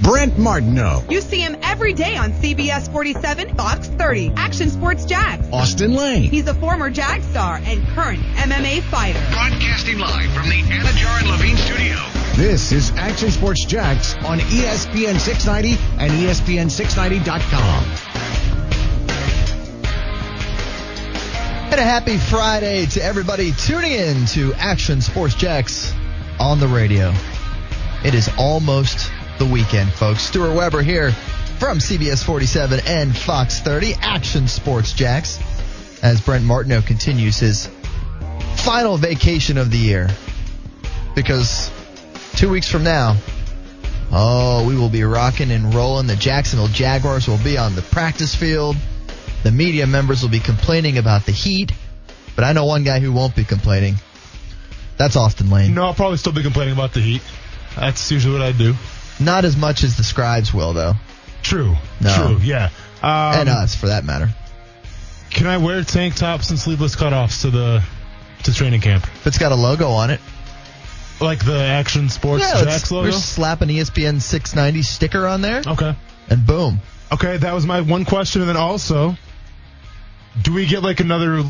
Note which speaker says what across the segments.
Speaker 1: Brent Martineau,
Speaker 2: You see him every day on CBS 47, Fox 30, Action Sports Jags.
Speaker 1: Austin Lane,
Speaker 2: He's a former Jag star and current MMA fighter.
Speaker 3: Broadcasting live from the Anajar and Levine Studio.
Speaker 1: This is Action Sports Jacks on E ESPN 690 and E ESPN690.com.
Speaker 4: And a happy Friday to everybody tuning in to Action Sports Jacks on the radio. It is almost the weekend, folks. Stuart Weber here from CBS 47 and Fox 30, Action Sports Jacks, as Brent Martineau continues his final vacation of the year. Because two weeks from now, oh, we will be rocking and rolling. The Jacksonville Jaguars will be on the practice field. The media members will be complaining about the heat, but I know one guy who won't be complaining. That's Austin Lane.
Speaker 5: No, I'll probably still be complaining about the heat. That's usually what I do.
Speaker 4: Not as much as the scribes will, though,
Speaker 5: True.
Speaker 4: No.
Speaker 5: True. Yeah. Um,
Speaker 4: and uh, us for that matter.
Speaker 5: Can I wear tank tops and sleeveless cutoffs to the to training camp?
Speaker 4: If it's got a logo on it,
Speaker 5: Like the Action Sports
Speaker 4: yeah, let's-
Speaker 5: Jacks logo. Oh.
Speaker 4: we're E just slap an ESPN 690 sticker on there,
Speaker 5: Okay.
Speaker 4: and boom.
Speaker 5: Okay, that was my one question, and then also, do we get like another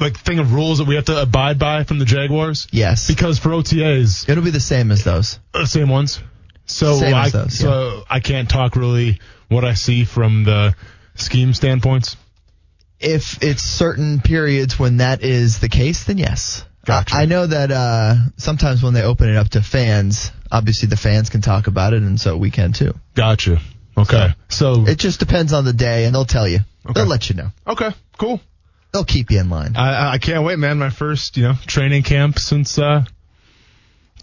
Speaker 5: like thing of rules that we have to abide by from the Jaguars?
Speaker 4: Yes,
Speaker 5: Because for OTAs,
Speaker 4: it'll be the same as those.
Speaker 5: uh, same ones. So
Speaker 4: Same
Speaker 5: I
Speaker 4: as those,
Speaker 5: so I can't talk really what I see from the scheme standpoints.
Speaker 4: if it's certain periods when that is the case, then yes.
Speaker 5: Gotcha.
Speaker 4: I I know that uh, sometimes when they open it up to fans, obviously the fans can talk about it, and so we can too.
Speaker 5: Gotcha. Okay. So,
Speaker 4: It just depends on the day, and they'll tell you. They'll
Speaker 5: Okay.
Speaker 4: let you know.
Speaker 5: okay, cool.
Speaker 4: They'll keep you in line.
Speaker 5: I I can't wait, man. My first you know training camp since uh,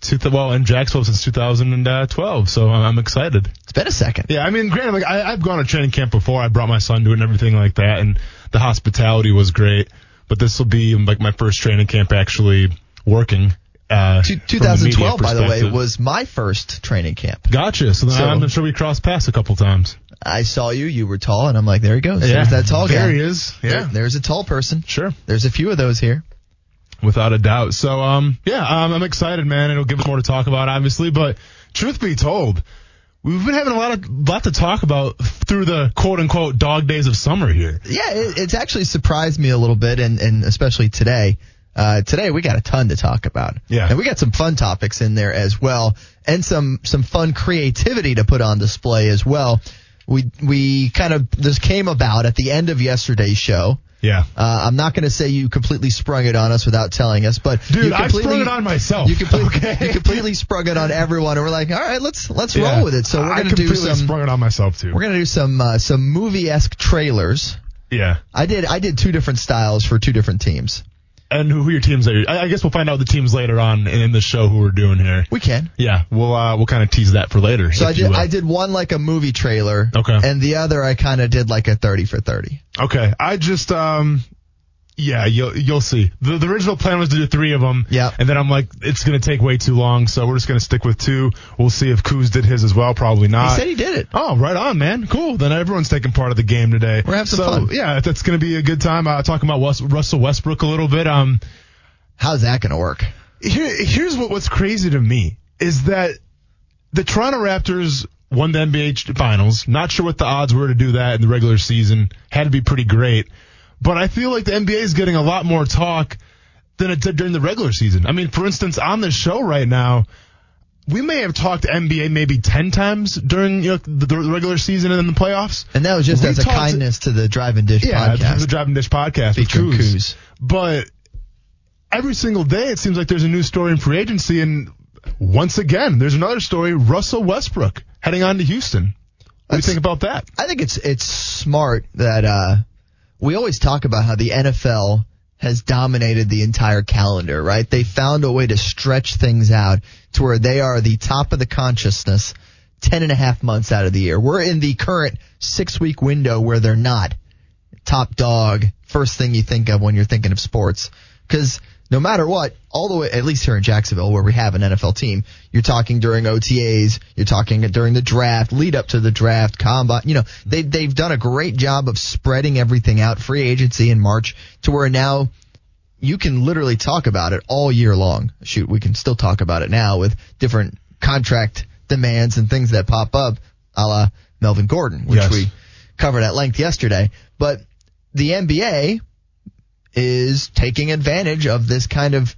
Speaker 5: two th- well in Jacksonville since 2012. So I'm, I'm excited.
Speaker 4: It's been a second.
Speaker 5: Yeah, I mean, granted, like I, I've gone to training camp before. I brought my son to it and everything like that, and the hospitality was great. But this will be like my first training camp actually working. Uh,
Speaker 4: Two-
Speaker 5: from a media
Speaker 4: 2012, by the way,
Speaker 5: perspective.
Speaker 4: was my first training camp.
Speaker 5: gotcha. So, then
Speaker 4: So-
Speaker 5: I'm sure we crossed paths a couple times.
Speaker 4: I saw you. You were tall, and I'm like, there he goes. There's that tall guy.
Speaker 5: There he is. Yeah,
Speaker 4: There- there's a tall person.
Speaker 5: sure.
Speaker 4: There's a few of those here.
Speaker 5: without a doubt. So, um, yeah, um, I'm excited, man. It'll give us more to talk about, obviously. But truth be told, we've been having a lot of lot to talk about through the quote unquote dog days of summer here.
Speaker 4: Yeah, it, it's actually surprised me a little bit, and, and especially today. Uh, today we got a ton to talk about.
Speaker 5: Yeah.
Speaker 4: And we got some fun topics in there as well, and some, some fun creativity to put on display as well. We, we kind of, this came about at the end of yesterday's show.
Speaker 5: Yeah.
Speaker 4: Uh, I'm not going to say you completely sprung it on us without telling us, but
Speaker 5: Dude,
Speaker 4: you
Speaker 5: I
Speaker 4: completely-
Speaker 5: sprung it on myself.
Speaker 4: You completely,
Speaker 5: Okay.
Speaker 4: you completely sprung it on everyone, and we're like, all right, let's let's
Speaker 5: Yeah.
Speaker 4: roll with it. So we're
Speaker 5: I
Speaker 4: going to do
Speaker 5: completely
Speaker 4: some
Speaker 5: sprung it on myself too.
Speaker 4: we're going to do some uh, some movie esque trailers.
Speaker 5: yeah.
Speaker 4: I did. I did two different styles for two different teams.
Speaker 5: And who are your teams? That you're, I, I guess we'll find out the teams later on in the show who we're doing here.
Speaker 4: We can.
Speaker 5: Yeah, we'll uh, we'll kind of tease that for later.
Speaker 4: So I
Speaker 5: if you
Speaker 4: did.
Speaker 5: will.
Speaker 4: I did one like a movie trailer.
Speaker 5: Okay.
Speaker 4: And the other I kind of did like a thirty for thirty.
Speaker 5: Okay, I just um, yeah, you'll you'll see. The, the original plan was to do three of them.
Speaker 4: Yeah.
Speaker 5: And then I'm like, it's gonna take way too long, so we're just gonna stick with two. We'll see if Kuz did his as well. Probably
Speaker 4: He
Speaker 5: not.
Speaker 4: said he did it.
Speaker 5: Oh, right on, man. Cool. Then everyone's taking part of the game today.
Speaker 4: We're having some
Speaker 5: so,
Speaker 4: fun.
Speaker 5: Yeah, that's going to be a good time. Uh, talking about Wes- Russell Westbrook a little bit. Um,
Speaker 4: How's that gonna work?
Speaker 5: here, here's what, what's crazy to me is that the Toronto Raptors won the NBA Finals. Not sure what the odds were to do that in the regular season. Had to be pretty great. But I feel like the NBA is getting a lot more talk than it did during the regular season. I mean, for instance, on this show right now, we may have talked NBA maybe 10 times during you know, the, the regular season and then the playoffs.
Speaker 4: And that was just
Speaker 5: We
Speaker 4: as a
Speaker 5: talked-
Speaker 4: kindness to the Drive and Dish
Speaker 5: Yeah, the
Speaker 4: podcast.
Speaker 5: Drop and Dish podcast with
Speaker 4: Featuring
Speaker 5: Kuz.
Speaker 4: Kuz.
Speaker 5: But every single day, it seems like there's a new story in free agency, and once again, there's another story: Russell Westbrook heading on to Houston. What do you think about that?
Speaker 4: I think it's it's smart that uh, we always talk about how the NFL has dominated the entire calendar, right? They found a way to stretch things out to where they are the top of the consciousness ten and a half months out of the year. We're in the current six week window where they're not top dog, first thing you think of when you're thinking of sports. Because no matter what, all the way, at least here in Jacksonville, where we have an NFL team, you're talking during OTAs, you're talking during the draft, lead up to the draft, combine. You know, they, they've done a great job of spreading everything out, free agency in March, to where now you can literally talk about it all year long. Shoot, we can still talk about it now with different contract demands and things that pop up, a la Melvin Gordon, which
Speaker 5: Yes.
Speaker 4: we covered at length yesterday. But the NBA is taking advantage of this kind of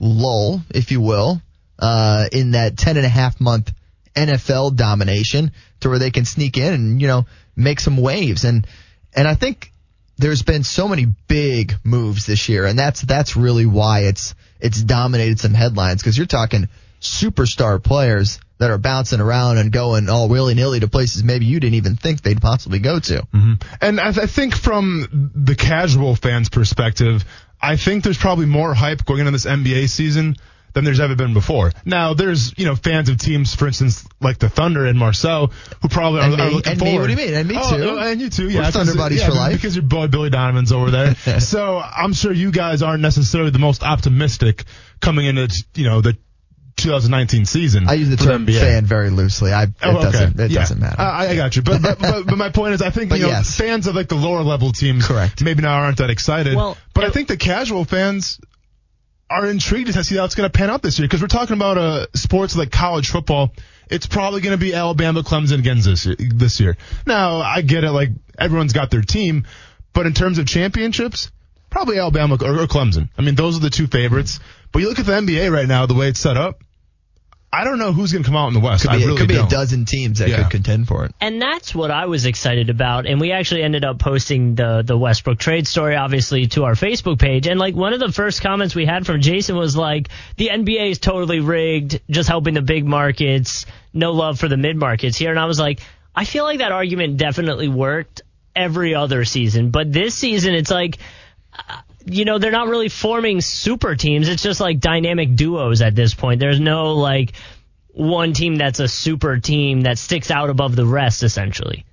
Speaker 4: lull, if you will, uh, in that 10 and a half month NFL domination to where they can sneak in and, you know, make some waves. And, and I think there's been so many big moves this year. And that's, that's really why it's, it's dominated some headlines because you're talking superstar players that are bouncing around and going all willy nilly to places maybe you didn't even think they'd possibly go to.
Speaker 5: Um, And I, th- I think from the casual fan's perspective, I think there's probably more hype going into this NBA season than there's ever been before. Now, there's you know fans of teams, for instance, like the Thunder and Marceau, who probably are,
Speaker 4: And me-
Speaker 5: are looking
Speaker 4: and me,
Speaker 5: forward.
Speaker 4: what do you mean? And me
Speaker 5: Oh,
Speaker 4: too.
Speaker 5: oh, and you too.
Speaker 4: We're
Speaker 5: Yeah, 'cause-
Speaker 4: Thunder buddies
Speaker 5: yeah,
Speaker 4: for life.
Speaker 5: Because your boy Billy Donovan's over there. so I'm sure you guys aren't necessarily the most optimistic coming into you know the 2019 season.
Speaker 4: I use the
Speaker 5: for the
Speaker 4: term
Speaker 5: NBA.
Speaker 4: fan very loosely. I, it
Speaker 5: Oh, okay.
Speaker 4: doesn't, it
Speaker 5: Yeah. Ah,
Speaker 4: doesn't matter.
Speaker 5: I, I got you, but but, but but my point is, I think
Speaker 4: But
Speaker 5: you know
Speaker 4: yes.
Speaker 5: fans of like the lower level teams,
Speaker 4: Correct.
Speaker 5: Maybe now aren't that excited,
Speaker 6: Well,
Speaker 5: but I
Speaker 6: it-
Speaker 5: think the casual fans are intrigued to see how it's going to pan out this year because we're talking about uh, sports like college football. It's probably going to be Alabama, Clemson again this year, this year. Now I get it, like everyone's got their team, but in terms of championships, probably Alabama or, or Clemson. I mean, those are the two favorites. But you look at the NBA right now, the way it's set up. I don't know who's going to come out in the West.
Speaker 4: could
Speaker 5: I
Speaker 4: be,
Speaker 5: really
Speaker 4: it could be
Speaker 5: don't.
Speaker 4: a dozen teams that
Speaker 5: Yeah.
Speaker 4: could contend for it.
Speaker 6: and that's what I was excited about. And we actually ended up posting the the Westbrook trade story, obviously, to our Facebook page. And like one of the first comments we had from Jason was like, "The NBA is totally rigged, just helping the big markets, no love for the mid markets here." And I was like, I feel like that argument definitely worked every other season, but this season it's like uh, you know, they're not really forming super teams. It's just like dynamic duos at this point. There's no like one team that's a super team that sticks out above the rest, essentially.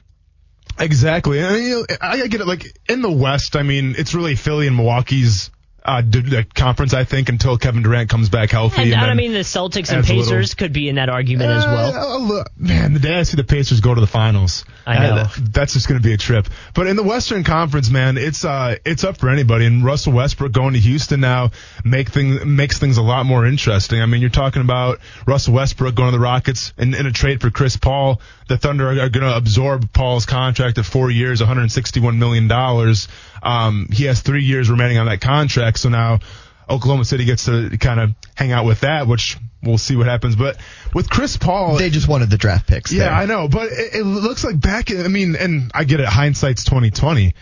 Speaker 5: Exactly. And, you know, I I get it. Like in the West, I mean, it's really Philly and Milwaukee's uh, d- d- conference, I think, until Kevin Durant comes back healthy.
Speaker 6: And,
Speaker 5: and
Speaker 6: and I
Speaker 5: then-
Speaker 6: mean, the Celtics and
Speaker 5: adds a little-
Speaker 6: Pacers could be in that argument as well.
Speaker 5: Uh, oh, look, man, the day I see the Pacers go to the finals,
Speaker 6: I know.
Speaker 5: uh, that's just going to be a trip. But in the Western Conference, man, it's uh, it's up for anybody. And Russell Westbrook going to Houston now make things makes things a lot more interesting. I mean, you're talking about Russell Westbrook going to the Rockets in, in a trade for Chris Paul. The Thunder are, are going to absorb Paul's contract of four years, 161 million dollars. Um, he has three years remaining on that contract, so now. Oklahoma City gets to kind of hang out with that, which we'll see what happens. But with Chris Paul,
Speaker 4: They just wanted the draft picks.
Speaker 5: yeah,
Speaker 4: there.
Speaker 5: I know, but it, it looks like back. I mean, and I get it. Hindsight's twenty twenty,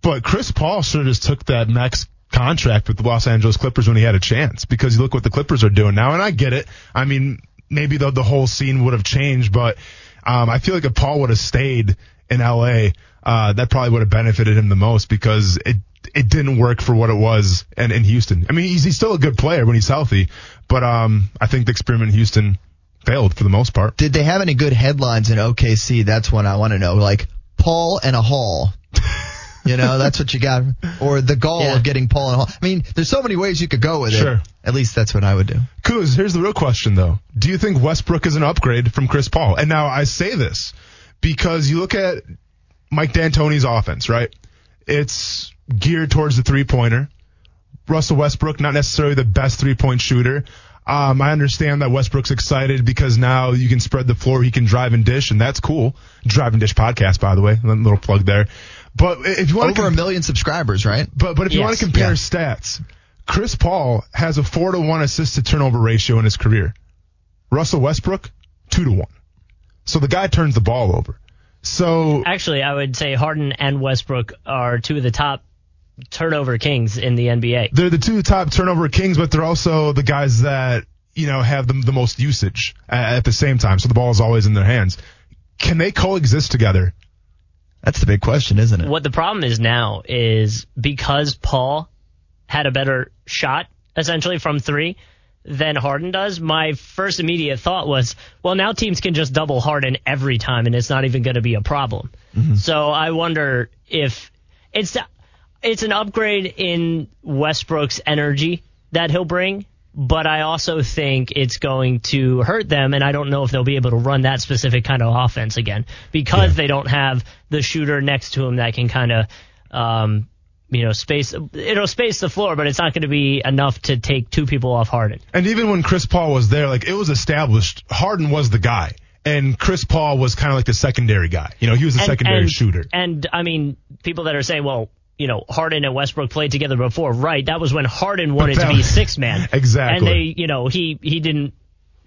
Speaker 5: but Chris Paul sure just took that max contract with the Los Angeles Clippers when he had a chance because you look what the Clippers are doing now, and I get it. I mean, maybe the the whole scene would have changed, but um, I feel like if Paul would have stayed in L.A., uh, that probably would have benefited him the most because it. It didn't work for what it was and in Houston. I mean, he's, he's still a good player when he's healthy, but um, I think the experiment in Houston failed for the most part.
Speaker 4: Did they have any good headlines in OKC? That's one I want to know. Like Paul and a Hall. You know, that's what you got. Or the gall
Speaker 6: Yeah.
Speaker 4: of getting Paul and a Hall. I mean, there's so many ways you could go with it.
Speaker 5: Sure.
Speaker 4: At least that's what I would do.
Speaker 5: Kuz, here's the real question though. Do you think Westbrook is an upgrade from Chris Paul? And now I say this because you look at Mike D'Antoni's offense, right? It's geared towards the three pointer. Russell Westbrook, not necessarily the best three point shooter. Um, I understand that Westbrook's excited because now you can spread the floor. He can drive and dish, and that's cool. Drive and dish podcast, by the way, little plug there. But if you want to
Speaker 4: Over a million subscribers, right?
Speaker 5: but but if you
Speaker 6: Yes.
Speaker 5: want to compare
Speaker 4: Yeah.
Speaker 5: stats, Chris Paul has a four to one assist to turnover ratio in his career. Russell Westbrook, two to one. So the guy turns the ball over. So
Speaker 6: Actually, I would say Harden and Westbrook are two of the top turnover kings in the NBA.
Speaker 5: they're the two top turnover kings, but they're also the guys that you know have the, the most usage a- at the same time. So the ball is always in their hands. Can they coexist together?
Speaker 4: That's the big question, isn't it?
Speaker 6: What the problem is now is because Paul had a better shot essentially from three than Harden does, my first immediate thought was, well, now teams can just double Harden every time and it's not even going to be a problem. So I wonder if it's it's an upgrade in Westbrook's energy that he'll bring, but I also think it's going to hurt them, and I don't know if they'll be able to run that specific kind of offense again because they don't have the shooter next to him that can kind of um, you know, space. It'll space the floor, but it's not going to be enough to take two people off Harden.
Speaker 5: And even when Chris Paul was there, like it was established, Harden was the guy, and Chris Paul was kind of like the secondary guy. You know, he was a
Speaker 6: And-
Speaker 5: secondary
Speaker 6: and-
Speaker 5: shooter.
Speaker 6: And I mean, people that are saying, well, you know, Harden and Westbrook played together before, right? That was when Harden wanted
Speaker 5: that-
Speaker 6: to be six man,
Speaker 5: Exactly.
Speaker 6: And they, you know, he he didn't,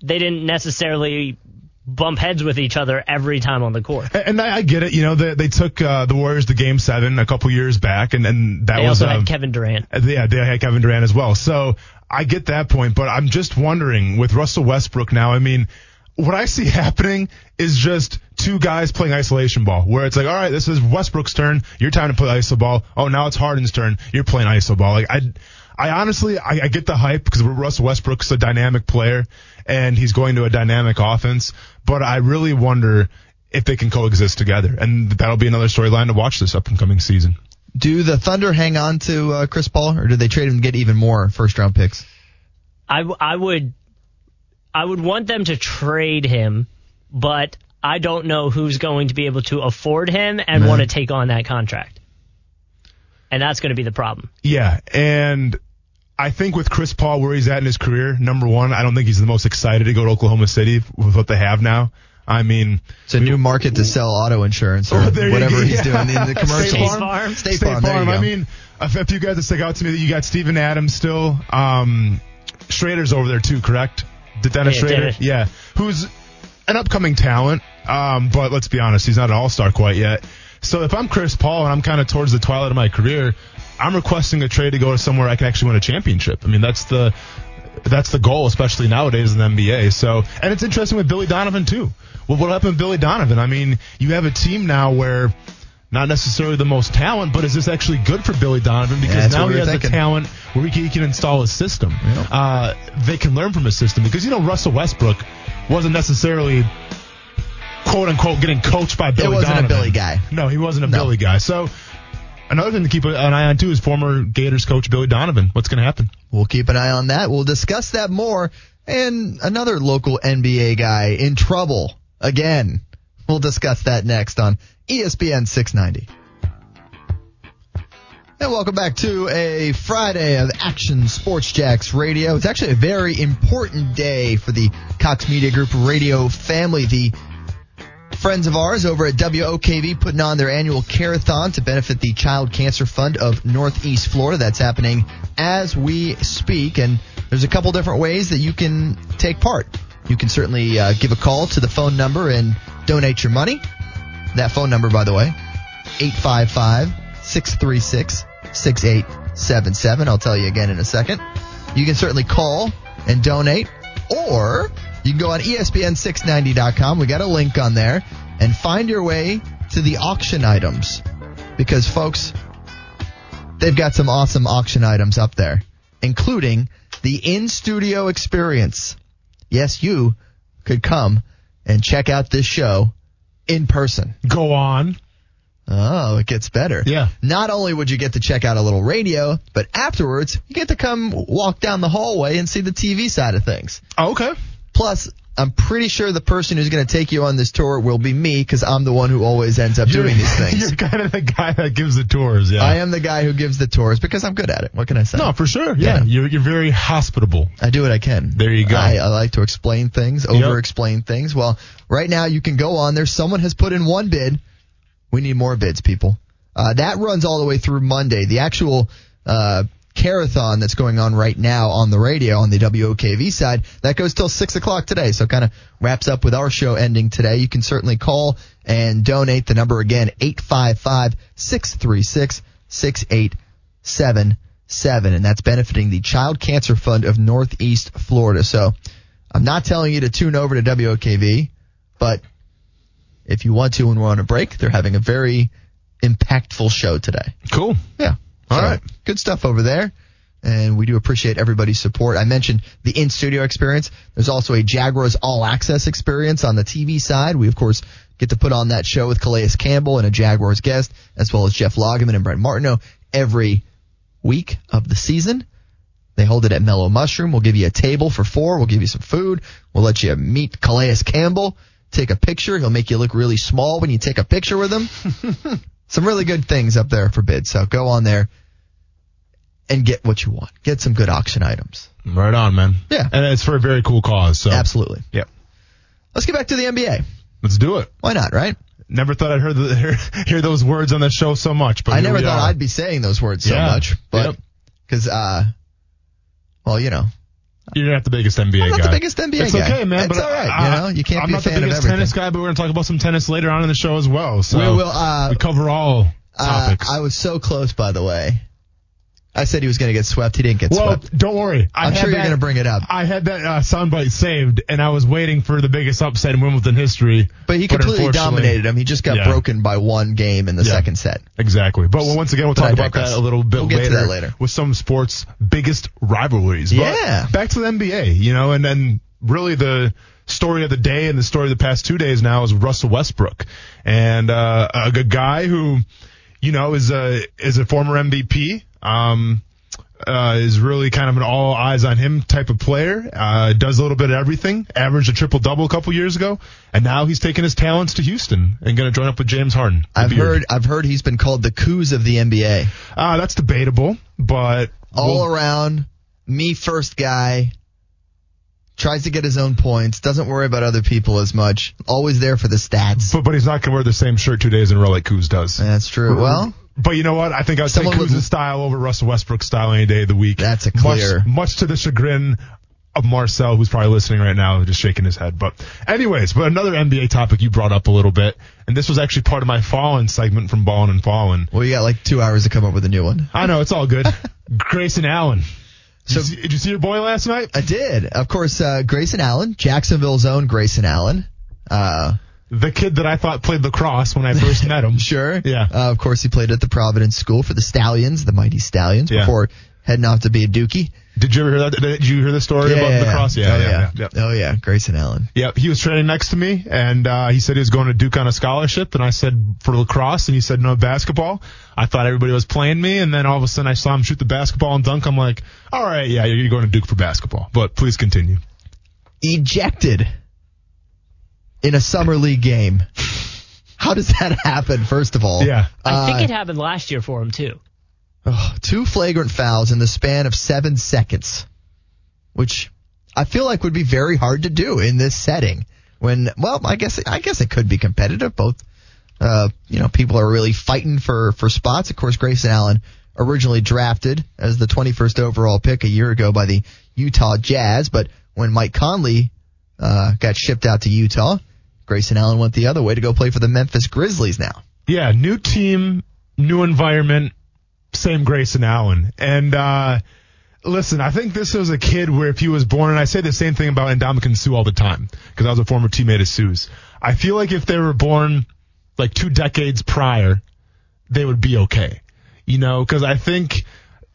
Speaker 6: they didn't necessarily bump heads with each other every time on the court.
Speaker 5: A- and I, I get it. You know, they, they took uh, the Warriors to Game Seven a couple years back, and and that
Speaker 6: They
Speaker 5: was
Speaker 6: also
Speaker 5: um,
Speaker 6: had Kevin Durant.
Speaker 5: Uh, Yeah, they had Kevin Durant as well. So I get that point, but I'm just wondering with Russell Westbrook now. I mean, what I see happening is just two guys playing isolation ball, where it's like, all right, this is Westbrook's turn. Your time to play iso ball. Oh, now it's Harden's turn. You're playing iso ball. Like I. I honestly, I, I get the hype because Russell Westbrook's a dynamic player and he's going to a dynamic offense, but I really wonder if they can coexist together. And that'll be another storyline to watch this upcoming season.
Speaker 4: Do the Thunder hang on to uh, Chris Paul, or do they trade him and get even more first round picks?
Speaker 6: I, w- I would I would want them to trade him, but I don't know who's going to be able to afford him and want to take on that contract. And that's going to be the problem.
Speaker 5: Yeah, and I think with Chris Paul where he's at in his career, number one, I don't think he's the most excited to go to Oklahoma City with what they have now. I mean,
Speaker 4: It's a new market to sell auto insurance or
Speaker 5: Oh, there you
Speaker 4: whatever
Speaker 5: go.
Speaker 4: he's
Speaker 5: Yeah.
Speaker 4: doing in the
Speaker 5: State
Speaker 4: commercials.
Speaker 6: Farm.
Speaker 4: State
Speaker 5: State
Speaker 4: Farm,
Speaker 5: Farm.
Speaker 4: there you
Speaker 5: I
Speaker 4: go.
Speaker 5: mean, a f- a few guys that stick out to me that you got Steven Adams still. Um, Schrader's over there too, correct? D- Dennis
Speaker 6: Yeah,
Speaker 5: Schrader,
Speaker 6: Dennis.
Speaker 5: yeah, who's an upcoming talent. Um, but let's be honest, he's not an All Star quite yet. So if I'm Chris Paul and I'm kind of towards the twilight of my career, I'm requesting a trade to go to somewhere I can actually win a championship. I mean, that's the that's the goal, especially nowadays in the NBA. So, and it's interesting with Billy Donovan too. Well, what happened with Billy Donovan? I mean, you have a team now where not necessarily the most talent, but is this actually good for Billy Donovan?
Speaker 4: Yeah,
Speaker 5: Because
Speaker 4: that's
Speaker 5: now
Speaker 4: what we
Speaker 5: he
Speaker 4: were
Speaker 5: has the
Speaker 4: thinking.
Speaker 5: talent where he can, he can install his system. Uh, they can learn from his system because you know Russell Westbrook wasn't necessarily quote unquote getting coached by Billy.
Speaker 4: wasn't a
Speaker 5: Donovan.
Speaker 4: Billy guy.
Speaker 5: No, he wasn't a Billy guy. So another thing to keep an eye on too is former Gators coach Billy Donovan. What's going to happen?
Speaker 4: We'll keep an eye on that. We'll discuss that more. And another local NBA guy in trouble again. We'll discuss that next on E ESPN 690. And welcome back to a Friday of Action Sports Jacks Radio. It's actually a very important day for the Cox Media Group radio family. The friends of ours over at WOKV putting on their annual carathon to benefit the Child Cancer Fund of Northeast Florida. That's happening as we speak, and there's a couple different ways that you can take part. You can certainly uh, give a call to the phone number and donate your money. That phone number, by the way, 855-636-6877. I'll tell you again in a second. You can certainly call and donate, or you can go on E ESPN690.com. We got a link on there and find your way to the auction items because folks, they've got some awesome auction items up there, including the in-studio experience. Yes, you could come and check out this show in person.
Speaker 5: Go on.
Speaker 4: Oh, it gets better.
Speaker 5: Yeah.
Speaker 4: Not only would you get to check out a little radio, but afterwards, you get to come walk down the hallway and see the TV side of things.
Speaker 5: Oh, okay.
Speaker 4: Plus, I'm pretty sure the person who's going to take you on this tour will be me because I'm the one who always ends up doing these things.
Speaker 5: You're kind of the guy that gives the tours. Yeah.
Speaker 4: I am the guy who gives the tours because I'm good at it. What can I say?
Speaker 5: No, for sure. Yeah.
Speaker 4: Yeah.
Speaker 5: You're, you're very hospitable.
Speaker 4: I do what I can.
Speaker 5: There you go.
Speaker 4: I, I like to explain things, over explain things. Well, right now you can go on there. Someone has put in one bid. We need more bids, people. Uh, that runs all the way through Monday. The actual uh, carathon that's going on right now on the radio on the WOKV side that goes till six o'clock today. So kind of wraps up with our show ending today. You can certainly call and donate. The number again 855-636-6877, and that's benefiting the Child Cancer Fund of Northeast Florida. So I'm not telling you to tune over to WOKV, but if you want to when we're on a break. They're having a very impactful show today.
Speaker 5: Cool.
Speaker 4: Yeah. all right, Good stuff over there. And we do appreciate everybody's support. I mentioned the in studio experience. There's also a Jaguars all access experience on the TV side. We, of course, get to put on that show with Calais Campbell and a Jaguars guest, as well as Jeff Loggeman and Brett Martineau every week of the season. They hold it at Mellow Mushroom. We'll give you a table for four. We'll give you some food. We'll let you meet Calais Campbell. Take a picture. He'll make you look really small when you take a picture with him. some really good things up there for bid. So go on there and get what you want. Get some good auction items.
Speaker 5: Right on, man.
Speaker 4: Yeah.
Speaker 5: And it's for a very cool cause. So
Speaker 4: Absolutely.
Speaker 5: Yep.
Speaker 4: Let's get back to the NBA.
Speaker 5: Let's do it.
Speaker 4: Why not, right?
Speaker 5: Never thought I'd heard the, hear, hear those words on the show so much, but
Speaker 4: I
Speaker 5: here
Speaker 4: never
Speaker 5: we
Speaker 4: thought
Speaker 5: are.
Speaker 4: I'd be saying those words
Speaker 5: Yeah.
Speaker 4: so much, but
Speaker 5: Yep.
Speaker 4: because, uh, well, you know,
Speaker 5: You're not the biggest NBA
Speaker 4: I'm not
Speaker 5: guy.
Speaker 4: the biggest NBA
Speaker 5: it's
Speaker 4: guy.
Speaker 5: okay, man.
Speaker 4: It's
Speaker 5: but
Speaker 4: all right,
Speaker 5: I-
Speaker 4: you know? You can't
Speaker 5: I'm
Speaker 4: be a
Speaker 5: not
Speaker 4: fan
Speaker 5: the
Speaker 4: of
Speaker 5: biggest tennis guy, but we're going to talk about some tennis later on in the show as well. So
Speaker 4: we will, uh,
Speaker 5: we cover all
Speaker 4: uh,
Speaker 5: topics.
Speaker 4: I was so close, by the way. I said he was going to get swept. He didn't get
Speaker 5: well,
Speaker 4: swept.
Speaker 5: don't worry. I
Speaker 4: I'm
Speaker 5: had
Speaker 4: sure you're
Speaker 5: that-
Speaker 4: going to bring it up.
Speaker 5: I had that uh, soundbite saved, and I was waiting for the biggest upset in Wimbledon history.
Speaker 4: But he completely
Speaker 5: unfortunately-
Speaker 4: dominated him. He just got
Speaker 5: Yeah.
Speaker 4: broken by one game in the
Speaker 5: Yeah.
Speaker 4: second set.
Speaker 5: Exactly. But well, once again, we'll
Speaker 4: But
Speaker 5: talk
Speaker 4: I
Speaker 5: about
Speaker 4: digress.
Speaker 5: that a little bit
Speaker 4: We'll get
Speaker 5: later,
Speaker 4: to that later.
Speaker 5: with some sports' biggest rivalries. But
Speaker 4: Yeah.
Speaker 5: back to the NBA, you know, and then really the story of the day and the story of the past two days now is Russell Westbrook and uh, a good guy who, you know, is a is a former MVP. Um, uh, is really kind of an all eyes on him type of player. Uh, does a little bit of everything. Averaged a triple double a couple years ago, and now he's taking his talents to Houston and going to join up with James Harden. the
Speaker 4: I've
Speaker 5: beard.
Speaker 4: heard. I've heard he's been called the coos of the NBA.
Speaker 5: Uh, that's debatable, but
Speaker 4: All
Speaker 5: we'll-
Speaker 4: around, me first guy. Tries to get his own points. Doesn't worry about other people as much. Always there for the stats.
Speaker 5: but, but he's not going to wear the same shirt two days in a row like Kuz does.
Speaker 4: That's true. Well,
Speaker 5: But you know what? I think I'd say
Speaker 4: Someone
Speaker 5: Kuz's
Speaker 4: with-
Speaker 5: style over Russell Westbrook's style any day of the week.
Speaker 4: That's a
Speaker 5: Much-
Speaker 4: clear-
Speaker 5: Much, to the chagrin of Marcel, who's probably listening right now, just shaking his head. But anyways, but another NBA topic you brought up a little bit, and this was actually part of my Fallen segment from Ballin' and Fallen.
Speaker 4: well, you got like two hours to come up with a new one.
Speaker 5: I know, it's all good. Grayson Allen. Did,
Speaker 4: So-
Speaker 5: you see, did you see your boy last night?
Speaker 4: I did. Of course, uh, Grayson Allen, Jacksonville's own Grayson Allen. Uh,
Speaker 5: The kid that I thought played lacrosse when I first met him.
Speaker 4: sure.
Speaker 5: Yeah.
Speaker 4: Uh, of course, he played at the Providence School for the Stallions, the Mighty Stallions,
Speaker 5: Yeah.
Speaker 4: before heading off to be a Dookie.
Speaker 5: Did you ever hear that? Did you hear the story about lacrosse?
Speaker 4: oh,
Speaker 5: yeah,
Speaker 4: yeah.
Speaker 5: yeah.
Speaker 4: Oh, yeah. Grayson Allen.
Speaker 5: Yep, he was training next to me, and uh, he said he was going to Duke on a scholarship, and I said for lacrosse, and he said no basketball. I thought everybody was playing me, and then all of a sudden I saw him shoot the basketball and dunk. I'm like, all right, yeah, you're going to Duke for basketball, but please continue.
Speaker 4: Ejected in a summer league game. How does that happen, first of all?
Speaker 5: Yeah.
Speaker 6: I
Speaker 4: Uh,
Speaker 6: think it happened last year for him too.
Speaker 4: Ugh, two flagrant fouls in the span of seven seconds, which I feel like would be very hard to do in this setting. When well, I guess I guess it could be competitive. Both, uh, you know, people are really fighting for for spots. Of course, Grayson Allen originally drafted as the 21st overall pick a year ago by the Utah Jazz, but when Mike Conley uh, got shipped out to Utah, Grayson Allen went the other way to go play for the Memphis Grizzlies. Now,
Speaker 5: Yeah, new team, new environment, same Grayson Allen. And uh, listen, I think this was a kid where if he was born, and I say the same thing about Indomitian Sue all the time because I was a former teammate of Sue's. I feel like if they were born like two decades prior, they would be okay. You know, because I think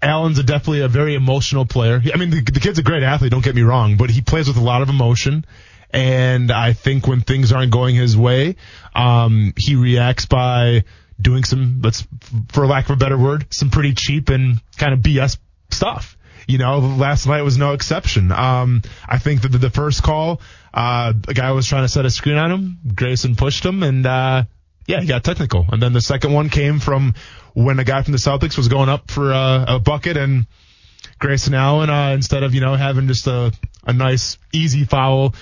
Speaker 5: Allen's a definitely a very emotional player. I mean, the, the kid's a great athlete, don't get me wrong, but he plays with a lot of emotion. And I think when things aren't going his way, um, he reacts by doing some, let's, for lack of a better word, some pretty cheap and kind of BS stuff. You know, last night was no exception. Um, I think that the, the first call, uh, a guy was trying to set a screen on him. Grayson pushed him and, uh, yeah, he got technical. And then the second one came from when a guy from the Celtics was going up for uh, a bucket and Grayson Allen, uh, instead of, you know, having just a, a nice, easy foul,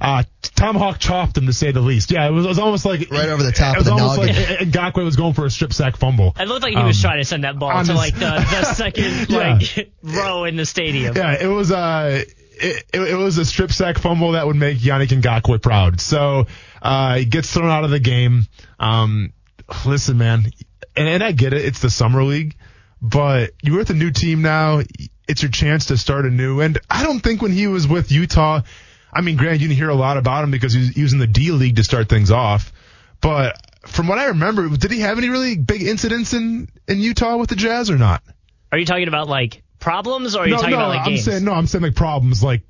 Speaker 5: uh, Tomahawk chopped him to say the least. Yeah, it was, it was almost like
Speaker 4: Right over the top
Speaker 5: It
Speaker 4: of
Speaker 5: was
Speaker 4: the
Speaker 5: almost
Speaker 4: noggin.
Speaker 5: like Ngakwe was going for a strip sack fumble.
Speaker 6: It looked like he was trying to send that ball
Speaker 5: Um, on
Speaker 6: to
Speaker 5: his-
Speaker 6: like the, the second
Speaker 5: Yeah.
Speaker 6: like row in the stadium.
Speaker 5: Yeah, it was uh it, it, it was a strip sack fumble that would make Yannick Ngakwe proud. So uh, he gets thrown out of the game. Um, listen, man, and, and I get it. It's the summer league, but you were with a new team now. It's your chance to start anew. And I don't think when he was with Utah, I mean, Grant, you didn't hear a lot about him because he was, he was in the D League to start things off. But from what I remember, did he have any really big incidents in, in Utah with the Jazz or not?
Speaker 6: Are you talking about like problems or are you
Speaker 5: no,
Speaker 6: talking
Speaker 5: no,
Speaker 6: about like
Speaker 5: I'm
Speaker 6: games?
Speaker 5: saying no. I'm saying like problems, like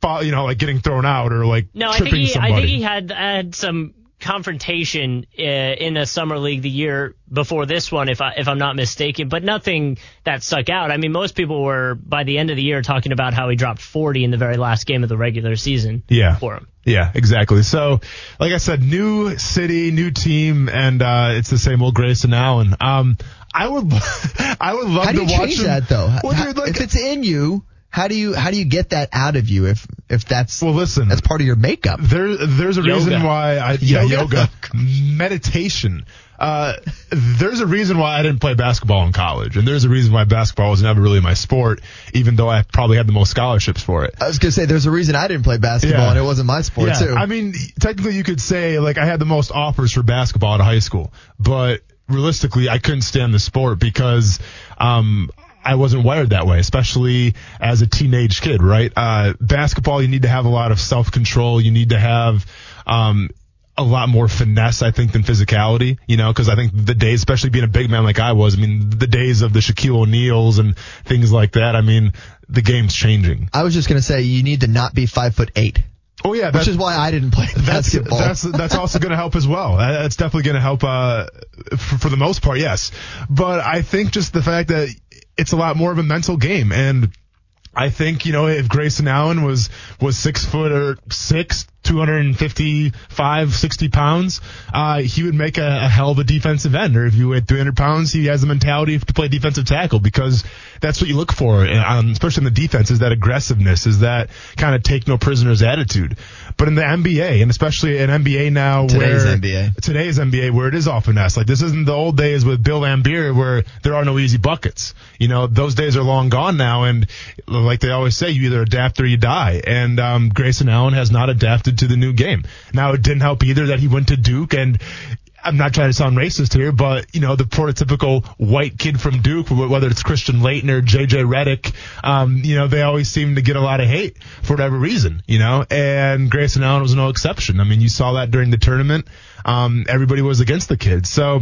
Speaker 5: fo- you know, like getting thrown out or like
Speaker 6: no, I
Speaker 5: tripping
Speaker 6: think he
Speaker 5: somebody.
Speaker 6: I think he had had some confrontation uh, in a summer league the year before this one if I if I'm not mistaken, but nothing that stuck out. I mean, most people were by the end of the year talking about how he dropped 40 in the very last game of the regular season
Speaker 5: yeah,
Speaker 6: for him.
Speaker 5: yeah, exactly. So, like I said, new city, new team, and uh, it's the same old Grayson Allen. Um, I would, I would love
Speaker 4: How do
Speaker 5: to
Speaker 4: you
Speaker 5: watch
Speaker 4: change
Speaker 5: him.
Speaker 4: that though?
Speaker 5: Well,
Speaker 4: How-
Speaker 5: dude, like-
Speaker 4: if it's in you, how do you how do you get that out of you if if that's
Speaker 5: well, listen,
Speaker 4: that's part of your makeup?
Speaker 5: there, there's a reason
Speaker 6: Yoga.
Speaker 5: why I yeah
Speaker 4: Yoga.
Speaker 5: yoga, meditation. Uh, there's a reason why I didn't play basketball in college, and there's a reason why basketball was never really my sport, even though I probably had the most scholarships for it.
Speaker 4: I was gonna say there's a reason I didn't play basketball
Speaker 5: Yeah.
Speaker 4: and it wasn't my sport
Speaker 5: yeah,
Speaker 4: too.
Speaker 5: I mean, technically, you could say like I had the most offers for basketball out of high school, but realistically, I couldn't stand the sport because um, I wasn't wired that way, especially as a teenage kid. Right? Uh, basketball, you need to have a lot of self control. You need to have um, a lot more finesse, I think, than physicality, you know, because I think the days, especially being a big man like I was, I mean, the days of the Shaquille O'Neals and things like that, I mean, the game's changing.
Speaker 4: I was just gonna say you need to not be five foot eight,
Speaker 5: Oh, yeah.
Speaker 4: which is why I didn't play
Speaker 5: that's
Speaker 4: basketball.
Speaker 5: that's that's also going to help as well. That- That's definitely going to help uh, for, for the most part, yes. But I think just the fact that it's a lot more of a mental game, and I think you know if Grayson Allen was was six foot or six. 255, 60 pounds, uh, he would make a, a hell of a defensive end. Or if you weighed 300 pounds, he has the mentality to play defensive tackle because that's what you look for, and, um, especially in the defense, is that aggressiveness, is that kind of take no prisoners attitude. But in the NBA, and especially in NBA now,
Speaker 4: Today's
Speaker 5: where
Speaker 4: NBA.
Speaker 5: today's NBA where it is all finesse. Like this isn't the old days with Bill Lambier where there are no easy buckets. You know, those days are long gone now. And like they always say, you either adapt or you die. And, um, Grayson Allen has not adapted to the new game. Now it didn't help either that he went to Duke and I'm not trying to sound racist here, but you know the prototypical white kid from Duke, wh- whether it's Christian Leighton or JJ Redick, um, you know they always seem to get a lot of hate for whatever reason, you know. And Grayson Allen was no exception. I mean, you saw that during the tournament. Um, everybody was against the kid, so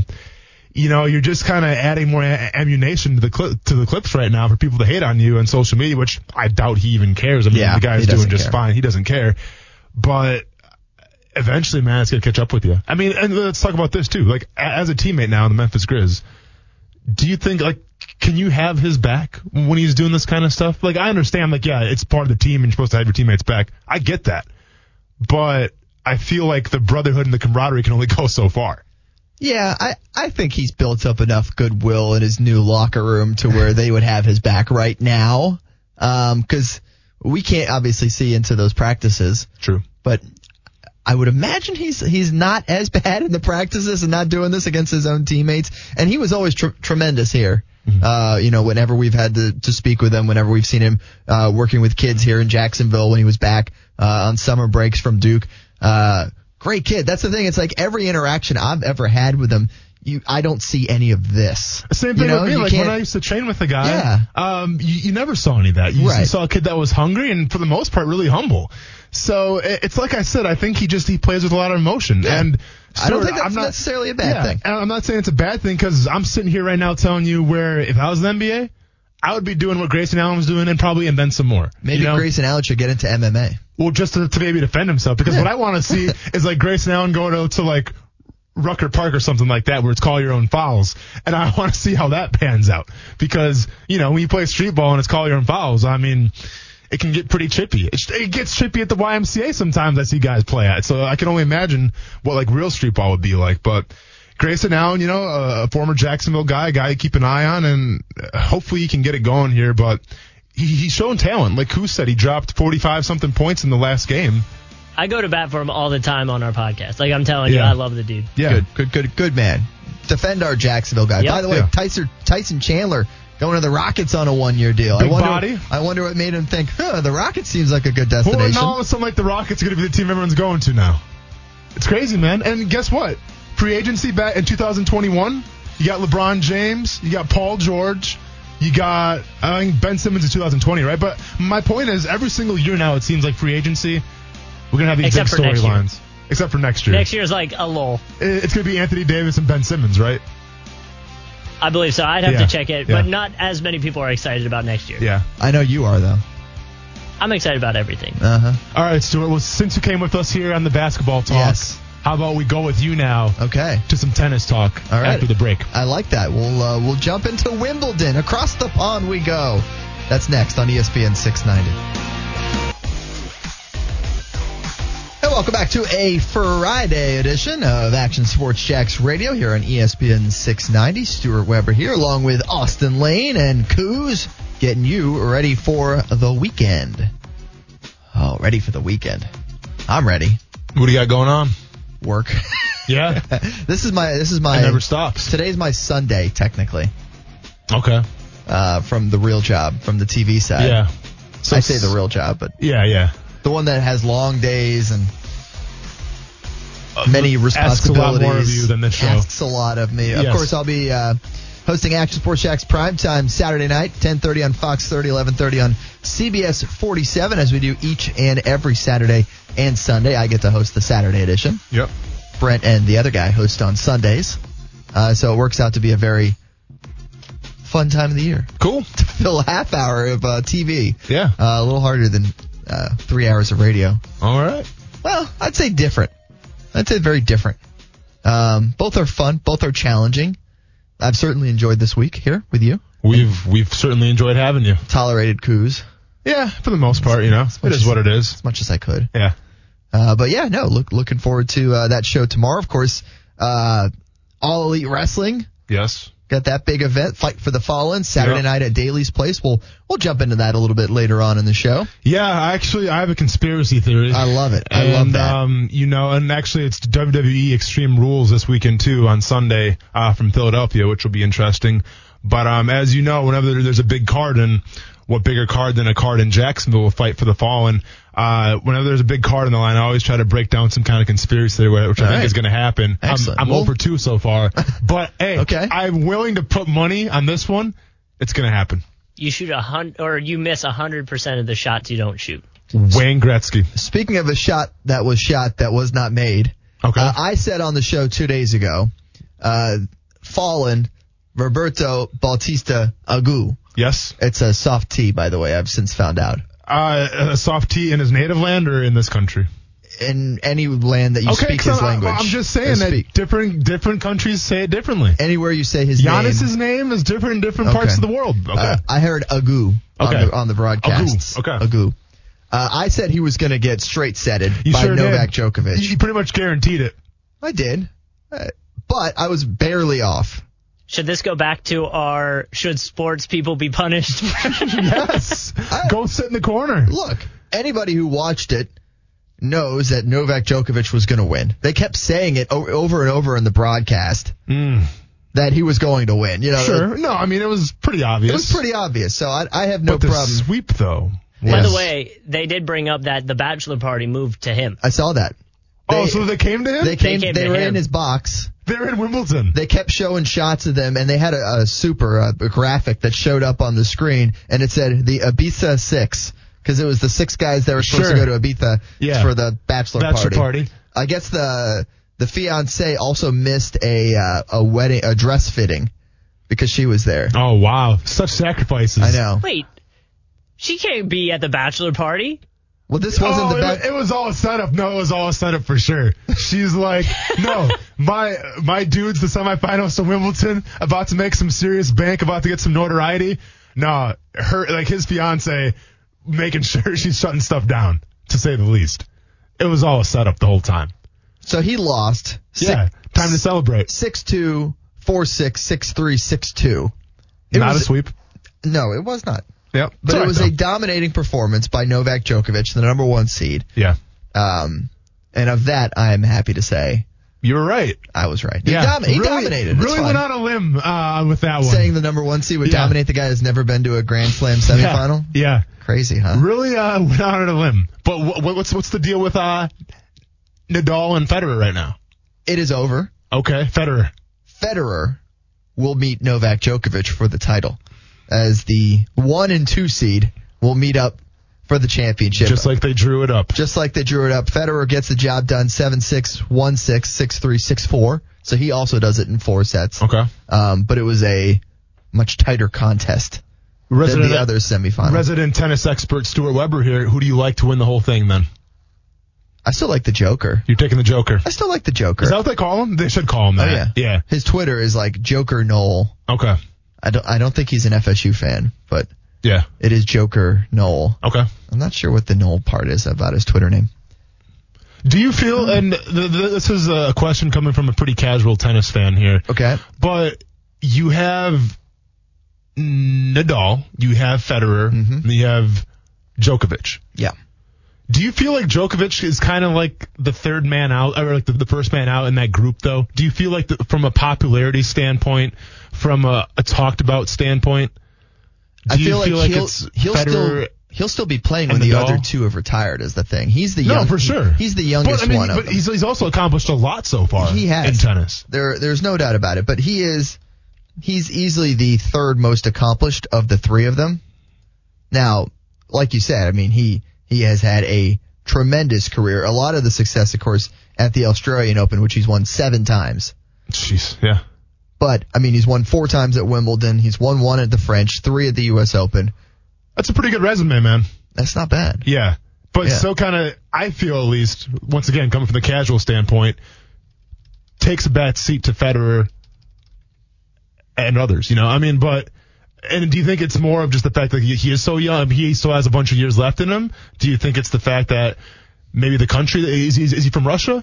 Speaker 5: you know you're just kind of adding more a- ammunition to the cli to the clips right now for people to hate on you on social media, which I doubt he even cares. I mean,
Speaker 4: Yeah,
Speaker 5: the guy's
Speaker 4: he
Speaker 5: doing
Speaker 4: doesn't
Speaker 5: just
Speaker 4: care.
Speaker 5: fine. He doesn't care, but eventually, man, it's gonna catch up with you. I mean, and let's talk about this too. Like a- as a teammate now in the Memphis Grizz, do you think like can you have his back when he's doing this kind of stuff? Like I understand, like yeah, it's part of the team and you're supposed to have your teammates back. I get that, but I feel like the brotherhood and the camaraderie can only go so far.
Speaker 4: yeah, I I think he's built up enough goodwill in his new locker room to where they would have his back right now, because we can't obviously see into those practices.
Speaker 5: True.
Speaker 4: but I would imagine he's he's not as bad in the practices and not doing this against his own teammates. And he was always tr- tremendous here.
Speaker 5: Mm-hmm.
Speaker 4: Uh, you know, whenever we've had to, to speak with him, whenever we've seen him uh, working with kids here in Jacksonville when he was back uh, on summer breaks from Duke. Uh, great kid. That's the thing. It's like every interaction I've ever had with him, you I don't see any of this.
Speaker 5: Same thing
Speaker 4: You know,
Speaker 5: with me.
Speaker 4: you
Speaker 5: Like when
Speaker 4: can't-
Speaker 5: I used to train with a guy,
Speaker 4: Yeah.
Speaker 5: um, you, you never saw any of that. You
Speaker 4: Right.
Speaker 5: saw a kid that was hungry and for the most part really humble. So it, it's like I said, I think he just he plays with a lot of emotion.
Speaker 4: Yeah.
Speaker 5: And
Speaker 4: I don't
Speaker 5: Stuart,
Speaker 4: think that's
Speaker 5: I'm not,
Speaker 4: necessarily a bad
Speaker 5: yeah,
Speaker 4: thing.
Speaker 5: and I'm not saying it's a bad thing because I'm sitting here right now telling you where if I was in the NBA, I would be doing what Grayson Allen was doing and probably and then some more.
Speaker 4: Maybe
Speaker 5: you know?
Speaker 4: Grayson Allen should get into MMA.
Speaker 5: Well, just to, to maybe defend himself, because what I want to see is like Grayson Allen going out to like Rucker Park or something like that, where it's call your own fouls, and I want to see how that pans out. Because you know when you play street ball and it's call your own fouls, I mean, it can get pretty chippy. It, it gets chippy at the YMCA sometimes. I see guys play at, so I can only imagine what like real street ball would be like. But Grayson Allen, you know, a, a former Jacksonville guy, a guy to keep an eye on, and uh, hopefully he can get it going here. But he, he's showing talent. Like who said, he dropped 45 something points in the last game.
Speaker 6: I go to bat for him all the time on our podcast. Like I'm telling you,
Speaker 5: Yeah.
Speaker 6: I love the dude.
Speaker 5: Yeah.
Speaker 4: Good, good, good, good man. Defend our Jacksonville guy.
Speaker 6: Yep.
Speaker 4: By the way,
Speaker 5: Yeah.
Speaker 4: Tyson, Tyson Chandler going to the Rockets on a one-year deal. I
Speaker 5: Big
Speaker 4: wonder,
Speaker 5: body.
Speaker 4: I wonder what made him think, huh, the Rockets seems like a good
Speaker 5: Well, and
Speaker 4: destination.
Speaker 5: all of a sudden, like the Rockets are going to be the team everyone's going to now. It's crazy, man. And guess what? Free agency back in 2021, you got LeBron James, you got Paul George, you got I think Ben Simmons in 2020, right? But my point is, every single year now, it seems like free agency, we're going to have these
Speaker 6: Except
Speaker 5: big
Speaker 6: for next year.
Speaker 5: storylines. Except for next year.
Speaker 6: Next year's like a lull.
Speaker 5: It- It's going to be Anthony Davis and Ben Simmons, right?
Speaker 6: I believe so. I'd have
Speaker 5: Yeah.
Speaker 6: to check it,
Speaker 5: Yeah.
Speaker 6: but not as many people are excited about next year.
Speaker 5: Yeah.
Speaker 4: I know you are, though.
Speaker 6: I'm excited about everything.
Speaker 4: Uh-huh.
Speaker 5: All right, Stuart. Well, since you came with us here on the basketball talk,
Speaker 4: Yes.
Speaker 5: how about we go with you now
Speaker 4: Okay.
Speaker 5: to some tennis talk
Speaker 4: All right.
Speaker 5: after the break?
Speaker 4: I like that. We'll, uh, we'll jump into Wimbledon. Across the pond we go. E That's next on ESPN 690. welcome back to a Friday edition of Action Sports Jacks Radio here on E ESPN 690. Stuart Weber here, along with Austin Lane and Coos, getting you ready for the weekend. Oh, ready for the weekend. I'm ready.
Speaker 5: What do you got going on?
Speaker 4: Work.
Speaker 5: Yeah, it
Speaker 4: this is my. This is my.
Speaker 5: never stops.
Speaker 4: Today's my Sunday, technically,
Speaker 5: Okay.
Speaker 4: uh, from the real job, from the TV side.
Speaker 5: Yeah.
Speaker 4: I say the real job, but
Speaker 5: Yeah, yeah.
Speaker 4: the one that has long days and Uh, many
Speaker 5: asks a
Speaker 4: responsibilities.
Speaker 5: lot more of you than this show.
Speaker 4: Asks a lot of me. Of
Speaker 5: Yes.
Speaker 4: course, I'll be uh, hosting Action Sports Shacks primetime Saturday night, 10:30 on Fox 30, 11:30 on CBS 47, as we do each and every Saturday and Sunday. I get to host the Saturday edition.
Speaker 5: Yep.
Speaker 4: Brent and the other guy host on Sundays, uh, so it works out to be a very fun time of the year.
Speaker 5: Cool.
Speaker 4: Fill a half hour of uh, TV.
Speaker 5: Yeah.
Speaker 4: Uh, a little harder than uh, three hours of radio.
Speaker 5: All right.
Speaker 4: Well, I'd say different. I'd say very different. Um, both are fun. Both are challenging. I've certainly enjoyed this week here with you.
Speaker 5: We've we've certainly enjoyed having you.
Speaker 4: Tolerated coups
Speaker 5: Yeah, for the most part, you know, it is what it is.
Speaker 4: as much as I could.
Speaker 5: Yeah.
Speaker 4: Uh, but yeah, no, look, looking forward to uh, that show tomorrow. Of course, uh, All Elite Wrestling
Speaker 5: Yes.
Speaker 4: got that big event, Fight for the Fallen, Saturday
Speaker 5: Yeah.
Speaker 4: night at Daly's Place. We'll we'll jump into that a little bit later on in the show.
Speaker 5: Yeah, I actually, I have a conspiracy theory.
Speaker 4: I love it. I
Speaker 5: and,
Speaker 4: love that.
Speaker 5: Um, you know, and actually, it's WWE Extreme Rules this weekend too on Sunday uh, from Philadelphia, which will be interesting. But um, as you know, whenever there- there's a big card, and what bigger card than a card in Jacksonville will fight for the fallen? Uh, whenever there's a big card in the line, I always try to break down some kind of conspiracy theory, which I
Speaker 4: All
Speaker 5: think
Speaker 4: right.
Speaker 5: is going to happen. I'm-
Speaker 4: Excellent.
Speaker 5: I'm,
Speaker 4: Well-
Speaker 5: over two so far, but hey,
Speaker 4: Okay.
Speaker 5: I'm willing to put money on this one. It's going to happen.
Speaker 6: You shoot a hundred, or you miss a hundred percent of the shots you don't shoot.
Speaker 5: Wayne Gretzky.
Speaker 4: Speaking of a shot that was shot that was not made,
Speaker 5: Okay.
Speaker 4: uh, I said on the show two days ago, uh, Fallen, Roberto Bautista Agu.
Speaker 5: yes.
Speaker 4: It's a soft T, by the way. I've since found out.
Speaker 5: Uh, a soft tea in his native land or in this country?
Speaker 4: In any land that you speak
Speaker 5: 'cause
Speaker 4: his
Speaker 5: I-
Speaker 4: language.
Speaker 5: I'm just
Speaker 4: or
Speaker 5: saying that
Speaker 4: speak-
Speaker 5: different different countries say it differently.
Speaker 4: anywhere you say his name.
Speaker 5: Giannis's name is different in different
Speaker 4: Okay.
Speaker 5: parts of the world. Okay.
Speaker 4: Uh, I heard Agu on,
Speaker 5: Okay.
Speaker 4: the, on the broadcasts.
Speaker 5: Agu, okay.
Speaker 4: Agu. Uh, I said he was going to get straight setted
Speaker 5: you
Speaker 4: by
Speaker 5: sure
Speaker 4: Novak
Speaker 5: did.
Speaker 4: Djokovic.
Speaker 5: You pretty much guaranteed it.
Speaker 4: I did. Uh, but I was barely off.
Speaker 6: Should this go back to our should sports people be punished?
Speaker 5: Yes. Go sit in the corner.
Speaker 4: Look, anybody who watched it knows that Novak Djokovic was going to win. They kept saying it o- over and over in the broadcast that he was going to win. You know,
Speaker 5: Hmm. Sure. No, I mean it was pretty obvious.
Speaker 4: it was pretty obvious. So I, I have no
Speaker 5: But the
Speaker 4: problem.
Speaker 5: sweep though.
Speaker 6: By
Speaker 4: Yes.
Speaker 6: the way, they did bring up that the bachelor party moved to him.
Speaker 4: I saw that.
Speaker 5: oh,
Speaker 4: They-
Speaker 5: so they came to him.
Speaker 4: They came. They,
Speaker 6: came to
Speaker 4: were
Speaker 6: him.
Speaker 4: in his box.
Speaker 5: They're in Wimbledon.
Speaker 4: They kept showing shots of them, and they had a, a super uh, a, a graphic that showed up on the screen, and it said the Ibiza Six because it was the six guys that were supposed
Speaker 5: Sure.
Speaker 4: to go to Ibiza
Speaker 5: Yeah.
Speaker 4: for the bachelor,
Speaker 5: Bachelor party.
Speaker 4: I guess the the fiance also missed a uh, a wedding a dress fitting because she was there.
Speaker 5: oh wow, such sacrifices.
Speaker 4: I know.
Speaker 6: Wait, she can't be at the bachelor party.
Speaker 4: Well, this wasn't
Speaker 5: oh,
Speaker 4: the
Speaker 5: it wa-
Speaker 4: best.
Speaker 5: it, was all a setup. No, it was all a setup for sure. She's like, no, my my dude's the semifinals to Wimbledon, about to make some serious bank, about to get some notoriety. No, her like his fiance making sure she's shutting stuff down, to say the least. It was all a setup the whole time.
Speaker 4: so he lost. Six,
Speaker 5: Yeah, time to celebrate.
Speaker 4: Six two four six six three six two. It
Speaker 5: Not
Speaker 4: was-
Speaker 5: a sweep.
Speaker 4: No, it was not.
Speaker 5: Yep,
Speaker 4: But it was a dominating performance by Novak Djokovic, the number one seed.
Speaker 5: yeah.
Speaker 4: Um, and of that, I am happy to say
Speaker 5: You were right.
Speaker 4: I was right. He,
Speaker 5: Yeah,
Speaker 4: dom- he
Speaker 5: really,
Speaker 4: dominated. It's
Speaker 5: Really
Speaker 4: fine.
Speaker 5: went on a limb uh, with that one.
Speaker 4: saying the number one seed would
Speaker 5: Yeah.
Speaker 4: dominate the guy who's never been to a Grand Slam
Speaker 5: yeah.
Speaker 4: semifinal.
Speaker 5: Yeah.
Speaker 4: Crazy, huh?
Speaker 5: really uh, went out on a limb. But wh- wh- what's what's the deal with uh, Nadal and Federer right now?
Speaker 4: It is over.
Speaker 5: Okay, Federer.
Speaker 4: Federer will meet Novak Djokovic for the title, as the one and two seed will meet up for the championship.
Speaker 5: Just like they drew it up.
Speaker 4: Just like they drew it up, Federer gets the job done 7 6, 1 6, 6 3, 6 4. So he also does it in four sets.
Speaker 5: okay.
Speaker 4: Um, but it was a much tighter contest than
Speaker 5: Resident
Speaker 4: the other semifinal.
Speaker 5: resident tennis expert Stuart Weber here. Who do you like to win the whole thing? Then
Speaker 4: I still like the Joker.
Speaker 5: you're taking the Joker.
Speaker 4: I
Speaker 5: Is
Speaker 4: still like the Joker.
Speaker 5: that what they call him? They should call him
Speaker 4: Oh,
Speaker 5: that.
Speaker 4: yeah. His Twitter is like Joker Knoll.
Speaker 5: Yeah. Okay.
Speaker 4: I don't, I don't think he's an FSU fan, but
Speaker 5: Yeah.
Speaker 4: it is Joker Knoll.
Speaker 5: Okay.
Speaker 4: I'm not sure what the Knoll part is about his Twitter name.
Speaker 5: Do you feel, and th- th- this is a question coming from a pretty casual tennis fan here,
Speaker 4: Okay.
Speaker 5: but you have Nadal, you have Federer,
Speaker 4: Mm-hmm.
Speaker 5: and you have Djokovic.
Speaker 4: Yeah.
Speaker 5: Do you feel like Djokovic is kind of like the third man out, or like the, the first man out in that group, though? Do you feel like, the, from a popularity standpoint, from a, a talked about standpoint,
Speaker 4: I
Speaker 5: do you
Speaker 4: feel like, he'll,
Speaker 5: it's
Speaker 4: he'll
Speaker 5: Federer?
Speaker 4: still he'll still be playing when the
Speaker 5: Nadal?
Speaker 4: other two have retired. Is the thing? He's the
Speaker 5: No,
Speaker 4: young-
Speaker 5: for sure.
Speaker 4: He's the youngest
Speaker 5: but I mean,
Speaker 4: one of
Speaker 5: but
Speaker 4: them.
Speaker 5: he's, he's also accomplished a lot so far
Speaker 4: He has.
Speaker 5: in tennis.
Speaker 4: There, there's no doubt about it. But he is, he's easily the third most accomplished of the three of them. Now, like you said, I mean, he he has had a tremendous career. A lot of the success, of course, at the Australian Open, which he's won seven times.
Speaker 5: Jeez, yeah.
Speaker 4: But I mean, he's won four times at Wimbledon. He's won one at the French, three at the U.S. Open.
Speaker 5: That's a pretty good resume, man.
Speaker 4: That's not bad.
Speaker 5: Yeah. But
Speaker 4: Yeah.
Speaker 5: so kind of, I feel at least, once again, coming from the casual standpoint, takes a back seat to Federer and others, you know? I mean, but, and do you think it's more of just the fact that he, he is so young, he still has a bunch of years left in him? Do you think it's the fact that maybe the country, is, he is he from Russia?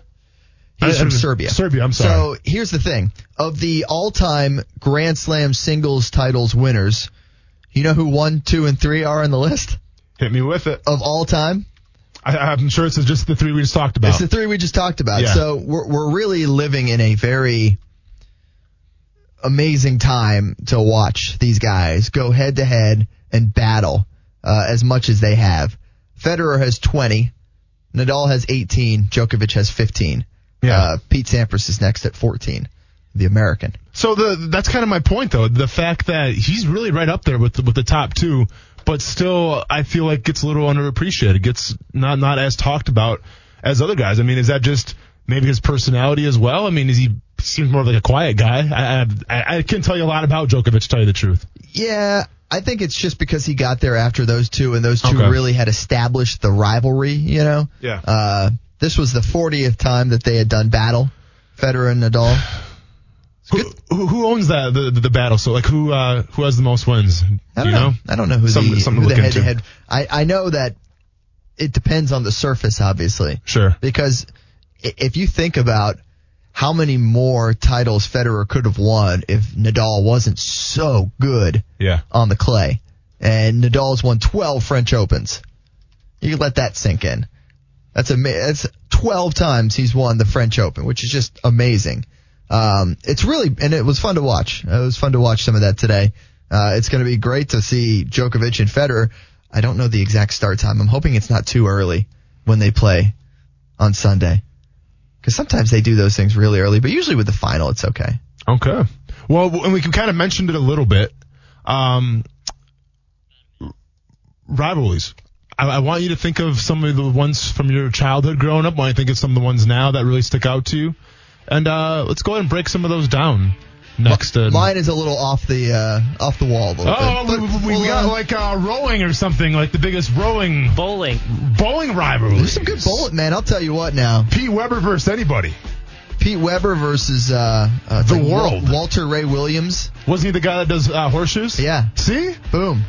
Speaker 4: He's
Speaker 5: I-
Speaker 4: from
Speaker 5: I-
Speaker 4: Serbia.
Speaker 5: Serbia, I'm sorry.
Speaker 4: So here's the thing: of the all-time Grand Slam singles titles winners, you know who one, two, and three are on the list
Speaker 5: Hit me with it.
Speaker 4: of all time?
Speaker 5: I, I'm sure it's just the three we just talked about.
Speaker 4: It's the three we just talked about.
Speaker 5: Yeah.
Speaker 4: So we're we're really living in a very amazing time to watch these guys go head to head and battle uh, as much as they have. Federer has 20, Nadal has 18, Djokovic has 15.
Speaker 5: Yeah.
Speaker 4: Uh, Pete Sampras is next at 14, the American.
Speaker 5: So the that's kind of my point though. The fact that he's really right up there with the, with the top two, but still I feel like gets a little underappreciated. Gets not not as talked about as other guys. I mean, is that just maybe his personality as well? I mean, is he seems more like a quiet guy? I I, I can tell you a lot about Djokovic. To tell you the truth,
Speaker 4: Yeah, I think it's just because he got there after those two, and those two
Speaker 5: Okay.
Speaker 4: really had established the rivalry. You know.
Speaker 5: Yeah.
Speaker 4: Uh, this was the 40th time that they had done battle, Federer and Nadal.
Speaker 5: who, who who owns that the, the the battle? So like who uh who has the most
Speaker 4: I
Speaker 5: wins? Do
Speaker 4: don't
Speaker 5: you know?
Speaker 4: I don't know who
Speaker 5: Something-
Speaker 4: the,
Speaker 5: something
Speaker 4: who
Speaker 5: to
Speaker 4: the
Speaker 5: look
Speaker 4: head to
Speaker 5: into.
Speaker 4: head. I I know that it depends on the surface, obviously,
Speaker 5: Sure.
Speaker 4: because i- if you think about how many more titles Federer could have won if Nadal wasn't so good
Speaker 5: Yeah.
Speaker 4: on the clay. And Nadal's won 12 French Opens. You can let that sink in. That's ama- That's 12 times he's won the French Open, which is just amazing. Um, it's really, and it was fun to watch. It was fun to watch some of that today. Uh, it's going to be great to see Djokovic and Federer. I don't know the exact start time. I'm hoping it's not too early when they play on Sunday. Because sometimes they do those things really early, but usually with the final, it's okay.
Speaker 5: Okay. Well, w- and we kind of mentioned it a little bit. Um, r- rivalries. I, I want you to think of some of the ones from your childhood growing up. I want you to think of some of the ones now that really stick out to you. And uh, let's go ahead and break some of those down next. uh,
Speaker 4: Mine is a little off the uh, off the wall a little
Speaker 5: Oh,
Speaker 4: bit.
Speaker 5: we,
Speaker 4: But
Speaker 5: we- we
Speaker 4: we'll,
Speaker 5: got
Speaker 4: uh,
Speaker 5: like uh, rowing or something, like the biggest rowing
Speaker 6: Bowling.
Speaker 5: bowling rivalry.
Speaker 4: There's some good bowling, man. I'll tell you what now.
Speaker 5: Pete Weber versus anybody.
Speaker 4: Pete Weber versus uh, uh, it's
Speaker 5: The
Speaker 4: like Wal-
Speaker 5: world.
Speaker 4: Walter Ray Williams.
Speaker 5: Wasn't he the guy that does uh, horseshoes?
Speaker 4: Yeah.
Speaker 5: See?
Speaker 4: Boom.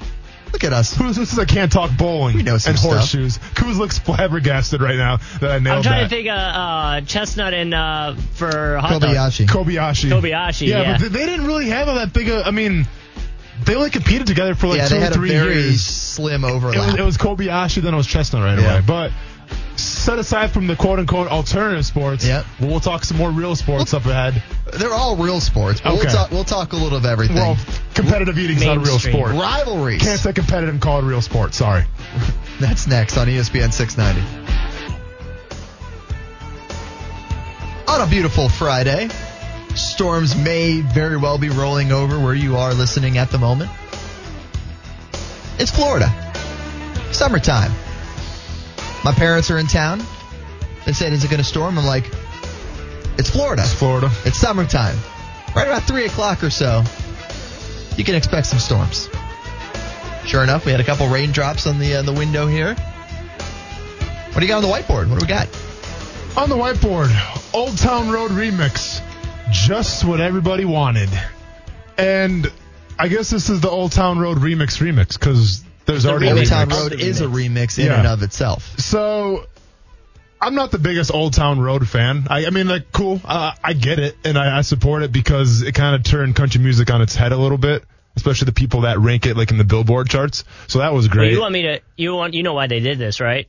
Speaker 4: Look at us.
Speaker 5: Kuz, this is I can't talk bowling
Speaker 4: We know some
Speaker 5: and
Speaker 4: stuff.
Speaker 5: horseshoes. Kuz looks flabbergasted right now that I nailed
Speaker 6: I'm trying
Speaker 5: that.
Speaker 6: to think of uh, Chestnut and uh, for hot dog.
Speaker 4: Kobayashi.
Speaker 5: Kobayashi.
Speaker 6: Kobayashi, yeah.
Speaker 5: but th- they didn't really have all that big a. I mean, they only competed together for like
Speaker 4: yeah,
Speaker 5: two
Speaker 4: they
Speaker 5: or
Speaker 4: had a
Speaker 5: three
Speaker 4: very
Speaker 5: years.
Speaker 4: slim
Speaker 5: It was,
Speaker 4: overlap.
Speaker 5: it was Kobayashi, then it was Chestnut right
Speaker 4: Yeah.
Speaker 5: away. But set aside from the quote unquote alternative sports,
Speaker 4: Yep.
Speaker 5: well, we'll talk some more real sports up ahead.
Speaker 4: They're all real sports, but we'll,
Speaker 5: Okay.
Speaker 4: talk, we'll talk a little of everything.
Speaker 5: Well, competitive eating's not a real
Speaker 6: Mainstream.
Speaker 5: sport.
Speaker 4: Rivalries.
Speaker 5: Can't say competitive and call it real sport. Sorry.
Speaker 4: That's next on E ESPN 690. On a beautiful Friday, storms may very well be rolling over where you are listening at the moment. It's Florida. Summertime. My parents are in town. They said, Is it going to storm? I'm like, It's Florida.
Speaker 5: It's Florida.
Speaker 4: It's summertime. Right about 3 o'clock or so, you can expect some storms. Sure enough, we had a couple raindrops on the uh, the window here. What do you got on the whiteboard? What do we got?
Speaker 5: On the whiteboard, Old Town Road remix. Just what everybody wanted. And I guess this is the Old Town Road remix remix because there's already a
Speaker 4: Old
Speaker 5: remix.
Speaker 4: Town
Speaker 6: remix.
Speaker 4: Road is a remix in
Speaker 5: Yeah.
Speaker 4: and of itself.
Speaker 5: So I'm not the biggest Old Town Road fan. I, I mean, like, cool. Uh, I get it, and I, I support it because it kind of turned country music on its head a little bit, especially the people that rank it like in the Billboard charts. So that was great.
Speaker 6: You want me to? You want? You know why they did this, right?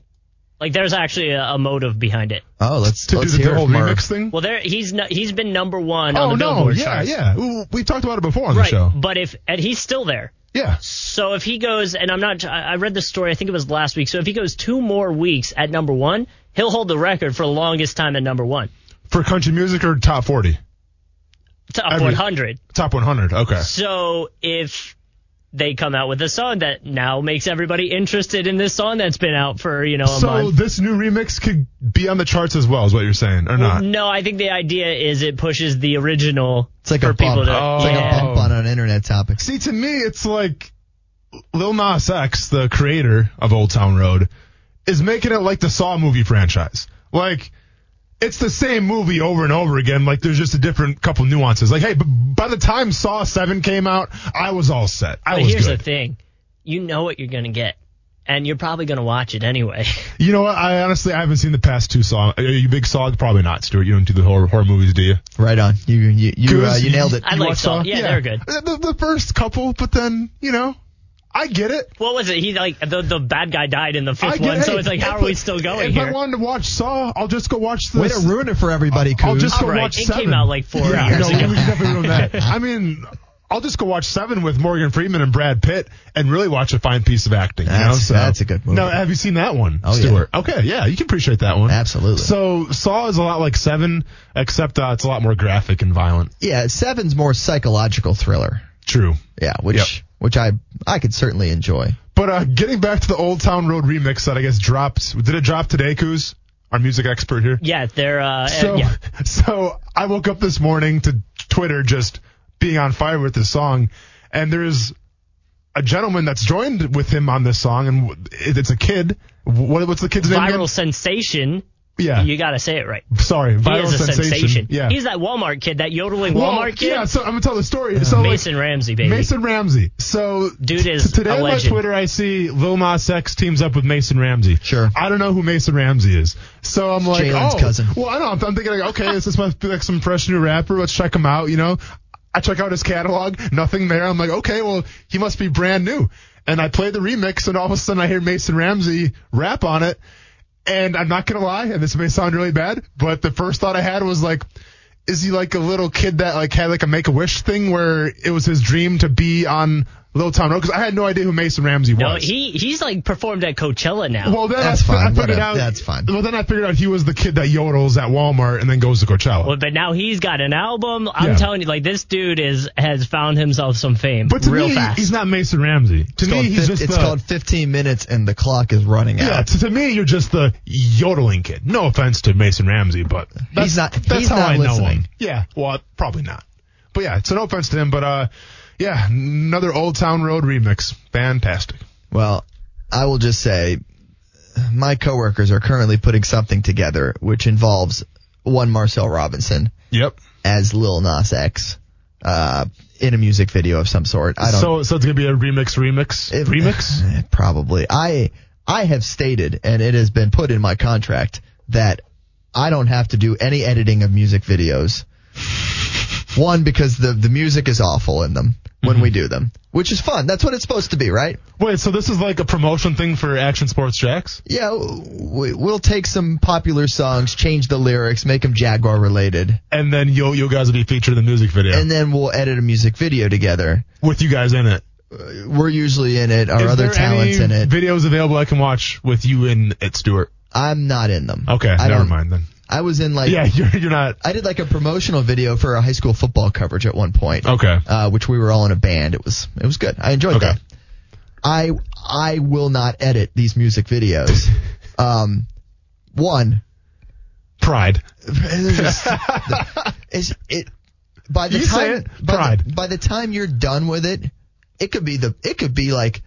Speaker 6: Like, there's actually a, a motive behind it.
Speaker 4: Oh, let's
Speaker 5: to do
Speaker 4: let's
Speaker 5: the,
Speaker 4: hear
Speaker 5: the
Speaker 4: it
Speaker 5: whole
Speaker 4: from our-
Speaker 5: remix thing.
Speaker 6: Well, there he's no, he's been number one on
Speaker 5: oh
Speaker 6: the
Speaker 5: no,
Speaker 6: Billboard
Speaker 5: yeah,
Speaker 6: charts.
Speaker 5: yeah. Ooh, We talked about it before on the
Speaker 6: Right,
Speaker 5: show.
Speaker 6: but if and he's still there,
Speaker 5: Yeah,
Speaker 6: so if he goes, and I'm not, I I read this story, I think it was last week. So if he goes two more weeks at number one, he'll hold the record for the longest time at number one,
Speaker 5: for country music or top forty,
Speaker 6: top
Speaker 5: Every-
Speaker 6: 100.
Speaker 5: top 100. Okay.
Speaker 6: So if they come out with a song that now makes everybody interested in this song that's been out for you know a
Speaker 5: So
Speaker 6: month.
Speaker 5: this new remix could be on the charts as well, is what you're saying, or not?
Speaker 6: No, I think the idea is it pushes the original
Speaker 4: It's like
Speaker 6: for
Speaker 4: a
Speaker 6: people
Speaker 4: bump.
Speaker 6: to.
Speaker 5: Oh.
Speaker 4: It's like a
Speaker 6: yeah.
Speaker 4: bump on an internet topic.
Speaker 5: See, to me, it's like Lil Nas X, the creator of Old Town Road, is making it like the Saw movie franchise. Like, it's the same movie over and over again. Like, there's just a different couple nuances. Like, hey, b- by the time Saw 7 came out, I was all set. I
Speaker 6: But
Speaker 5: was
Speaker 6: here's
Speaker 5: good.
Speaker 6: the thing, you know what you're gonna get, and you're probably gonna watch it anyway.
Speaker 5: You know what? I honestly, I haven't seen the past two Saw. Are you a big Saw? Probably not, Stuart. You don't do the horror, horror movies, do you?
Speaker 4: Right on. You you you, uh,
Speaker 5: Goose,
Speaker 4: you nailed it.
Speaker 6: I like
Speaker 5: watch
Speaker 6: Saw. Yeah, they're good.
Speaker 5: The, the first couple, but then, you know, I get it.
Speaker 6: what was it? He like the the bad guy died in the
Speaker 5: I
Speaker 6: fifth
Speaker 5: get-
Speaker 6: one, so
Speaker 5: hey,
Speaker 6: it's like how
Speaker 5: if
Speaker 6: are we
Speaker 5: I-
Speaker 6: still going
Speaker 5: If
Speaker 6: here?
Speaker 5: I wanted to watch Saw, I'll just go watch
Speaker 4: Way
Speaker 5: this.
Speaker 4: to ruin it for everybody, Coos.
Speaker 5: I'll just go
Speaker 6: Right,
Speaker 5: watch
Speaker 6: it
Speaker 5: Seven.
Speaker 6: came out, like, four
Speaker 5: yeah,
Speaker 6: years
Speaker 5: no,
Speaker 6: ago.
Speaker 5: we definitely ruined that. I mean, I'll just go watch Seven with Morgan Freeman and Brad Pitt and really watch a fine piece of acting. you know,
Speaker 4: That's-
Speaker 5: so-
Speaker 4: that's a good movie.
Speaker 5: No, have you seen that one,
Speaker 4: Oh, yeah.
Speaker 5: Stuart? Okay, yeah, you can appreciate that one.
Speaker 4: Absolutely.
Speaker 5: So Saw is a lot like Seven, except uh, it's a lot more graphic and violent.
Speaker 4: yeah, Seven's more psychological thriller.
Speaker 5: True.
Speaker 4: Yeah, which
Speaker 5: Yep.
Speaker 4: which I I could certainly enjoy.
Speaker 5: But uh, getting back to the Old Town Road remix that I guess dropped. Did it drop today, Coos? Our music expert here.
Speaker 6: yeah, they're uh,
Speaker 5: So,
Speaker 6: uh, yeah.
Speaker 5: so I woke up this morning to Twitter just being on fire with this song, and there's a gentleman that's joined with him on this song, and w- it- it's a kid. What, what's the kid's name?
Speaker 6: Viral
Speaker 5: again?
Speaker 6: sensation.
Speaker 5: Yeah.
Speaker 6: You gotta say it right.
Speaker 5: Sorry,
Speaker 6: He
Speaker 5: viral
Speaker 6: is a sensation.
Speaker 5: Yeah.
Speaker 6: He's that Walmart kid, that yodeling
Speaker 5: Well,
Speaker 6: Walmart kid.
Speaker 5: Yeah. So I'm gonna tell the story. So like,
Speaker 6: Mason Ramsey, baby.
Speaker 5: Mason Ramsey. So
Speaker 6: Dude
Speaker 5: t-
Speaker 6: is a
Speaker 5: today on my
Speaker 6: legend.
Speaker 5: Twitter I see Lil Nas X teams up with Mason Ramsey.
Speaker 4: Sure.
Speaker 5: I don't know who Mason Ramsey is, so I'm like,
Speaker 4: Jalen's
Speaker 5: oh,
Speaker 4: cousin.
Speaker 5: well, I don't. know. I'm- I'm thinking like, okay, this must be like some fresh new rapper. Let's check him out. You know, I check out his catalog, nothing there. I'm like, okay, well, he must be brand new. And I play the remix, and all of a sudden I hear Mason Ramsey rap on it. And I'm not gonna lie, and this may sound really bad, but the first thought I had was like, is he like a little kid that like had like a make a wish thing where it was his dream to be on Little Town Road? Because I had no idea who Mason Ramsey
Speaker 6: No,
Speaker 5: was.
Speaker 6: he he's like performed at Coachella now.
Speaker 5: well, then
Speaker 4: That's
Speaker 5: I, fi- I
Speaker 4: fine,
Speaker 5: figured
Speaker 4: whatever,
Speaker 5: out
Speaker 4: that's fine.
Speaker 5: Well, then I figured out he was the kid that yodels at Walmart and then goes to Coachella.
Speaker 6: Well, but now he's got an album. I'm
Speaker 5: Yeah.
Speaker 6: telling you, like this dude is has found himself some fame
Speaker 5: but to
Speaker 6: real
Speaker 5: me,
Speaker 6: fast.
Speaker 5: he's not Mason Ramsey. To
Speaker 4: It's,
Speaker 5: me,
Speaker 4: called,
Speaker 5: he's
Speaker 4: fif-
Speaker 5: just
Speaker 4: it's
Speaker 5: the,
Speaker 4: called 15 minutes and the clock is running
Speaker 5: yeah.
Speaker 4: out.
Speaker 5: To, to me, you're just the yodeling kid. No offense to Mason Ramsey, but that's,
Speaker 4: He's not-
Speaker 5: That's
Speaker 4: he's
Speaker 5: how
Speaker 4: not
Speaker 5: I know him.
Speaker 4: listening.
Speaker 5: Yeah. Well, probably not. But yeah, it's no offense to him. But uh, yeah, another Old Town Road remix, fantastic.
Speaker 4: Well, I will just say my coworkers are currently putting something together which involves one Marcel Robinson
Speaker 5: Yep.
Speaker 4: as Lil Nas X uh, in a music video of some sort. I don't
Speaker 5: So so it's gonna be a remix, remix,
Speaker 4: It-
Speaker 5: remix.
Speaker 4: Eh, Probably. I I have stated, and it has been put in my contract that I don't have to do any editing of music videos. One because the the music is awful in them when we
Speaker 5: Mm-hmm.
Speaker 4: do them, which is fun. That's what it's supposed to be, right?
Speaker 5: Wait, so this is like a promotion thing for Action Sports Jacks?
Speaker 4: Yeah, we, we'll take some popular songs, change the lyrics, make them Jaguar related,
Speaker 5: and then you you guys will be featured in the music video
Speaker 4: and then we'll edit a music video together.
Speaker 5: with you guys in it.
Speaker 4: We're usually in it, our
Speaker 5: Is
Speaker 4: other
Speaker 5: there
Speaker 4: talents
Speaker 5: any
Speaker 4: in it.
Speaker 5: Videos available I can watch with you in it, Stuart.
Speaker 4: I'm not in them.
Speaker 5: Okay,
Speaker 4: I
Speaker 5: never
Speaker 4: don't-
Speaker 5: mind then.
Speaker 4: I was in like
Speaker 5: Yeah, you're you're not.
Speaker 4: I did like a promotional video for a high school football coverage at one point.
Speaker 5: Okay.
Speaker 4: Uh, which we were all in a band. It was it was good. I enjoyed
Speaker 5: Okay.
Speaker 4: that. I I will not edit these music videos. um, one,
Speaker 5: Pride.
Speaker 4: it's just- it's- it by the
Speaker 5: You
Speaker 4: time
Speaker 5: say it.
Speaker 4: by the,
Speaker 5: Pride.
Speaker 4: by the time you're done with it, it could be the it could be like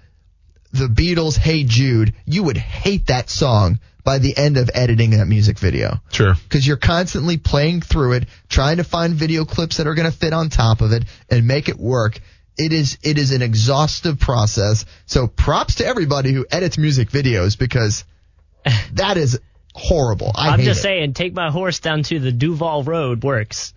Speaker 4: the Beatles. Hey Jude, you would hate that song by the end of editing that music video
Speaker 5: Sure.
Speaker 4: because you're constantly playing through it, trying to find video clips that are going to fit on top of it and make it work. It is it is an exhaustive process. So props to everybody who edits music videos because that is horrible. I
Speaker 6: I'm
Speaker 4: hate
Speaker 6: just
Speaker 4: it.
Speaker 6: saying, take my horse down to the Duval Road works.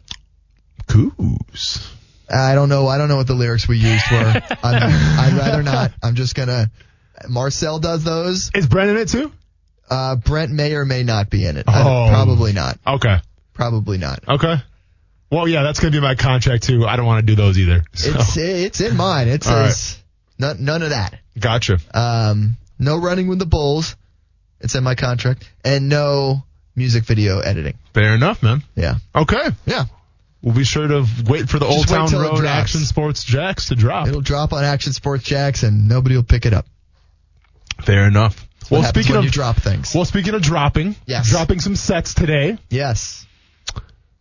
Speaker 5: Coos.
Speaker 4: I don't know. I don't know what the lyrics we used were. I'm, I'd rather not. I'm just gonna. Marcel does those.
Speaker 5: Is Brent in it too?
Speaker 4: Uh, Brent may or may not be in it. I-
Speaker 5: Oh.
Speaker 4: probably not.
Speaker 5: Okay.
Speaker 4: Probably not.
Speaker 5: Okay. Well, yeah, that's going to be my contract too. I don't want to do those either. So,
Speaker 4: It's it's in mine. It
Speaker 5: All right.
Speaker 4: says none, none of that.
Speaker 5: gotcha.
Speaker 4: Um, no running with the bulls. It's in my contract, and no music video editing.
Speaker 5: Fair enough, man.
Speaker 4: Yeah,
Speaker 5: Okay.
Speaker 4: yeah.
Speaker 5: We'll be sure to wait for the Old
Speaker 4: Just wait
Speaker 5: Town
Speaker 4: till it
Speaker 5: Road
Speaker 4: drops.
Speaker 5: Action Sports Jacks to drop.
Speaker 4: It'll drop on Action Sports Jacks, and nobody will pick it up.
Speaker 5: Fair enough.
Speaker 4: What
Speaker 5: well,
Speaker 4: happens
Speaker 5: speaking
Speaker 4: when
Speaker 5: of
Speaker 4: you drop things,
Speaker 5: well, speaking of dropping,
Speaker 4: Yes.
Speaker 5: dropping some sets today.
Speaker 4: yes,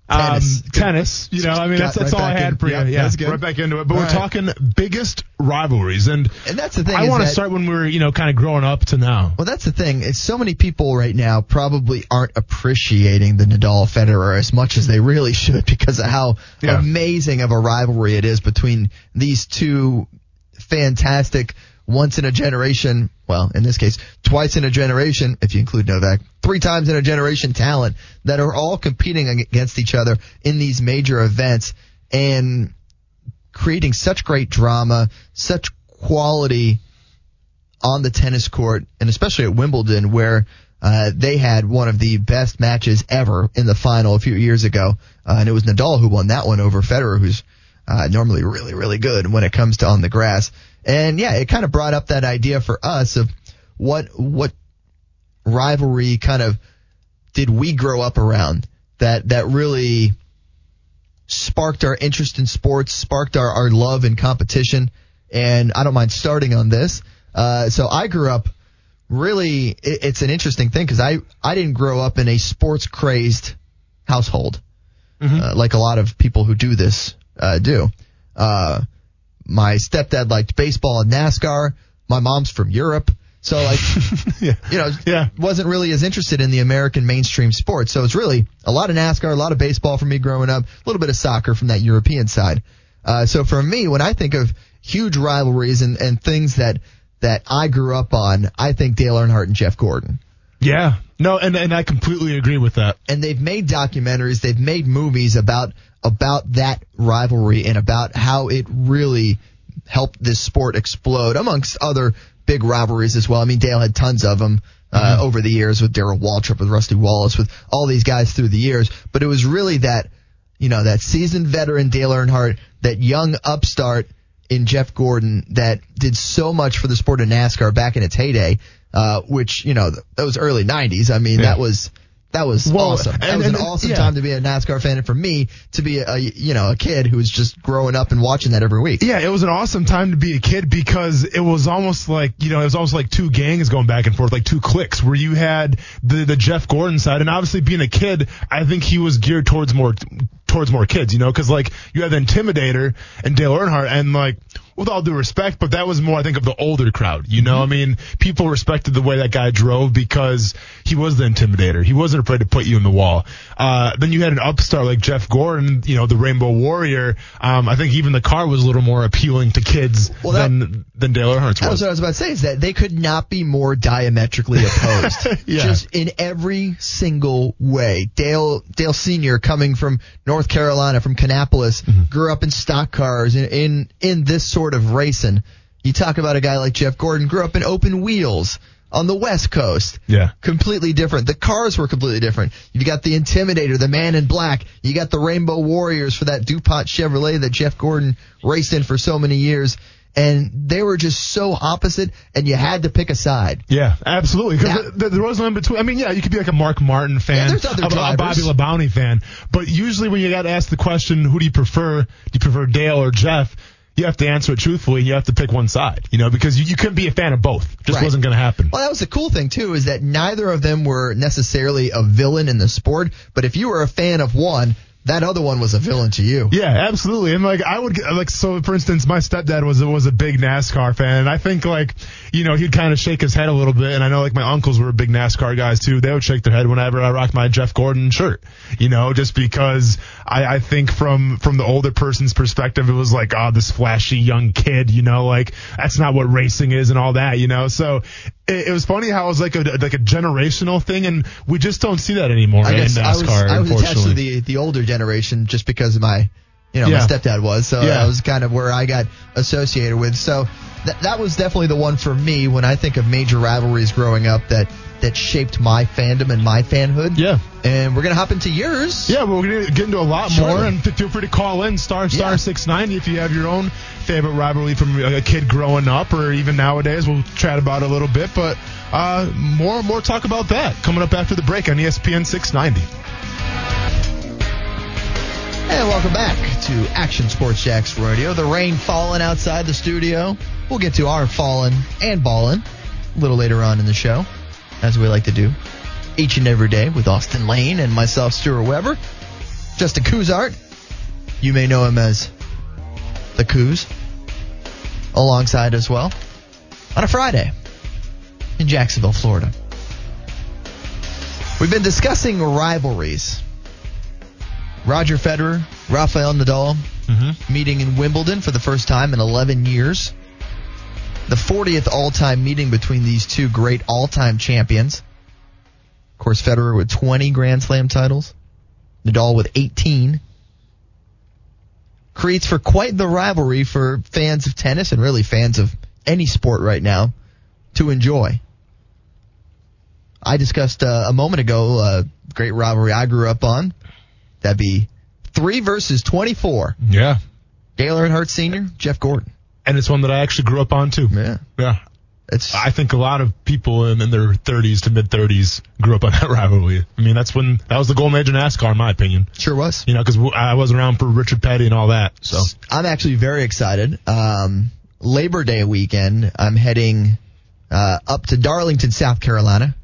Speaker 4: Tennis.
Speaker 5: Tennis. Um, tennis. You know, I mean,
Speaker 4: Got
Speaker 5: that's, that's
Speaker 4: right
Speaker 5: all I
Speaker 4: back
Speaker 5: had
Speaker 4: in.
Speaker 5: for you.
Speaker 4: Yeah,
Speaker 5: Yeah,
Speaker 4: that's good.
Speaker 5: right back into it. But
Speaker 4: All
Speaker 5: we're
Speaker 4: right.
Speaker 5: talking biggest rivalries, and
Speaker 4: and that's the thing.
Speaker 5: I
Speaker 4: is
Speaker 5: want to
Speaker 4: that-
Speaker 5: start when we were, you know, kind of growing up to now.
Speaker 4: Well, that's the thing. It's so many people right now probably aren't appreciating the Nadal Federer as much as they really should because of how
Speaker 5: Yeah.
Speaker 4: amazing of a rivalry it is between these two fantastic once in a generation, well, in this case, twice in a generation, if you include Novak, three times in a generation talent that are all competing ag- against each other in these major events and creating such great drama, such quality on the tennis court, and especially at Wimbledon, where uh, they had one of the best matches ever in the final a few years ago, uh, and it was Nadal who won that one over Federer, who's uh, normally really, really good when it comes to on the grass. And yeah, it kind of brought up that idea for us of what what rivalry kind of did we grow up around that that really sparked our interest in sports, sparked our, our love in competition. And I don't mind starting on this. Uh, so I grew up really, it, it's an interesting thing because I, I didn't grow up in a sports crazed household,
Speaker 5: Mm-hmm.
Speaker 4: uh, like a lot of people who do this uh, do. Uh, my stepdad liked baseball and NASCAR. My mom's from Europe. So like,
Speaker 5: yeah.
Speaker 4: you know,
Speaker 5: Yeah.
Speaker 4: wasn't really as interested in the American mainstream sports. So it's really a lot of NASCAR, a lot of baseball for me growing up, a little bit of soccer from that European side. Uh, so for me, when I think of huge rivalries and, and things that, that I grew up on, I think Dale Earnhardt and Jeff Gordon.
Speaker 5: Yeah. No, and, and I completely agree with that.
Speaker 4: And they've made documentaries, they've made movies about, about that rivalry and about how it really helped this sport explode amongst other big rivalries as well. I mean, Dale had tons of them uh, over the years with Daryl Waltrip, with Rusty Wallace, with all these guys through the years. But it was really that, you know, that seasoned veteran Dale Earnhardt, that young upstart in Jeff Gordon that did so much for the sport of NASCAR back in its heyday, uh, which, you know, th- those early 90s. I mean, that was. That was
Speaker 5: Well,
Speaker 4: awesome. That
Speaker 5: and-
Speaker 4: was an
Speaker 5: and-
Speaker 4: awesome
Speaker 5: yeah.
Speaker 4: time to be a NASCAR fan, and for me to be a you know a kid who was just growing up and watching that every week.
Speaker 5: Yeah, it was an awesome time to be a kid because it was almost like you know it was almost like two gangs going back and forth, like two cliques where you had the the Jeff Gordon side, and obviously being a kid, I think he was geared towards more towards more kids, you know, because like you had the Intimidator and Dale Earnhardt, and like with all due respect, but that was more I think of the older crowd, you know, I mean, people respected the way that guy drove because he was the Intimidator, he wasn't afraid to put you in the wall. Uh, then you had an upstart like Jeff Gordon, you know, the Rainbow Warrior. Um, I think even the car was a little more appealing to kids
Speaker 4: Well, that-
Speaker 5: than than Dale Earnhardt's
Speaker 4: That
Speaker 5: was.
Speaker 4: was what I was about to say. Is that they could not be more diametrically opposed,
Speaker 5: Yeah.
Speaker 4: just in every single way. Dale Dale Senior, coming from North Carolina, from Kannapolis,
Speaker 5: Mm-hmm.
Speaker 4: grew up in stock cars, in, in in this sort of racing. You talk about a guy like Jeff Gordon, grew up in open wheels on the West Coast.
Speaker 5: Yeah.
Speaker 4: completely different. The cars were completely different. You got the Intimidator, the Man in Black. You got the Rainbow Warriors for that DuPont Chevrolet that Jeff Gordon raced in for so many years. And they were just so opposite, and you had to pick a side.
Speaker 5: Yeah, absolutely. Because
Speaker 4: Yeah.
Speaker 5: th- th- there was no in between. I mean, yeah, you could be like a Mark Martin fan,
Speaker 4: there's other
Speaker 5: a, a Bobby
Speaker 4: drivers.
Speaker 5: Labonte fan, but usually when you got asked the question, who do you prefer? Do you prefer Dale or Jeff? You have to answer it truthfully, and you have to pick one side, you know, because you, you couldn't be a fan of both. Just
Speaker 4: Right.
Speaker 5: wasn't going to happen.
Speaker 4: Well, that was the cool thing too, is that neither of them were necessarily a villain in the sport. But if you were a fan of one, that other one was a villain to you.
Speaker 5: Yeah, absolutely. And like I would get- like so for instance, my stepdad was was a big NASCAR fan, and I think like you know he'd kind of shake his head a little bit. And I know like my uncles were big NASCAR guys too. They would shake their head whenever I rocked my Jeff Gordon shirt, you know, just because I I think from from the older person's perspective, it was like oh this flashy young kid, you know, like that's not what racing is and all that, you know. So it, it was funny how it was like a like a generational thing, and we just don't see that anymore
Speaker 4: I
Speaker 5: in
Speaker 4: guess
Speaker 5: NASCAR.
Speaker 4: I was, I was
Speaker 5: unfortunately,
Speaker 4: attached to the the older generation just because of my, you know,
Speaker 5: Yeah.
Speaker 4: my stepdad was. So
Speaker 5: Yeah.
Speaker 4: that was kind of where I got associated with. So th- that was definitely the one for me when I think of major rivalries growing up that that shaped my fandom and my fanhood.
Speaker 5: Yeah.
Speaker 4: And we're gonna hop into yours.
Speaker 5: Yeah, we're going to get into a lot
Speaker 4: Surely.
Speaker 5: more, and f- feel free to call in star star
Speaker 4: Yeah.
Speaker 5: six ninety if you have your own favorite rivalry from a kid growing up, or even nowadays. We'll chat about it a little bit, but uh, more more talk about that coming up after the break on E ESPN six ninety.
Speaker 4: And welcome back to Action Sports Jacks Radio. The rain falling outside the studio. We'll get to our falling and balling a little later on in the show, as we like to do each and every day with Austin Lane and myself, Stuart Weber. Justin Kuzart. You may know him as the Kuz. Alongside as well on a Friday in Jacksonville, Florida. We've been discussing rivalries. Roger Federer, Rafael Nadal meeting in Wimbledon for the first time in 11 years. The 40th all time meeting between these two great all time champions. Of course, Federer with 20 Grand Slam titles, Nadal with 18. Creates for quite the rivalry for fans of tennis and really fans of any sport right now to enjoy. I discussed uh, a moment ago uh, great rivalry I grew up on. That'd be three versus twenty-four.
Speaker 5: Yeah,
Speaker 4: Dale Earnhardt Sr., Jeff Gordon.
Speaker 5: and it's one that I actually grew up on too.
Speaker 4: Yeah,
Speaker 5: Yeah.
Speaker 4: it's
Speaker 5: I think a lot of people in, in their 30s to mid 30s grew up on that rivalry. I mean, that's when that was the golden age of NASCAR, in my opinion.
Speaker 4: sure was.
Speaker 5: You know, because I was around for Richard Petty and all that. So
Speaker 4: I'm actually very excited. Um, Labor Day weekend, I'm heading uh, up to Darlington, South Carolina,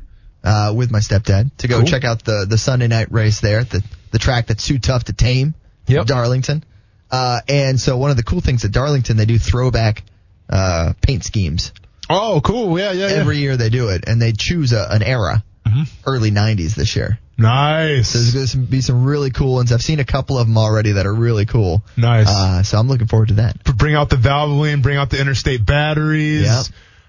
Speaker 4: uh, with my stepdad to go
Speaker 5: Cool.
Speaker 4: check out the the Sunday night race there at the the track that's too tough to tame,
Speaker 5: Yep.
Speaker 4: Darlington. Uh, and so one of the cool things at Darlington, they do throwback uh, paint schemes.
Speaker 5: oh, cool. Yeah, yeah, Mm-hmm. yeah.
Speaker 4: Every year they do it, and they choose a, an era. Early 90s this year.
Speaker 5: nice.
Speaker 4: There's going to be some really cool ones. I've seen a couple of them already that are really cool.
Speaker 5: Nice.
Speaker 4: Uh, so I'm looking forward to that.
Speaker 5: bring out the Valvoline, bring out the interstate batteries.
Speaker 4: Yep.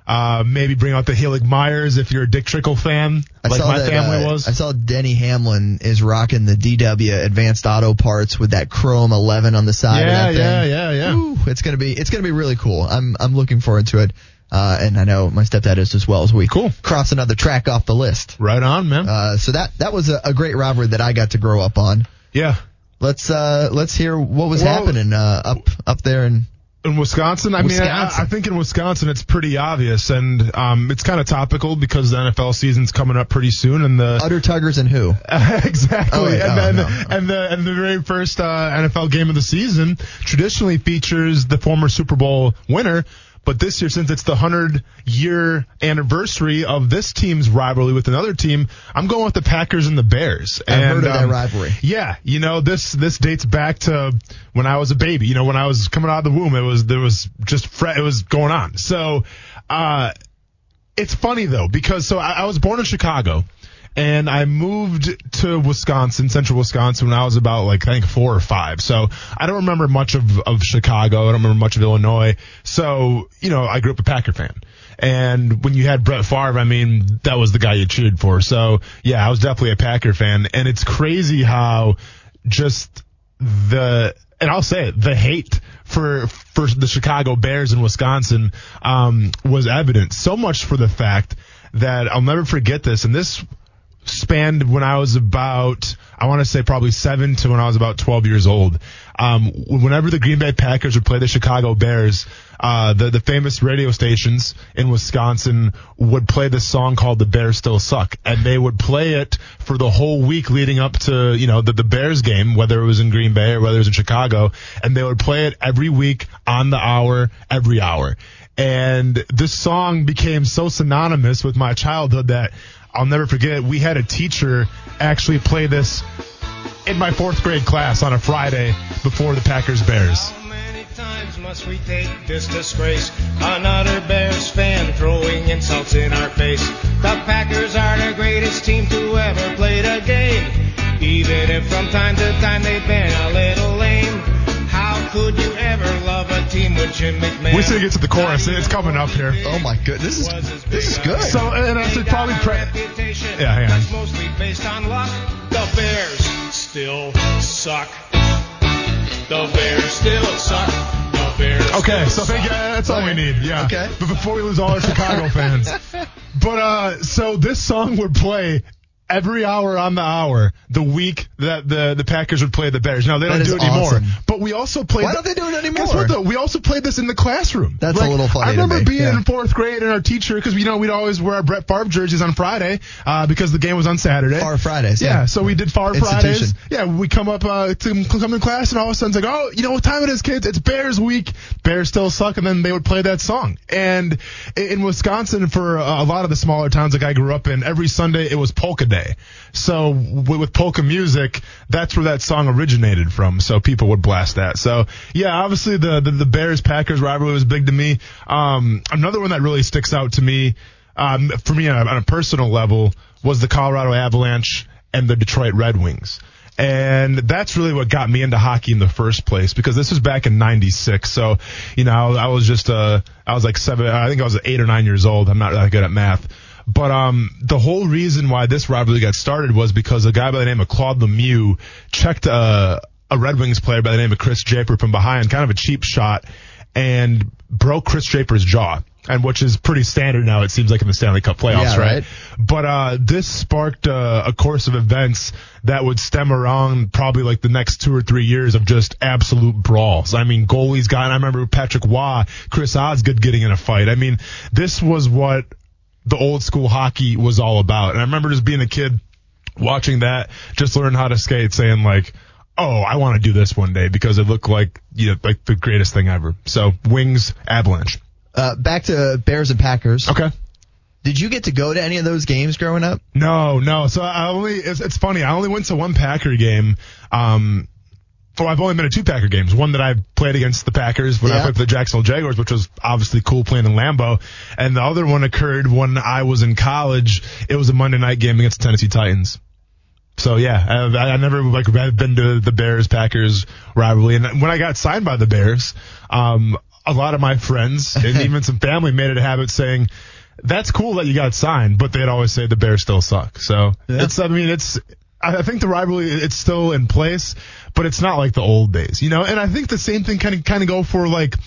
Speaker 5: Uh, maybe bring out the Helig Myers if you're a Dick Trickle fan,
Speaker 4: I
Speaker 5: like
Speaker 4: saw
Speaker 5: my
Speaker 4: that,
Speaker 5: family
Speaker 4: uh,
Speaker 5: was.
Speaker 4: I saw Denny Hamlin is rocking the DW Advanced Auto Parts with that chrome 11 on the side.
Speaker 5: yeah,
Speaker 4: of that
Speaker 5: yeah,
Speaker 4: thing.
Speaker 5: yeah, yeah.
Speaker 4: Woo, it's gonna be it's gonna be really cool. I'm I'm looking forward to it. Uh, and I know my stepdad is as well. So we
Speaker 5: Cool.
Speaker 4: cross another track off the list.
Speaker 5: Right on, man.
Speaker 4: Uh, so that that was a, a great rivalry that I got to grow up on.
Speaker 5: yeah.
Speaker 4: Let's uh let's hear what was
Speaker 5: Well-
Speaker 4: happening uh, up up there and
Speaker 5: In Wisconsin, I mean, I- I,
Speaker 4: Wisconsin.
Speaker 5: I think in Wisconsin it's pretty obvious, and um, it's kind of topical because the NFL season's coming up pretty soon, and the
Speaker 4: Utter Tuggers and who?
Speaker 5: exactly.
Speaker 4: Oh, wait,
Speaker 5: and
Speaker 4: oh,
Speaker 5: then
Speaker 4: no, no.
Speaker 5: and the and the very first uh, NFL game of the season traditionally features the former Super Bowl winner. But this year, since it's the 100 year anniversary of this team's rivalry with another team, I'm going with the Packers and the Bears.
Speaker 4: I've
Speaker 5: and, um,
Speaker 4: heard of that rivalry.
Speaker 5: Yeah, you know this this dates back to when I was a baby. You know when I was coming out of the womb, it was there was just fre- it was going on. So. uh it's funny though because so I, I was born in Chicago, and I moved to Wisconsin, central Wisconsin, when I was about like I think four or five. So I don't remember much of of Chicago. I don't remember much of Illinois. So you know, I grew up a Packer fan. And when you had Brett Favre, I mean, that was the guy you cheered for. So yeah, I was definitely a Packer fan. And it's crazy how just the and I'll say it, the hate for for the Chicago Bears in Wisconsin um, was evident. So much for the fact that I'll never forget this, and this spanned when I was about I want to say probably seven to when I was about twelve years old. Um, whenever the Green Bay Packers would play the Chicago Bears, uh, the the famous radio stations in Wisconsin would play this song called "The Bears Still Suck," and they would play it for the whole week leading up to you know the the Bears game, whether it was in Green Bay or whether it was in Chicago, and they would play it every week on the hour, every hour. And this song became so synonymous with my childhood that I'll never forget. We had a teacher actually play this in my fourth grade class on a Friday before the Packers Bears.
Speaker 7: How many times must we take this disgrace? Another Bears fan throwing insults in our face. The Packers are the greatest team to ever play the game. Even if from time to time they've been a little lame. How could you ever love a team with Jim McMahon?
Speaker 5: We till you get to the chorus. It's coming up here.
Speaker 4: Oh my god, this is this is good.
Speaker 5: So, and I should probably pre- Yeah,
Speaker 7: Yeah,
Speaker 5: hang on.
Speaker 7: That's mostly based on luck. The Bears still suck. The Bears still suck. The Bears.
Speaker 5: Okay, so
Speaker 7: still
Speaker 5: thank you.
Speaker 7: suck.
Speaker 5: That's all we need. Yeah.
Speaker 4: Okay.
Speaker 5: But before we lose all our Chicago fans, but uh, so this song would play every hour on the hour the week that the the Packers would play the Bears. Now they
Speaker 4: That
Speaker 5: don't
Speaker 4: is
Speaker 5: do it anymore.
Speaker 4: awesome.
Speaker 5: But we also played.
Speaker 4: Why don't they do it anymore?
Speaker 5: Guess what though? We also played this in the classroom.
Speaker 4: That's a little funny
Speaker 5: I
Speaker 4: to
Speaker 5: remember
Speaker 4: me.
Speaker 5: being
Speaker 4: Yeah.
Speaker 5: in fourth grade and our teacher because you know we'd always wear our Brett Favre jerseys on Friday uh, because the game was on Saturday.
Speaker 4: Favre Fridays,
Speaker 5: Yeah.
Speaker 4: yeah.
Speaker 5: So we did Far Fridays.
Speaker 4: Institution.
Speaker 5: Yeah, we come up uh, to come to class, and all of a sudden it's like, oh, you know what time it is, kids? It's Bears week. Bears still suck, and then they would play that song. And i- in Wisconsin, for uh, a lot of the smaller towns like I grew up in, every Sunday it was polka day. So w- with polka music, that's where that song originated from. So people would blast that. So yeah, obviously the the, the Bears Packers rivalry was big to me. Um, another one that really sticks out to me, um, for me on a, on a personal level, was the Colorado Avalanche and the Detroit Red Wings. And that's really what got me into hockey in the first place because this was back in 96. So, you know, I, I was just, uh, I was like seven, I think I was eight or nine years old. I'm not that good at math. But, um, the whole reason why this rivalry got started was because a guy by the name of Claude Lemieux checked, uh, a Red Wings player by the name of Chris Draper from behind, kind of a cheap shot, and broke Chris Draper's jaw. And which is pretty standard now, it seems like in the Stanley Cup playoffs,
Speaker 4: Yeah,
Speaker 5: right?
Speaker 4: right.
Speaker 5: But uh, this sparked uh, a course of events that would stem around probably like the next two or three years of just absolute brawls. I mean, goalies got, and I remember Patrick Waugh, Chris Osgood getting in a fight. I mean, this was what the old school hockey was all about. And I remember just being a kid watching that, just learning how to skate, saying like, "Oh, I want to do this one day because it looked like you know, like the greatest thing ever." So Wings Avalanche.
Speaker 4: Uh, back to Bears and Packers.
Speaker 5: Okay.
Speaker 4: Did you get to go to any of those games growing up?
Speaker 5: No, no. So I only it's, it's funny. I only went to one Packer game. Um, well, I've only been to two Packer games. One that I played against the Packers when I
Speaker 4: Yeah.
Speaker 5: played for the Jacksonville Jaguars, which was obviously cool playing in Lambeau. And the other one occurred when I was in college. It was a Monday night game against the Tennessee Titans. So yeah, I've, I I never like I've been to the Bears Packers rivalry, and when I got signed by the Bears, um, a lot of my friends and even some family made it a habit saying, "That's cool that you got signed," but they'd always say the Bears still suck. So it's I mean it's I I think the rivalry it's still in place, but it's not like the old days, you know. And I think the same thing kind of kind of go for like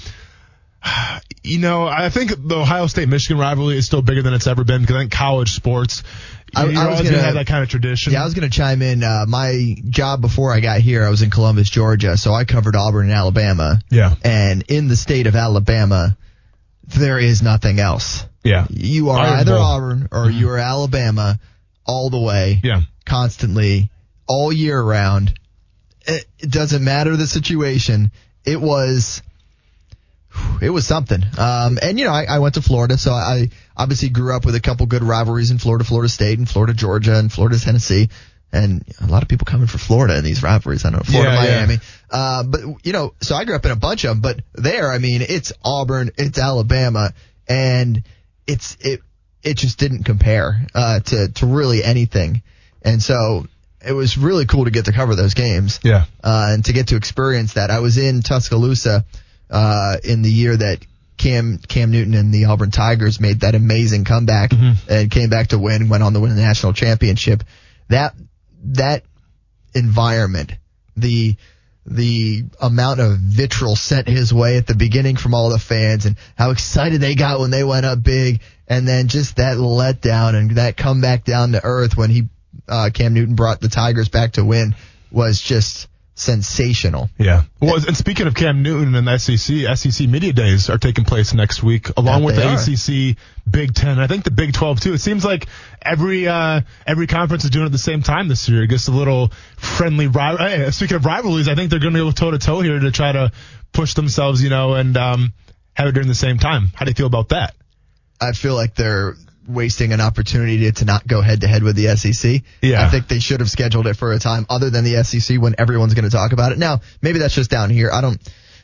Speaker 5: you know, I think the Ohio State Michigan rivalry is still bigger than it's ever been because I think college sports, you
Speaker 4: I- I
Speaker 5: are
Speaker 4: was
Speaker 5: always going to
Speaker 4: gonna-
Speaker 5: have that kind of tradition.
Speaker 4: Yeah, I was going to chime in. Uh, my job before I got here, I was in Columbus, Georgia, so I covered Auburn and Alabama.
Speaker 5: Yeah.
Speaker 4: And in the state of Alabama, there is nothing else.
Speaker 5: yeah.
Speaker 4: You are
Speaker 5: Iron
Speaker 4: either
Speaker 5: Bowl.
Speaker 4: Auburn or you are Alabama all the way.
Speaker 5: Yeah.
Speaker 4: Constantly, all year round. It, it doesn't matter the situation. It was, it was something. Um, and you know, I, I went to Florida, so I obviously grew up with a couple good rivalries in Florida, Florida State, and Florida, Georgia, and Florida, Tennessee. And a lot of people coming for Florida in these rivalries. I know Florida,
Speaker 5: Yeah, yeah.
Speaker 4: Miami. Uh, but you know, so I grew up in a bunch of them. But there, I mean, it's Auburn, it's Alabama, and it's it it just didn't compare uh, to to really anything. And so it was really cool to get to cover those games
Speaker 5: Yeah.
Speaker 4: uh, and to get to experience that. I was in Tuscaloosa uh, in the year that Cam Cam Newton and the Auburn Tigers made that amazing comeback and came back to win, went on to win the national championship. That that environment, the the amount of vitriol sent his way at the beginning from all the fans and how excited they got when they went up big and then just that letdown and that comeback down to earth when he uh, Cam Newton brought the Tigers back to win was just sensational.
Speaker 5: Yeah. Well, and speaking of Cam Newton and E the SEC, SEC media days are taking place next week, along
Speaker 4: Yeah,
Speaker 5: with
Speaker 4: they
Speaker 5: the
Speaker 4: are.
Speaker 5: ACC, Big Ten. I think the Big Twelve too. It seems like every uh, every conference is doing it at the same time this year. It gets a little friendly. Ri- hey, speaking of rivalries, I think they're going to go toe to toe here to try to push themselves, you know, and um, have it during the same time. How do you feel about that?
Speaker 4: I feel like they're wasting an opportunity to, to not go head to head with the SEC.
Speaker 5: Yeah.
Speaker 4: I think they should have scheduled it for a time other than the SEC when everyone's going to talk about it. Now, maybe that's just down here. I don't,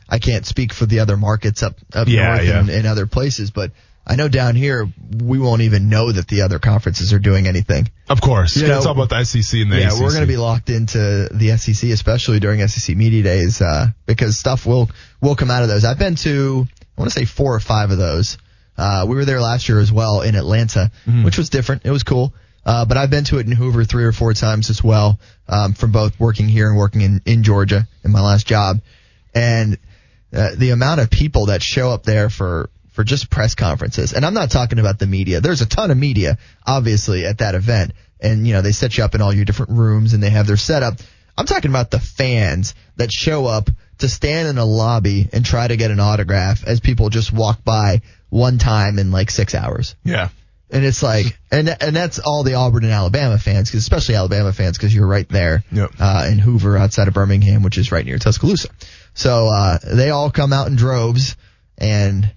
Speaker 4: I can't speak for the other markets up, up
Speaker 5: Yeah,
Speaker 4: north
Speaker 5: yeah.
Speaker 4: And, and other places, but I know down here we won't even know that the other conferences are doing anything.
Speaker 5: Of course,
Speaker 4: You know,
Speaker 5: it's all about the SEC and the
Speaker 4: Yeah,
Speaker 5: ACC.
Speaker 4: we're going to be locked into the E SEC, E especially during SEC media days, uh, because stuff will will come out of those. I've been to I I want to say four or five of those. Uh, we were there last year as well in Atlanta, which was different. It was cool. Uh, but I've been to it in Hoover three or four times as well, um, from both working here and working in, in Georgia in my last job. And uh, the amount of people that show up there for for just press conferences, and I'm not talking about the media. There's a ton of media, obviously, at that event, and you know they set you up in all your different rooms and they have their setup. I'm talking about the fans that show up to stand in a lobby and try to get an autograph as people just walk by one time in like six hours.
Speaker 5: Yeah.
Speaker 4: And it's like, and and that's all the Auburn and Alabama fans, 'cause especially Alabama fans, because you're right there
Speaker 5: Yep.
Speaker 4: uh, in Hoover, outside of Birmingham, which is right near Tuscaloosa. So uh, they all come out in droves, and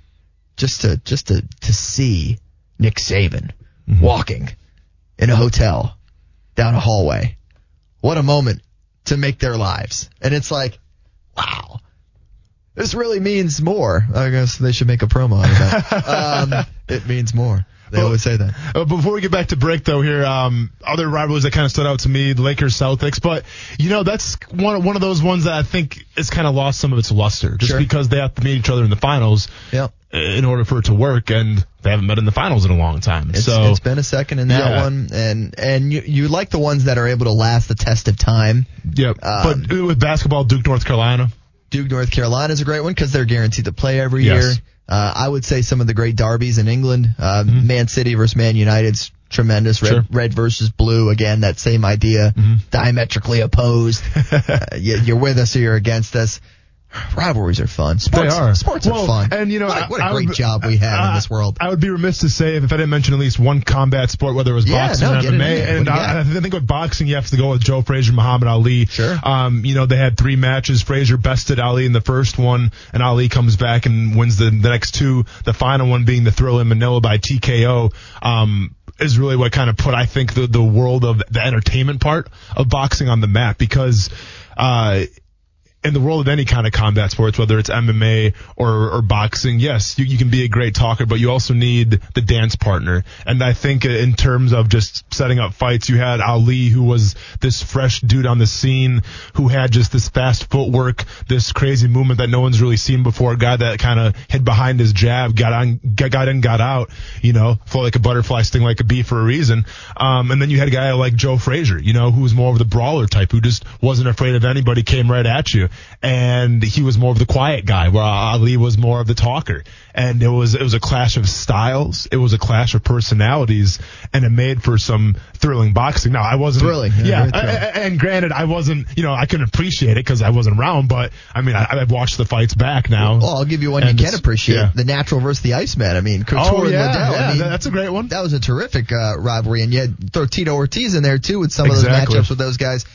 Speaker 4: just to just to to see Nick Saban walking in a hotel down a hallway, what a moment to make their lives. And it's like, wow, this really means more. I guess they should make a promo out of that. um, it means more. They always say that.
Speaker 5: Uh, before we get back to break, though, here um, other rivalries that kind of stood out to me: the Lakers, Celtics. But you know, that's one one of those ones that I think has kind of lost some of its luster, just
Speaker 4: Sure.
Speaker 5: because they have to meet each other in the finals
Speaker 4: Yep.
Speaker 5: uh, in order for it to work, and they haven't met in the finals in a long time.
Speaker 4: It's,
Speaker 5: so
Speaker 4: it's been a second in that
Speaker 5: Yeah.
Speaker 4: one, and and you you like the ones that are able to last the test of time.
Speaker 5: yep.
Speaker 4: um,
Speaker 5: but with basketball, Duke, North Carolina.
Speaker 4: Duke North Carolina is a great one because they're guaranteed to play every
Speaker 5: Yes.
Speaker 4: year. Uh, I would say some of the great derbies in England, uh, Man City versus Man United's tremendous. Red,
Speaker 5: Mm-hmm. Sure. Mm-hmm.
Speaker 4: red versus blue, again that same idea, diametrically opposed. uh, you, you're with us or you're against us. Rivalries are fun. Sports,
Speaker 5: are.
Speaker 4: sports
Speaker 5: Well,
Speaker 4: are fun.
Speaker 5: and, you know,
Speaker 4: what a, what a
Speaker 5: I- I
Speaker 4: great
Speaker 5: would-
Speaker 4: job we have in this world.
Speaker 5: I would be remiss to say if I didn't mention at least one combat sport, whether it was
Speaker 4: Yeah,
Speaker 5: boxing
Speaker 4: no,
Speaker 5: or
Speaker 4: get it in
Speaker 5: MMA.
Speaker 4: there. What
Speaker 5: And
Speaker 4: do you
Speaker 5: I, I
Speaker 4: got?
Speaker 5: think with boxing, you have to go with Joe Frazier, Muhammad Ali.
Speaker 4: Sure.
Speaker 5: Um, you know, they had three matches. Frazier bested Ali in the first one, and Ali comes back and wins the, the next two. The final one being the thrill in Manila by TKO. Um, is really what kind of put I think the the world of the entertainment part of boxing on the map because. Uh, in the world of any kind of combat sports, whether it's MMA or, or boxing, yes, you, you can be a great talker, but you also need the dance partner. And I think in terms of just setting up fights, you had Ali, who was this fresh dude on the scene, who had just this fast footwork, this crazy movement that no one's really seen before. A guy that kind of hid behind his jab, got on, got, got in, got out, you know, felt like a butterfly, sting like a bee for a reason. Um, and then you had a guy like Joe Frazier, you know, who was more of the brawler type, who just wasn't afraid of anybody, came right at you. And he was more of the quiet guy, where Ali was more of the talker. And it was, it was a clash of styles. It was a clash of personalities and it made for some thrilling boxing. Now, I wasn't,
Speaker 4: Thrilling, yeah,
Speaker 5: yeah,
Speaker 4: very thrilling.
Speaker 5: I- I- and granted, I wasn't, you know, I couldn't appreciate it because I wasn't around, but I mean, I, I've watched the fights back now.
Speaker 4: Well, Oh, I'll give you one
Speaker 5: And
Speaker 4: you
Speaker 5: it's-
Speaker 4: can appreciate:
Speaker 5: yeah.
Speaker 4: the natural versus the Iceman. I mean, Couture
Speaker 5: Oh,
Speaker 4: and
Speaker 5: yeah,
Speaker 4: Liddell.
Speaker 5: yeah,
Speaker 4: I mean,
Speaker 5: that's a great one.
Speaker 4: that was a terrific uh, rivalry, and you had throw Tito Ortiz in there too with some of
Speaker 5: Exactly.
Speaker 4: those matchups with those guys.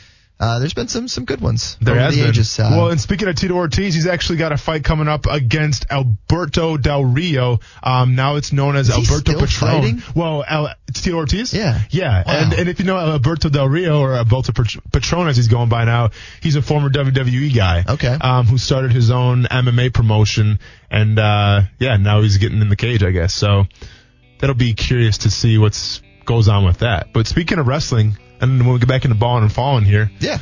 Speaker 4: Uh, there's been some some good ones
Speaker 5: There
Speaker 4: over
Speaker 5: has
Speaker 4: the
Speaker 5: been.
Speaker 4: ages. Uh,
Speaker 5: well, and speaking of Tito Ortiz, he's actually got a fight coming up against Alberto Del Rio. Um, now it's known as
Speaker 4: he
Speaker 5: Alberto
Speaker 4: still
Speaker 5: Patron.
Speaker 4: fighting?
Speaker 5: Well, Al- Tito Ortiz.
Speaker 4: Yeah. Wow.
Speaker 5: yeah. And and if you know Alberto Del Rio or Alberto Pat- Patron as he's going by now, he's a former WWE guy.
Speaker 4: Okay.
Speaker 5: Um, who started his own MMA promotion, and uh, yeah, now he's getting in the cage, I guess. So that'll be curious to see what's goes on with that. But speaking of wrestling, and when we get back into balling and falling here.
Speaker 4: yeah.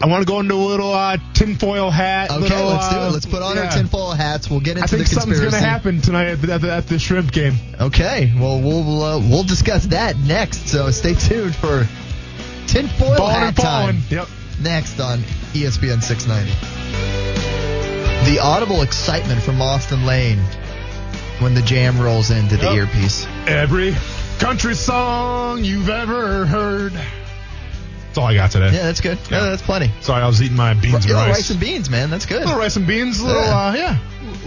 Speaker 5: I want to go into a little uh, tinfoil hat.
Speaker 4: Okay,
Speaker 5: little,
Speaker 4: let's do
Speaker 5: uh,
Speaker 4: it. Let's put on
Speaker 5: yeah.
Speaker 4: our tinfoil hats. We'll get into
Speaker 5: I think
Speaker 4: the
Speaker 5: something's
Speaker 4: conspiracy.
Speaker 5: gonna happen tonight at the, at, the, at the shrimp game.
Speaker 4: Okay. Well, we'll uh, we'll discuss that next. So stay tuned for tinfoil
Speaker 5: Balling
Speaker 4: hat
Speaker 5: and falling.
Speaker 4: time.
Speaker 5: Yep.
Speaker 4: next on E ESPN 690. The audible excitement from Austin Lane when the jam rolls into the
Speaker 5: Yep.
Speaker 4: earpiece.
Speaker 5: Every country song you've ever heard. That's all I got today.
Speaker 4: Yeah, that's good. Yeah,
Speaker 5: Yeah.
Speaker 4: that's plenty.
Speaker 5: Sorry, I was eating my beans
Speaker 4: Yeah,
Speaker 5: and rice.
Speaker 4: rice and beans, man. That's good.
Speaker 5: little rice and beans. A little,
Speaker 4: Yeah.
Speaker 5: uh, yeah.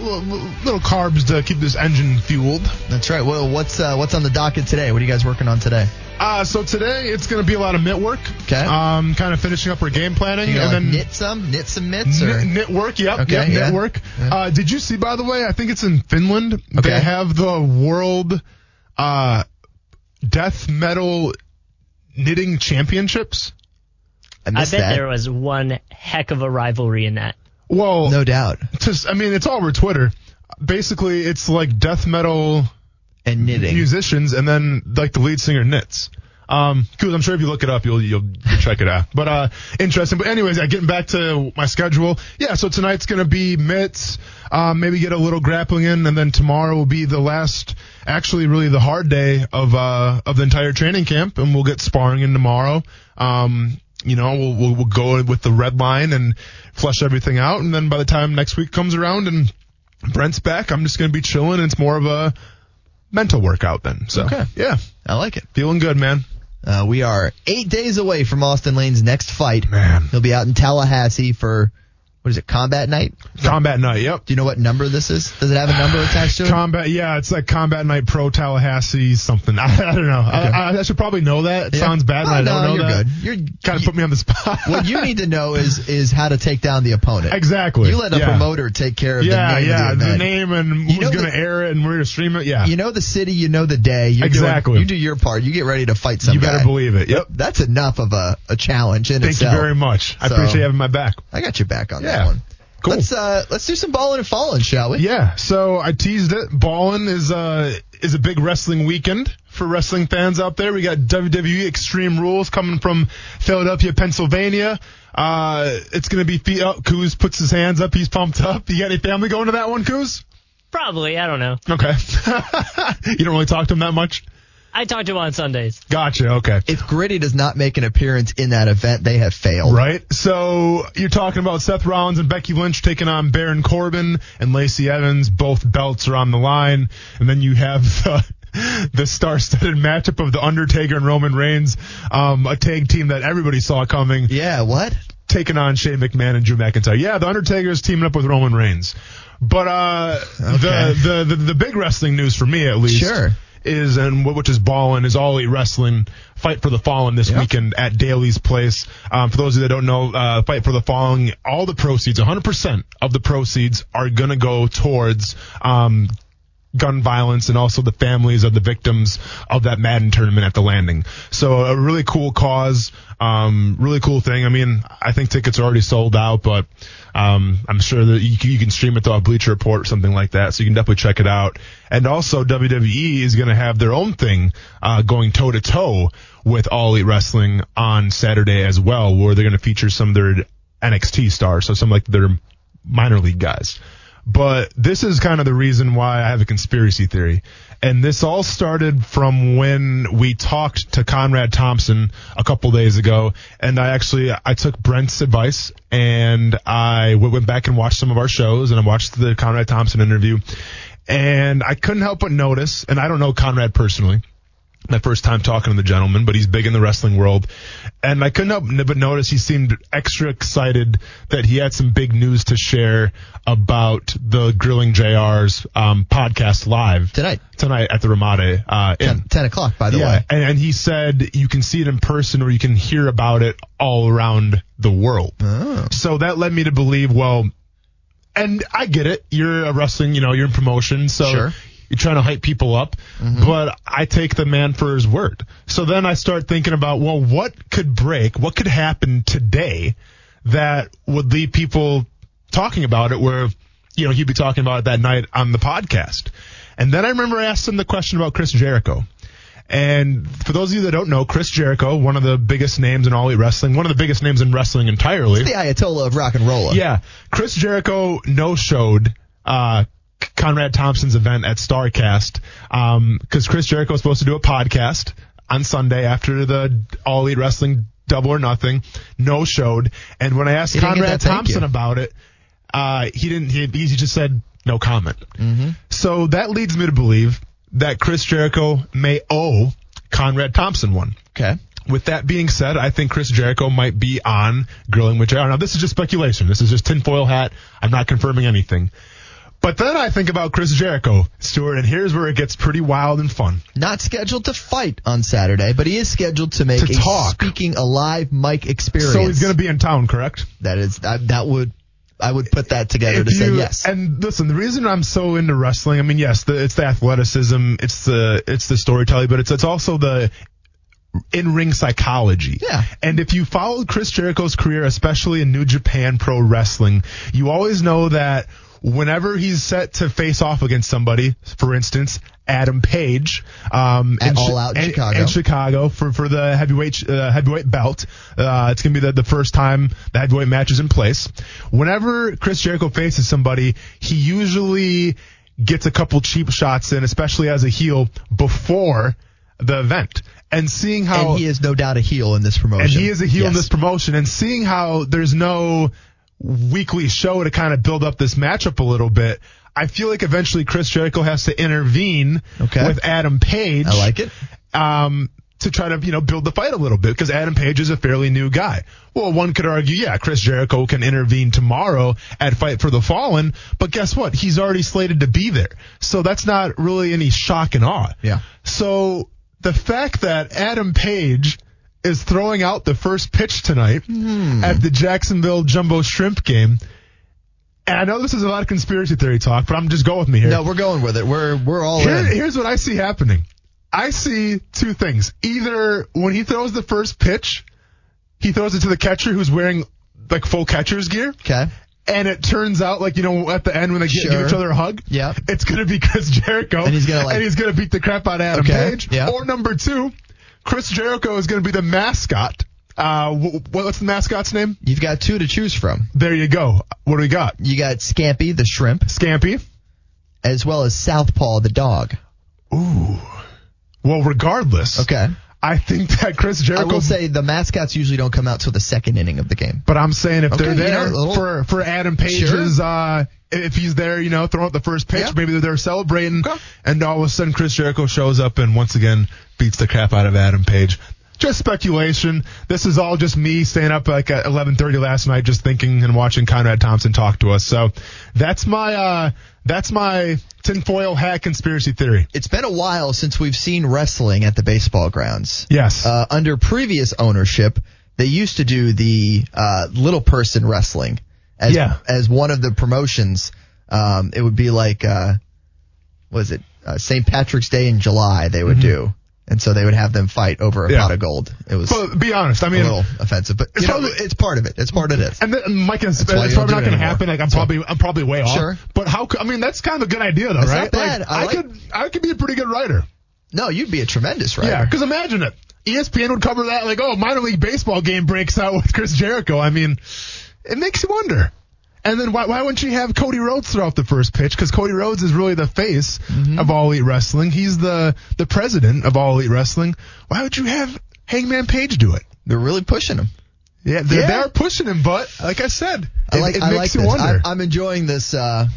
Speaker 5: Little, little carbs to keep this engine fueled.
Speaker 4: That's right. Well, what's uh, what's on the docket today? What are you guys working on today?
Speaker 5: Uh, so today it's going to be a lot of knit work.
Speaker 4: 'Kay.
Speaker 5: Um, kind of finishing up our game planning
Speaker 4: You gonna
Speaker 5: and
Speaker 4: like,
Speaker 5: then
Speaker 4: knit some, knit some mitts, or
Speaker 5: Knit, knit work, yep,
Speaker 4: Okay,
Speaker 5: yep,
Speaker 4: yeah.
Speaker 5: knit work. Uh, did you see, by the way? I think it's in Finland.
Speaker 4: Okay.
Speaker 5: They have the world uh, death metal knitting championships.
Speaker 4: I
Speaker 6: I
Speaker 4: missed
Speaker 6: bet
Speaker 4: that.
Speaker 6: there was one heck of a rivalry in that.
Speaker 5: Well,
Speaker 4: no doubt.
Speaker 5: just- I mean, it's all over Twitter. Basically, it's like death metal
Speaker 4: And knitting.
Speaker 5: musicians, and then like the lead singer knits. Um, cool. I'm sure if you look it up, you'll you'll you'll check it out. But uh, interesting. But anyways, yeah, getting back to my schedule. Yeah, so tonight's gonna be mitts. Uh, maybe get a little grappling in, and then tomorrow will be the last, actually, really the hard day of uh of the entire training camp, and we'll get sparring in tomorrow. Um, you know, we'll we'll, we'll go with the red line and flush everything out, and then by the time next week comes around and Brent's back, I'm just gonna be chilling. And it's more of a mental workout then. So
Speaker 4: Okay.
Speaker 5: yeah,
Speaker 4: I like it.
Speaker 5: feeling good, man.
Speaker 4: Uh, we are eight days away from Austin Lane's next fight.
Speaker 5: Man.
Speaker 4: He'll be out in Tallahassee for, what is it, combat night?
Speaker 5: Combat night, yep.
Speaker 4: Do you know what number this is? Does it have a number attached to it?
Speaker 5: Combat, yeah, it's like Combat Night Pro Tallahassee something. I, I don't know. I, I, I should probably know that. It
Speaker 4: Yeah.
Speaker 5: sounds bad, and
Speaker 4: Oh,
Speaker 5: I
Speaker 4: no,
Speaker 5: don't know
Speaker 4: you're
Speaker 5: that.
Speaker 4: good. You're-
Speaker 5: kind of put me on the spot.
Speaker 4: what you need to know is is how to take down the opponent.
Speaker 5: exactly.
Speaker 4: You let a
Speaker 5: yeah.
Speaker 4: promoter take care of
Speaker 5: Yeah,
Speaker 4: the name
Speaker 5: yeah,
Speaker 4: of the,
Speaker 5: the
Speaker 4: event.
Speaker 5: name and
Speaker 4: You know
Speaker 5: who's going
Speaker 4: the-
Speaker 5: to air it and we're going to stream it. Yeah,
Speaker 4: You know the city, you know the day. You're doing-
Speaker 5: Exactly.
Speaker 4: you do your part. You get ready to fight some
Speaker 5: you better
Speaker 4: guy.
Speaker 5: believe it. Yep.
Speaker 4: That's enough of a, a challenge in
Speaker 5: Thank
Speaker 4: itself.
Speaker 5: you very much. I
Speaker 4: So-
Speaker 5: appreciate you having my back.
Speaker 4: I got your back on
Speaker 5: Yeah.
Speaker 4: that one.
Speaker 5: Cool.
Speaker 4: Let's uh let's do some balling and falling, shall we?
Speaker 5: Yeah, so I teased it. Ballin is uh is a big wrestling weekend for wrestling fans out there. We got WWE Extreme Rules coming from Philadelphia, Pennsylvania. Uh, it's gonna be feet up. Coos puts his hands up. He's pumped up. You got any family going to that one, Coos?
Speaker 6: Probably, I don't know.
Speaker 5: Okay. you don't really talk to him that much.
Speaker 6: I talked to him on Sundays.
Speaker 5: Gotcha. Okay.
Speaker 4: If Gritty does not make an appearance in that event, they have failed.
Speaker 5: Right. So you're talking about Seth Rollins and Becky Lynch taking on Baron Corbin and Lacey Evans. Both belts are on the line. And then you have uh, the, the star-studded matchup of The Undertaker and Roman Reigns, um, a tag team that everybody saw coming,
Speaker 4: Yeah, what?
Speaker 5: taking on Shane McMahon and Drew McIntyre. Yeah, The Undertaker's teaming up with Roman Reigns. But uh, the, the, the the big wrestling news for me, at least,
Speaker 4: Sure.
Speaker 5: is and wh- which is ballin is all elite wrestling fight for the fallen this weekend at Daly's place. Um, for those of you that don't know, uh, fight for the fallen, all the proceeds, 100% of the proceeds are gonna go towards, um, gun violence and also the families of the victims of that Madden tournament at the landing. So a really cool cause, um, really cool thing. I mean, I think tickets are already sold out, but, um, I'm sure that you, can- you can stream it through a Bleacher Report or something like that. So you can definitely check it out. And also WWE is going to have their own thing, uh, going toe to toe with All Elite Wrestling on Saturday as well, where they're going to feature some of their NXT stars. So some like their minor league guys. But this is kind of the reason why I have a conspiracy theory. And this all started from when we talked to Conrad Thompson a couple days ago. And I actually, I took Brent's advice and I w- went back and watched some of our shows and I watched the Conrad Thompson interview. And I couldn't help but notice, and I don't know Conrad personally, my first time talking to the gentleman, but he's big in the wrestling world. And I couldn't help but notice he seemed extra excited that he had some big news to share about the Grilling JR's um, podcast live
Speaker 4: Tonight.
Speaker 5: tonight at the Ramada uh, Inn.
Speaker 4: Ten, 10 o'clock, by the
Speaker 5: Yeah,
Speaker 4: way.
Speaker 5: and, and he said you can see it in person or you can hear about it all around the world.
Speaker 4: Oh.
Speaker 5: So that led me to believe, well, and I get it. You're a wrestling, you know, you're in promotion, so
Speaker 4: Sure. Mm-hmm.
Speaker 5: you're trying to hype people up. But I take the man for his word. So then I start thinking about, well, what could break? What could happen today that would leave people talking about it where, you know, he'd be talking about it that night on the podcast. And then I remember I asked him the question about Chris Jericho. And for those of you that don't know, Chris Jericho, one of the biggest names in all elite wrestling, one of the biggest names in wrestling entirely.
Speaker 4: The Ayatollah of rock and roll.
Speaker 5: Yeah, Chris Jericho no showed uh, Conrad Thompson's event at Starcast because Chris Jericho was supposed to do a podcast on Sunday after the All Elite Wrestling Double or Nothing. No showed, and when I asked
Speaker 4: He didn't get
Speaker 5: Conrad
Speaker 4: that thank
Speaker 5: Thompson
Speaker 4: you.
Speaker 5: about it, uh, he didn't. He, he just said no comment.
Speaker 4: Mm-hmm.
Speaker 5: So that leads me to believe that Chris Jericho may owe Conrad Thompson one.
Speaker 4: Okay.
Speaker 5: With that being said, I think Chris Jericho might be on Grilling with Jericho. Now, this is just speculation. This is just tinfoil hat. I'm not confirming anything. But then I think about Chris Jericho, Stuart, and here's where it gets pretty wild and fun.
Speaker 4: Not scheduled to fight on Saturday, but he is scheduled to make
Speaker 5: To
Speaker 4: a
Speaker 5: talk.
Speaker 4: speaking a live mic experience.
Speaker 5: So he's going to be in town, correct?
Speaker 4: That is that, that would I would put that together to
Speaker 5: If
Speaker 4: say
Speaker 5: you-
Speaker 4: yes.
Speaker 5: And listen, the reason I'm so into wrestling, I mean, yes, the, it's the athleticism, it's the it's the storytelling, but it's it's also the in ring psychology.
Speaker 4: Yeah.
Speaker 5: And if you followed Chris Jericho's career, especially in New Japan Pro Wrestling, you always know that whenever he's set to face off against somebody, for instance, Adam Page, um,
Speaker 4: At
Speaker 5: in
Speaker 4: All
Speaker 5: Chi-
Speaker 4: Out in
Speaker 5: and-
Speaker 4: Chicago.
Speaker 5: and Chicago for, for the heavyweight uh, heavyweight belt. Uh, it's gonna be the, the first time the heavyweight match is in place. Whenever Chris Jericho faces somebody, he usually gets a couple cheap shots in, especially as a heel before the event. And seeing how
Speaker 4: and he is no doubt a heel in this promotion.
Speaker 5: Oh. and he is a heel in
Speaker 4: Yes.
Speaker 5: this promotion. And seeing how there's no weekly show to kind of build up this matchup a little bit, I feel like eventually Chris Jericho has to intervene
Speaker 4: Okay.
Speaker 5: with Adam Page.
Speaker 4: I like it.
Speaker 5: Um, to try to you know build the fight a little bit because Adam Page is a fairly new guy. Well, one could argue, yeah, Chris Jericho can intervene tomorrow at Fight for the Fallen, but guess what? He's already slated to be there, so that's not really any shock and awe.
Speaker 4: Yeah.
Speaker 5: So the fact that Adam Page is throwing out the first pitch tonight
Speaker 4: Hmm.
Speaker 5: at the Jacksonville Jumbo Shrimp game. And I know this is a lot of conspiracy theory talk, but I'm just going with me here.
Speaker 4: No, we're going with it. We're we're all
Speaker 5: Here-
Speaker 4: in.
Speaker 5: here's what I see happening. I see two things. Either when he throws the first pitch, he throws it to the catcher who's wearing like full catcher's gear.
Speaker 4: Okay.
Speaker 5: And it turns out, like you know, at the end when they gi- give
Speaker 4: Sure.
Speaker 5: each other a hug,
Speaker 4: Yeah.
Speaker 5: it's gonna be Chris Jericho,
Speaker 4: And he's gonna, like-
Speaker 5: and he's gonna beat the crap out of Adam
Speaker 4: Okay,
Speaker 5: Page.
Speaker 4: yeah.
Speaker 5: Or number two, Chris Jericho is gonna be the mascot. Uh, wh- what's the mascot's name?
Speaker 4: You've got two to choose from.
Speaker 5: There you go. What do we got?
Speaker 4: You got Scampy the shrimp,
Speaker 5: Scampy.
Speaker 4: as well as Southpaw the dog.
Speaker 5: Well, regardless,
Speaker 4: Okay.
Speaker 5: I think that Chris
Speaker 4: I
Speaker 5: Jericho
Speaker 4: will say the mascots usually don't come out till the second inning of the game.
Speaker 5: But I'm saying if
Speaker 4: Okay,
Speaker 5: they're
Speaker 4: you
Speaker 5: there
Speaker 4: know, a little-
Speaker 5: for for Adam Page's, uh, if he's there, you know, throwing up the first pitch,
Speaker 4: Yeah.
Speaker 5: maybe they're celebrating,
Speaker 4: Okay.
Speaker 5: and all of a sudden Chris Jericho shows up and once again beats the crap out of Adam Page. Just speculation. This is all just me staying up like at 11:30 last night, just thinking and watching Conrad Thompson talk to us. So that's my uh, that's my tinfoil hat conspiracy theory.
Speaker 4: It's been a while since we've seen wrestling at the baseball grounds.
Speaker 5: Yes.
Speaker 4: Uh, under previous ownership, they used to do the uh, little person wrestling as
Speaker 5: Yeah.
Speaker 4: as one of the promotions. Um, it would be like uh, was it uh, St. Patrick's Day in July they would do, and so they would have them fight over a
Speaker 5: Mm-hmm. Yeah.
Speaker 4: pot of gold. It was
Speaker 5: but be honest. I
Speaker 4: a
Speaker 5: mean,
Speaker 4: little offensive, but you know,
Speaker 5: probably-
Speaker 4: it's part of it. It's part of it.
Speaker 5: And then, Mike, it's,
Speaker 4: why
Speaker 5: it's
Speaker 4: you don't do
Speaker 5: probably not
Speaker 4: it
Speaker 5: going to
Speaker 4: anymore.
Speaker 5: happen. Like I'm probably I'm probably way off.
Speaker 4: Sure.
Speaker 5: But how? co- I mean, that's kind of a good idea though,
Speaker 4: not
Speaker 5: right?
Speaker 4: bad. I like-
Speaker 5: could I could be a pretty good writer.
Speaker 4: No, you'd be a tremendous writer.
Speaker 5: Yeah. Because imagine it. E ESPN would cover that like, oh, minor league baseball game breaks out with Chris Jericho. I mean, it makes you wonder. And then why, why wouldn't you have Cody Rhodes throw out the first pitch? Because Cody Rhodes is really the face
Speaker 4: Mm-hmm.
Speaker 5: of All Elite Wrestling. He's the the president of All Elite Wrestling. Why would you have Hangman Page do it?
Speaker 4: They're really pushing them.
Speaker 5: Yeah, they're,
Speaker 4: Yeah.
Speaker 5: they're pushing him, but like I said,
Speaker 4: I
Speaker 5: it-
Speaker 4: like.
Speaker 5: it,
Speaker 4: I
Speaker 5: makes
Speaker 4: like
Speaker 5: you
Speaker 4: this.
Speaker 5: wonder.
Speaker 4: I'm, I'm enjoying this. Uh,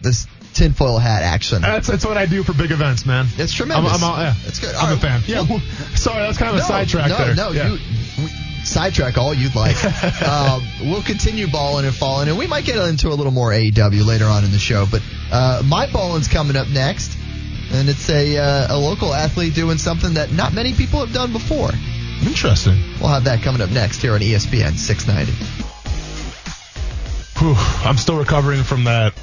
Speaker 4: this tinfoil hat action.
Speaker 5: That's that's what I do for big events, man.
Speaker 4: It's tremendous.
Speaker 5: Uh, I'm, I'm all, yeah.
Speaker 4: It's good.
Speaker 5: I'm
Speaker 4: All
Speaker 5: a fan.
Speaker 4: right.
Speaker 5: Yeah. well, Sorry, that's kind of a sidetrack
Speaker 4: no,
Speaker 5: there.
Speaker 4: No,
Speaker 5: yeah.
Speaker 4: you we, sidetrack all you'd like. um, we'll continue balling and falling, and we might get into a little more AEW later on in the show. But uh, my balling's coming up next, and it's a uh, a local athlete doing something that not many people have done before.
Speaker 5: Interesting.
Speaker 4: We'll have that coming up next here on E ESPN 690.
Speaker 5: Whew, I'm still recovering from that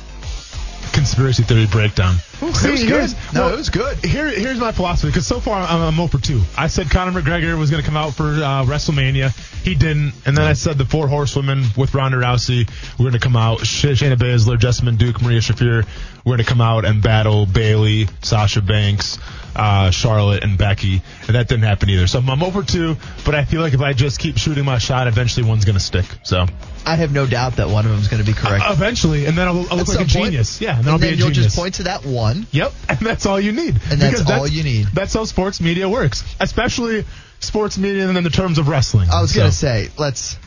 Speaker 5: conspiracy theory breakdown.
Speaker 4: it was good. No, it was
Speaker 5: good. Here, here's my philosophy because so far I'm, I'm 0 for 2. I said Conor McGregor was going to come out for uh, WrestleMania. He didn't. And then I said the four horsewomen with Ronda Rousey were going to come out. Sh- Shayna Baszler, Jessamine Duke, Maria Shafir were going to come out and battle Bailey, Sasha Banks, uh, Charlotte, and Becky. And that didn't happen either. So I'm, I'm 0 for 2, but I feel like if I just keep shooting my shot, eventually one's going to stick. So
Speaker 4: I have no doubt that one of them is going to be correct.
Speaker 5: Eventually, and then I'll, I'll Uh, look
Speaker 4: At
Speaker 5: like a
Speaker 4: some point.
Speaker 5: genius. Yeah, and then I'll be a
Speaker 4: you'll
Speaker 5: genius.
Speaker 4: just point to that one.
Speaker 5: Yep, and that's all you need.
Speaker 4: And that's all you need.
Speaker 5: That's how sports media works, especially sports media and in the terms of wrestling.
Speaker 4: I was gonna
Speaker 5: So,
Speaker 4: say let's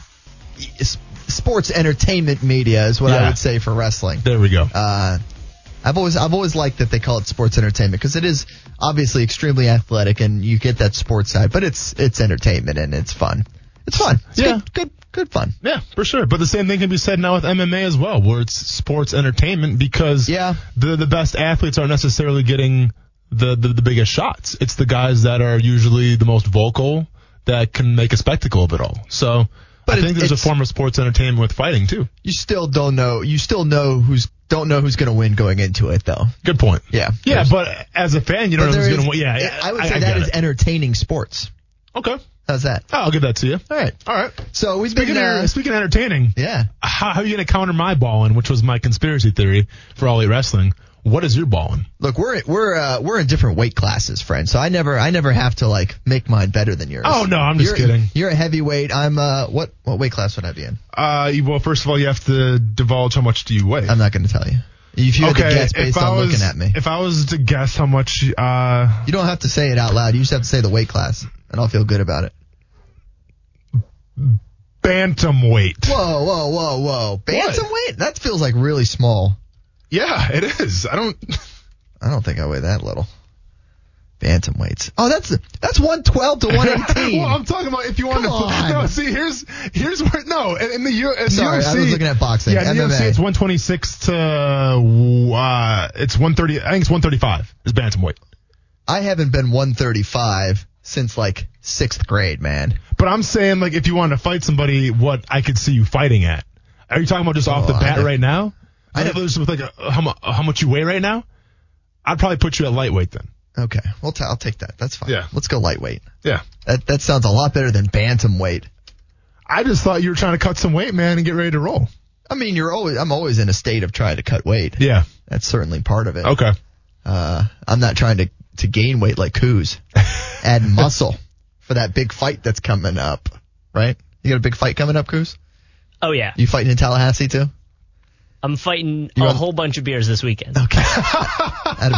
Speaker 4: e, s- sports entertainment media is what I
Speaker 5: Yeah.
Speaker 4: would say for wrestling.
Speaker 5: There we go.
Speaker 4: uh, I've always I've always liked that they call it sports entertainment because it is obviously extremely athletic and you get that sports side, but it's it's entertainment and it's fun. It's fun. It's
Speaker 5: Yeah.
Speaker 4: good, good good fun.
Speaker 5: yeah, for sure. But the same thing can be said now with MMA as well, where it's sports entertainment because
Speaker 4: Yeah.
Speaker 5: the the best athletes aren't necessarily getting the, the the biggest shots. It's the guys that are usually the most vocal that can make a spectacle of it all. So
Speaker 4: But
Speaker 5: I think
Speaker 4: it-
Speaker 5: there's a
Speaker 4: it's-
Speaker 5: form of sports entertainment with fighting too.
Speaker 4: You still don't know. You still know who's don't know who's gonna win going into it though.
Speaker 5: Good point.
Speaker 4: Yeah.
Speaker 5: Yeah,
Speaker 4: There's-
Speaker 5: but as a fan, you don't know
Speaker 4: there
Speaker 5: who's
Speaker 4: is-
Speaker 5: going to win. Yeah,
Speaker 4: I would
Speaker 5: I-
Speaker 4: say
Speaker 5: I
Speaker 4: that
Speaker 5: get
Speaker 4: is
Speaker 5: it.
Speaker 4: entertaining sports.
Speaker 5: Okay.
Speaker 4: How's that?
Speaker 5: Oh, I'll give that to you.
Speaker 4: All right.
Speaker 5: All right.
Speaker 4: So we've
Speaker 5: Speaking,
Speaker 4: been.
Speaker 5: of,
Speaker 4: Uh,
Speaker 5: speaking of entertaining,
Speaker 4: yeah.
Speaker 5: how, how are you going to counter my balling, which was my conspiracy theory for All Elite Wrestling? What is your balling?
Speaker 4: Look, we're we're uh, we're in different weight classes, friend. So I never I never have to like make mine better than yours.
Speaker 5: Oh, no, I'm just
Speaker 4: You're-
Speaker 5: kidding.
Speaker 4: You're a heavyweight. I'm uh what what weight class would I be in?
Speaker 5: Uh, you- well, first of all, you have to divulge how much do you weigh.
Speaker 4: I'm not going to tell you. If you had to guess based on
Speaker 5: was,
Speaker 4: looking at me,
Speaker 5: If I was to guess how much, uh,
Speaker 4: you don't have to say it out loud. You just have to say the weight class, and I'll feel good about it.
Speaker 5: bantamweight.
Speaker 4: Whoa, whoa, whoa, whoa! Bantamweight? That feels like really small.
Speaker 5: Yeah, it is. I don't.
Speaker 4: I don't think I weigh that little. Bantamweights. Oh, that's that's one twelve to one eighteen.
Speaker 5: well, I'm talking about if you want
Speaker 4: Come
Speaker 5: to.
Speaker 4: on.
Speaker 5: No, see, here's here's where no in in the U. in the
Speaker 4: Sorry,
Speaker 5: UFC,
Speaker 4: I was looking at boxing.
Speaker 5: Yeah, in the
Speaker 4: MMA.
Speaker 5: UFC, it's 126 to uh, it's 130. I think it's 135 is bantamweight.
Speaker 4: I haven't been one thirty five since like sixth grade, man.
Speaker 5: But I'm saying like if you want to fight somebody, what I could see you fighting at. Are you talking about just off
Speaker 4: Oh,
Speaker 5: the
Speaker 4: I
Speaker 5: bat
Speaker 4: don't-
Speaker 5: right now? I
Speaker 4: don't-
Speaker 5: know there's like a, how, mu- how much you weigh right now. I'd probably put you at lightweight then.
Speaker 4: Okay, well, t- I'll take that. That's fine.
Speaker 5: Yeah.
Speaker 4: Let's go lightweight.
Speaker 5: Yeah.
Speaker 4: That that sounds a lot better than bantamweight.
Speaker 5: I just thought you were trying to cut some weight, man, and get ready to roll.
Speaker 4: I mean, you're always I'm always in a state of trying to cut weight.
Speaker 5: Yeah.
Speaker 4: That's certainly part of it.
Speaker 5: Okay.
Speaker 4: Uh, I'm not trying to to gain weight like Coos. Add muscle for that big fight that's coming up, right? You got a big fight coming up, Coos?
Speaker 6: Oh yeah,
Speaker 4: You fighting in Tallahassee too?
Speaker 6: I'm fighting
Speaker 4: You're
Speaker 6: a
Speaker 4: on-
Speaker 6: whole bunch of beers this weekend.
Speaker 4: Okay. Atta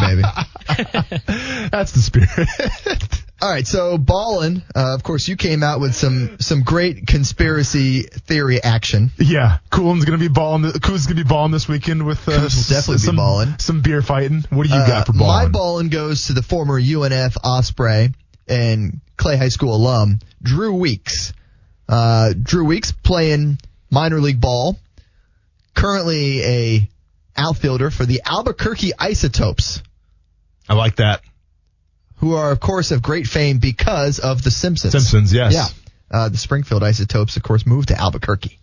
Speaker 4: baby.
Speaker 5: That's the spirit.
Speaker 4: All right, so Ballin, uh, of course, you came out with some some great conspiracy theory action.
Speaker 5: yeah. Coolin's going to be balling. Cool's going to be balling this weekend with uh,
Speaker 4: Coos will definitely be
Speaker 5: some,
Speaker 4: balling.
Speaker 5: some beer fighting. What do you
Speaker 4: Uh,
Speaker 5: got for balling?
Speaker 4: My Ballin goes to the former UNF Osprey and Clay High School alum Drew Weeks. Uh, Drew Weeks playing minor league ball, currently a outfielder for the Albuquerque Isotopes.
Speaker 5: I like that.
Speaker 4: who are, of course, of great fame because of The Simpsons.
Speaker 5: Simpsons, yes.
Speaker 4: Yeah. Uh, the Springfield Isotopes, of course, moved to Albuquerque.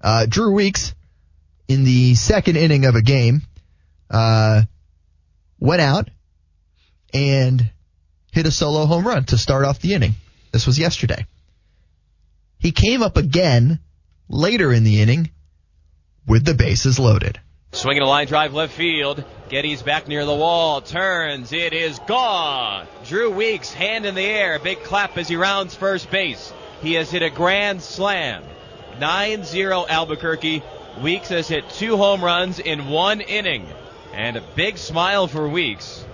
Speaker 4: Uh, Drew Weeks, in the second inning of a game, uh, went out and hit a solo home run to start off the inning. This was yesterday. He came up again later in the inning with the bases loaded.
Speaker 8: Swinging a line drive left field. Getty's back near the wall. Turns. It is gone. Drew Weeks, hand in the air. Big clap as he rounds first base. He has hit a grand slam. 9 0 Albuquerque. Weeks has hit two home runs in one inning. And a big smile for Weeks.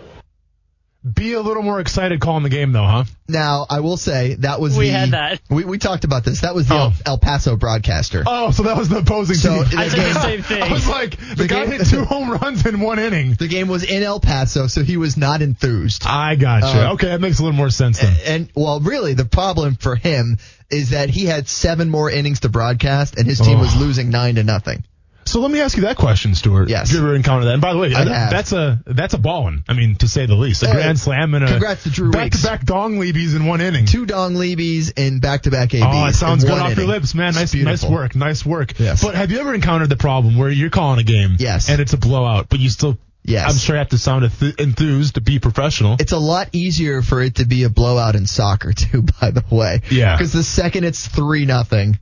Speaker 5: Be a little more excited calling the game, though, huh?
Speaker 4: Now, I will say that was
Speaker 6: We
Speaker 4: the,
Speaker 6: had that.
Speaker 4: We, we talked about this. That was the
Speaker 5: Oh.
Speaker 4: El Paso broadcaster.
Speaker 5: Oh, so that was the opposing
Speaker 4: So
Speaker 5: team.
Speaker 4: the
Speaker 6: I said the
Speaker 4: game,
Speaker 6: same thing.
Speaker 5: I was like, the, guy
Speaker 4: game-
Speaker 5: hit two home runs in one inning.
Speaker 4: the game was in El Paso, so he was not enthused.
Speaker 5: I gotcha.
Speaker 4: Oh.
Speaker 5: okay, that makes a little more sense then.
Speaker 4: And well, really, the problem for him is that he had seven more innings to broadcast, and his team was
Speaker 5: Oh.
Speaker 4: losing nine to nothing.
Speaker 5: So let me ask you that question, Stuart.
Speaker 4: Yes.
Speaker 5: Did you ever encounter that? And by the way,
Speaker 4: I
Speaker 5: that-
Speaker 4: have.
Speaker 5: that's a that's a ballin'. I mean, to say the least, a
Speaker 4: Hey,
Speaker 5: grand slam and a
Speaker 4: congrats to Drew
Speaker 5: back
Speaker 4: Weeks.
Speaker 5: to back dong leabies in one inning.
Speaker 4: Two Dong Levies and back-to-back ABs.
Speaker 5: Oh, it sounds
Speaker 4: in
Speaker 5: good
Speaker 4: one
Speaker 5: off your
Speaker 4: inning.
Speaker 5: lips, man.
Speaker 4: It's
Speaker 5: Nice, nice
Speaker 4: beautiful.
Speaker 5: work, nice work.
Speaker 4: Yes.
Speaker 5: But have you ever encountered the problem where you're calling a game,
Speaker 4: Yes.
Speaker 5: and it's a blowout, but you still,
Speaker 4: Yes.
Speaker 5: I'm sure you have to sound enth- enthused to be professional.
Speaker 4: It's a lot easier for it to be a blowout in soccer, too. By the way,
Speaker 5: Yeah.
Speaker 4: Because the second it's three nothing,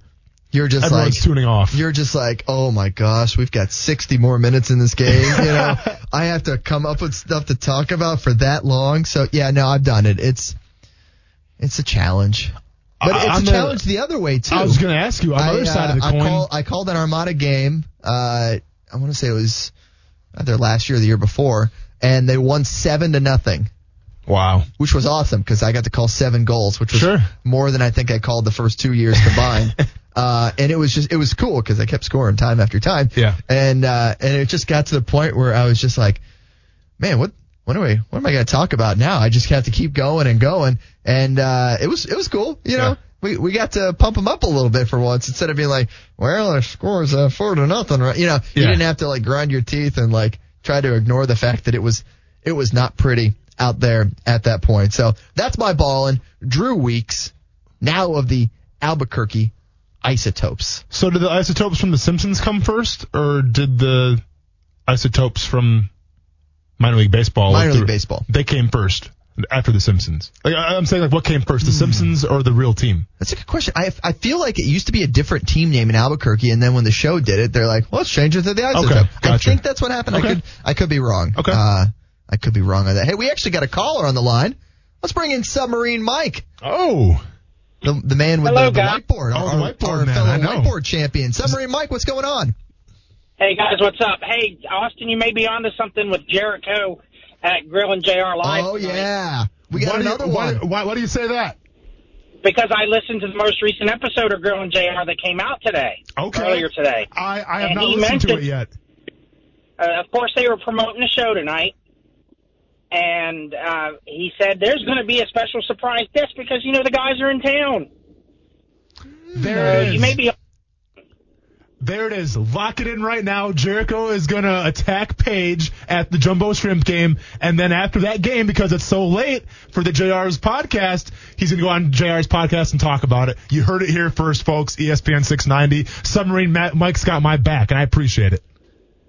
Speaker 4: you're just
Speaker 5: Everyone's
Speaker 4: like
Speaker 5: tuning off.
Speaker 4: you're just like, oh my gosh, we've got 60 more minutes in this game. You know, I have to come up with stuff to talk about for that long. So yeah, no, I've done it. It's it's a challenge, but
Speaker 5: I-
Speaker 4: it's
Speaker 5: I'm
Speaker 4: a
Speaker 5: a-
Speaker 4: challenge the other way too.
Speaker 5: I was going to ask you on the
Speaker 4: I,
Speaker 5: other side of the
Speaker 4: uh, I
Speaker 5: coin.
Speaker 4: call- I called an Armada game. Uh, I want to say it was either last year or the year before, and they won seven to nothing.
Speaker 5: wow.
Speaker 4: Which was awesome because I got to call seven goals, which was
Speaker 5: Sure.
Speaker 4: more than I think I called the first two years combined. uh, and it was just it was cool because I kept scoring time after time.
Speaker 5: Yeah.
Speaker 4: And uh, and it just got to the point where I was just like, man, what what am I what am I gonna talk about now? I just have to keep going and going. And uh, it was it was cool, you know.
Speaker 5: Yeah.
Speaker 4: We, we got to pump them up a little bit for once instead of being like, well, our score's uh, four to nothing, right? You know, you
Speaker 5: Yeah.
Speaker 4: didn't have to like grind your teeth and like try to ignore the fact that it was it was not pretty out there at that point. So that's my ball and Drew Weeks, now of the Albuquerque Isotopes.
Speaker 5: So did the isotopes from The Simpsons come first, or did the isotopes from minor league baseball?
Speaker 4: Minor
Speaker 5: like the-
Speaker 4: league baseball.
Speaker 5: They came first. after The Simpsons? Like, I- I'm saying, like, what came first, The
Speaker 4: Hmm.
Speaker 5: Simpsons or the real team?
Speaker 4: That's a good question. I, I feel like it used to be a different team name in Albuquerque, and then when the show did it, they're like, well, let's change it to the Isotope.
Speaker 5: Okay,
Speaker 4: I
Speaker 5: gotcha.
Speaker 4: think that's what happened. I
Speaker 5: Okay.
Speaker 4: could I could be wrong.
Speaker 5: Okay.
Speaker 4: Uh, I could be wrong on that. Hey, we actually got a caller on the line. Let's bring in Submarine Mike,
Speaker 5: Oh,
Speaker 4: the, the man with
Speaker 9: Hello,
Speaker 4: the, the
Speaker 9: guys.
Speaker 4: whiteboard,
Speaker 5: Oh,
Speaker 4: our,
Speaker 5: the whiteboard
Speaker 4: our
Speaker 5: man,
Speaker 4: fellow
Speaker 5: I know.
Speaker 4: whiteboard champion. Submarine Mike, what's going on?
Speaker 9: Hey guys, what's up? Hey Austin, you may be onto something with Jericho at Grill and JR Live.
Speaker 4: oh,
Speaker 9: tonight.
Speaker 4: yeah. We got
Speaker 5: why, do you,
Speaker 4: another
Speaker 5: why,
Speaker 4: one.
Speaker 5: why, why do you say that?
Speaker 9: Because I listened to the most recent episode of Grill and JR that came out today.
Speaker 5: Okay.
Speaker 9: Earlier today.
Speaker 5: I, I have
Speaker 9: And
Speaker 5: not
Speaker 9: he
Speaker 5: listened to it
Speaker 9: mentioned-
Speaker 5: yet.
Speaker 9: uh, of course, they were promoting the show tonight, and uh, he said there's going to be a special surprise guest because you know the guys are in town.
Speaker 5: There it
Speaker 9: You
Speaker 5: is.
Speaker 9: may be
Speaker 5: There it is. Lock it in right now. Jericho is going to attack Paige at the Jumbo Shrimp game. And then after that game, because it's so late for the JR's podcast, he's going to go on JR's podcast and talk about it. You heard it here first, folks. E ESPN 690. Submarine Matt, Mike's got my back, and I appreciate it.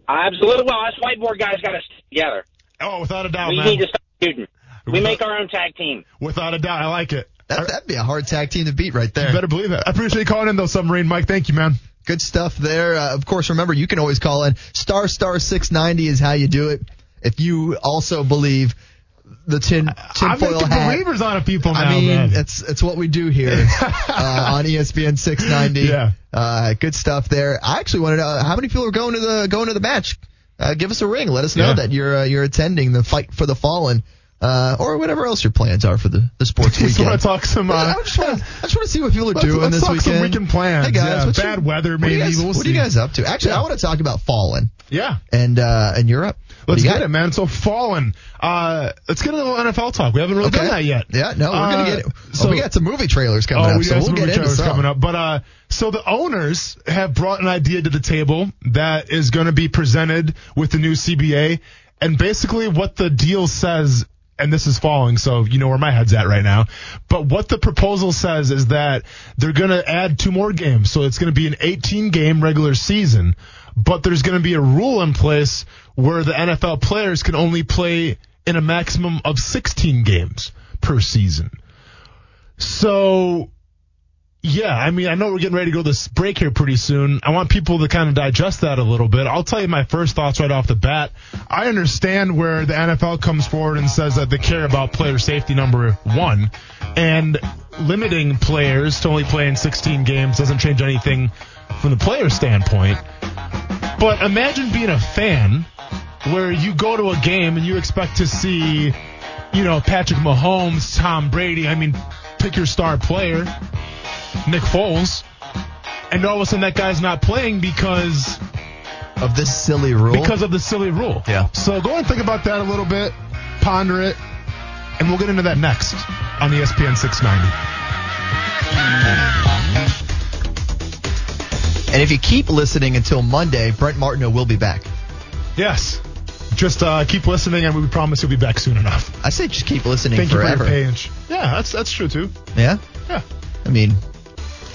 Speaker 9: absolutely well. Us whiteboard guys got to stick together.
Speaker 5: Oh, without a doubt,
Speaker 9: We
Speaker 5: man.
Speaker 9: need to stop shooting. We make our own tag team.
Speaker 5: Without a doubt. I like it.
Speaker 4: That, that'd be a hard tag team to beat right there.
Speaker 5: You better believe it. I appreciate you calling in, though, Submarine Mike. Thank you, man.
Speaker 4: Good stuff there. Uh, of course, remember you can always call in. Star star six ninety is how you do it. If you also believe the tin
Speaker 5: I'm
Speaker 4: tinfoil
Speaker 5: making
Speaker 4: hat,
Speaker 5: believers out of people now,
Speaker 4: I mean
Speaker 5: man.
Speaker 4: it's it's what we do here uh, on ESPN six ninety.
Speaker 5: Yeah.
Speaker 4: Uh, good stuff there. I actually wanted to know how many people are going to the going to the match. Uh, give us a ring. Let us know
Speaker 5: Yeah.
Speaker 4: that you're uh, you're attending the fight for the fallen. Uh, or whatever else your plans are for the, the sports
Speaker 5: Just
Speaker 4: weekend.
Speaker 5: wanna talk some, uh,
Speaker 4: I just want to see what people are
Speaker 5: Let's-
Speaker 4: doing
Speaker 5: let's
Speaker 4: this
Speaker 5: talk some
Speaker 4: weekend.
Speaker 5: weekend plans.
Speaker 4: Hey guys,
Speaker 5: Yeah,
Speaker 4: what's
Speaker 5: bad weather,
Speaker 4: what do you
Speaker 5: maybe.
Speaker 4: guys-
Speaker 5: We'll
Speaker 4: what are you
Speaker 5: see.
Speaker 4: guys up to? Actually,
Speaker 5: Yeah.
Speaker 4: I want to talk about Fallen
Speaker 5: yeah.
Speaker 4: and uh, and Europe. What
Speaker 5: Let's
Speaker 4: do you
Speaker 5: get
Speaker 4: got?
Speaker 5: it, man. So fallen. Uh, let's get a little NFL talk. We haven't really
Speaker 4: Okay.
Speaker 5: done that yet.
Speaker 4: Yeah, no, we're
Speaker 5: Uh,
Speaker 4: gonna get it.
Speaker 5: so-
Speaker 4: oh, we got some movie trailers coming
Speaker 5: Oh,
Speaker 4: up,
Speaker 5: we
Speaker 4: so
Speaker 5: got
Speaker 4: we'll
Speaker 5: some
Speaker 4: get
Speaker 5: movie
Speaker 4: into
Speaker 5: trailers
Speaker 4: some.
Speaker 5: coming up. But uh, so the owners have brought an idea to the table that is going to be presented with the new CBA, and basically what the deal says. And this is falling, so you know where my head's at right now. But what the proposal says is that they're going to add two more games. So it's going to be an 18 game regular season, but there's going to be a rule in place where the NFL players can only play in a maximum of 16 games per season. So, yeah, I mean, I know we're getting ready to go to this break here pretty soon. I want people to kind of digest that a little bit. I'll tell you my first thoughts right off the bat. I understand where the NFL comes forward and says that they care about player safety number one, and limiting players to only playing 16 games doesn't change anything from the player standpoint. But imagine being a fan where you go to a game and you expect to see, you know, Patrick Mahomes, Tom Brady, I mean, pick your star player, Nick Foles, and all of a sudden that guy's not playing because
Speaker 4: Of this silly rule,
Speaker 5: because of the silly rule.
Speaker 4: Yeah.
Speaker 5: So go and think about that a little bit, ponder it, and we'll get into that next on E ESPN 690.
Speaker 4: and if you keep listening until Monday, Brent Martineau will be back.
Speaker 5: Yes. Just uh, keep listening, and we promise you'll be back soon enough.
Speaker 4: I say just keep listening
Speaker 5: Thank
Speaker 4: forever.
Speaker 5: you for your page. Yeah, that's that's true too.
Speaker 4: yeah,
Speaker 5: Yeah,
Speaker 4: I mean,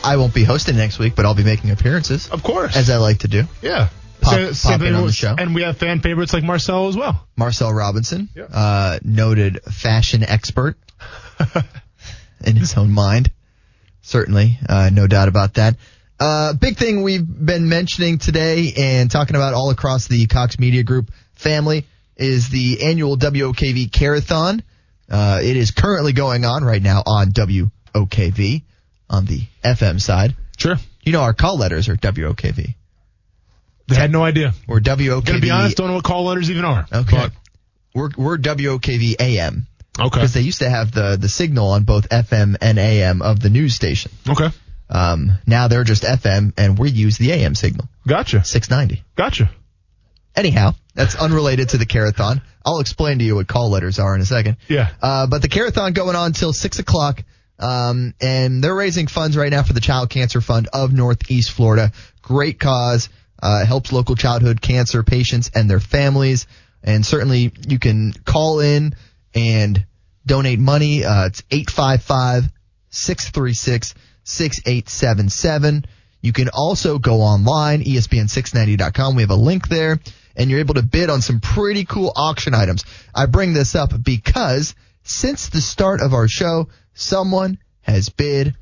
Speaker 4: I won't be hosting next week, but I'll be making appearances
Speaker 5: of course.
Speaker 4: as I like to do.
Speaker 5: Yeah.
Speaker 4: Pop-
Speaker 5: Same- same
Speaker 4: pop
Speaker 5: thing
Speaker 4: in on
Speaker 5: with-
Speaker 4: the show.
Speaker 5: And we have fan favorites like Marcelo as well.
Speaker 4: Marcel Robinson,
Speaker 5: Yeah.
Speaker 4: uh, noted fashion expert in his own mind. Certainly, uh, no doubt about that. Uh, big thing we've been mentioning today and talking about all across the Cox Media Group family is the annual WOKV Carathon. Uh, it is currently going on right now on WOKV on the FM side.
Speaker 5: Sure.
Speaker 4: You know, our call letters are WOKV
Speaker 5: They had no idea.
Speaker 4: or WOKV.
Speaker 5: Gonna be honest, don't know what call letters even are.
Speaker 4: okay. We're, we're WOKV AM.
Speaker 5: But- okay.
Speaker 4: because they used to have the the signal on both FM and AM of the news station.
Speaker 5: okay.
Speaker 4: Um, now they're just FM, and we use the AM signal,
Speaker 5: Gotcha.
Speaker 4: 690.
Speaker 5: Gotcha.
Speaker 4: Anyhow, that's unrelated to the Carathon. I'll explain to you what call letters are in a second.
Speaker 5: Yeah.
Speaker 4: Uh, but the Carathon going on till six o'clock. Um, and they're raising funds right now for the Child Cancer Fund of Northeast Florida. Great cause. Uh, helps local childhood cancer patients and their families. And certainly you can call in and donate money. Uh, it's 855-636-6877. You can also go online, E espn690.com. We have a link there and you're able to bid on some pretty cool auction items. I bring this up because Since the start of our show, someone has bid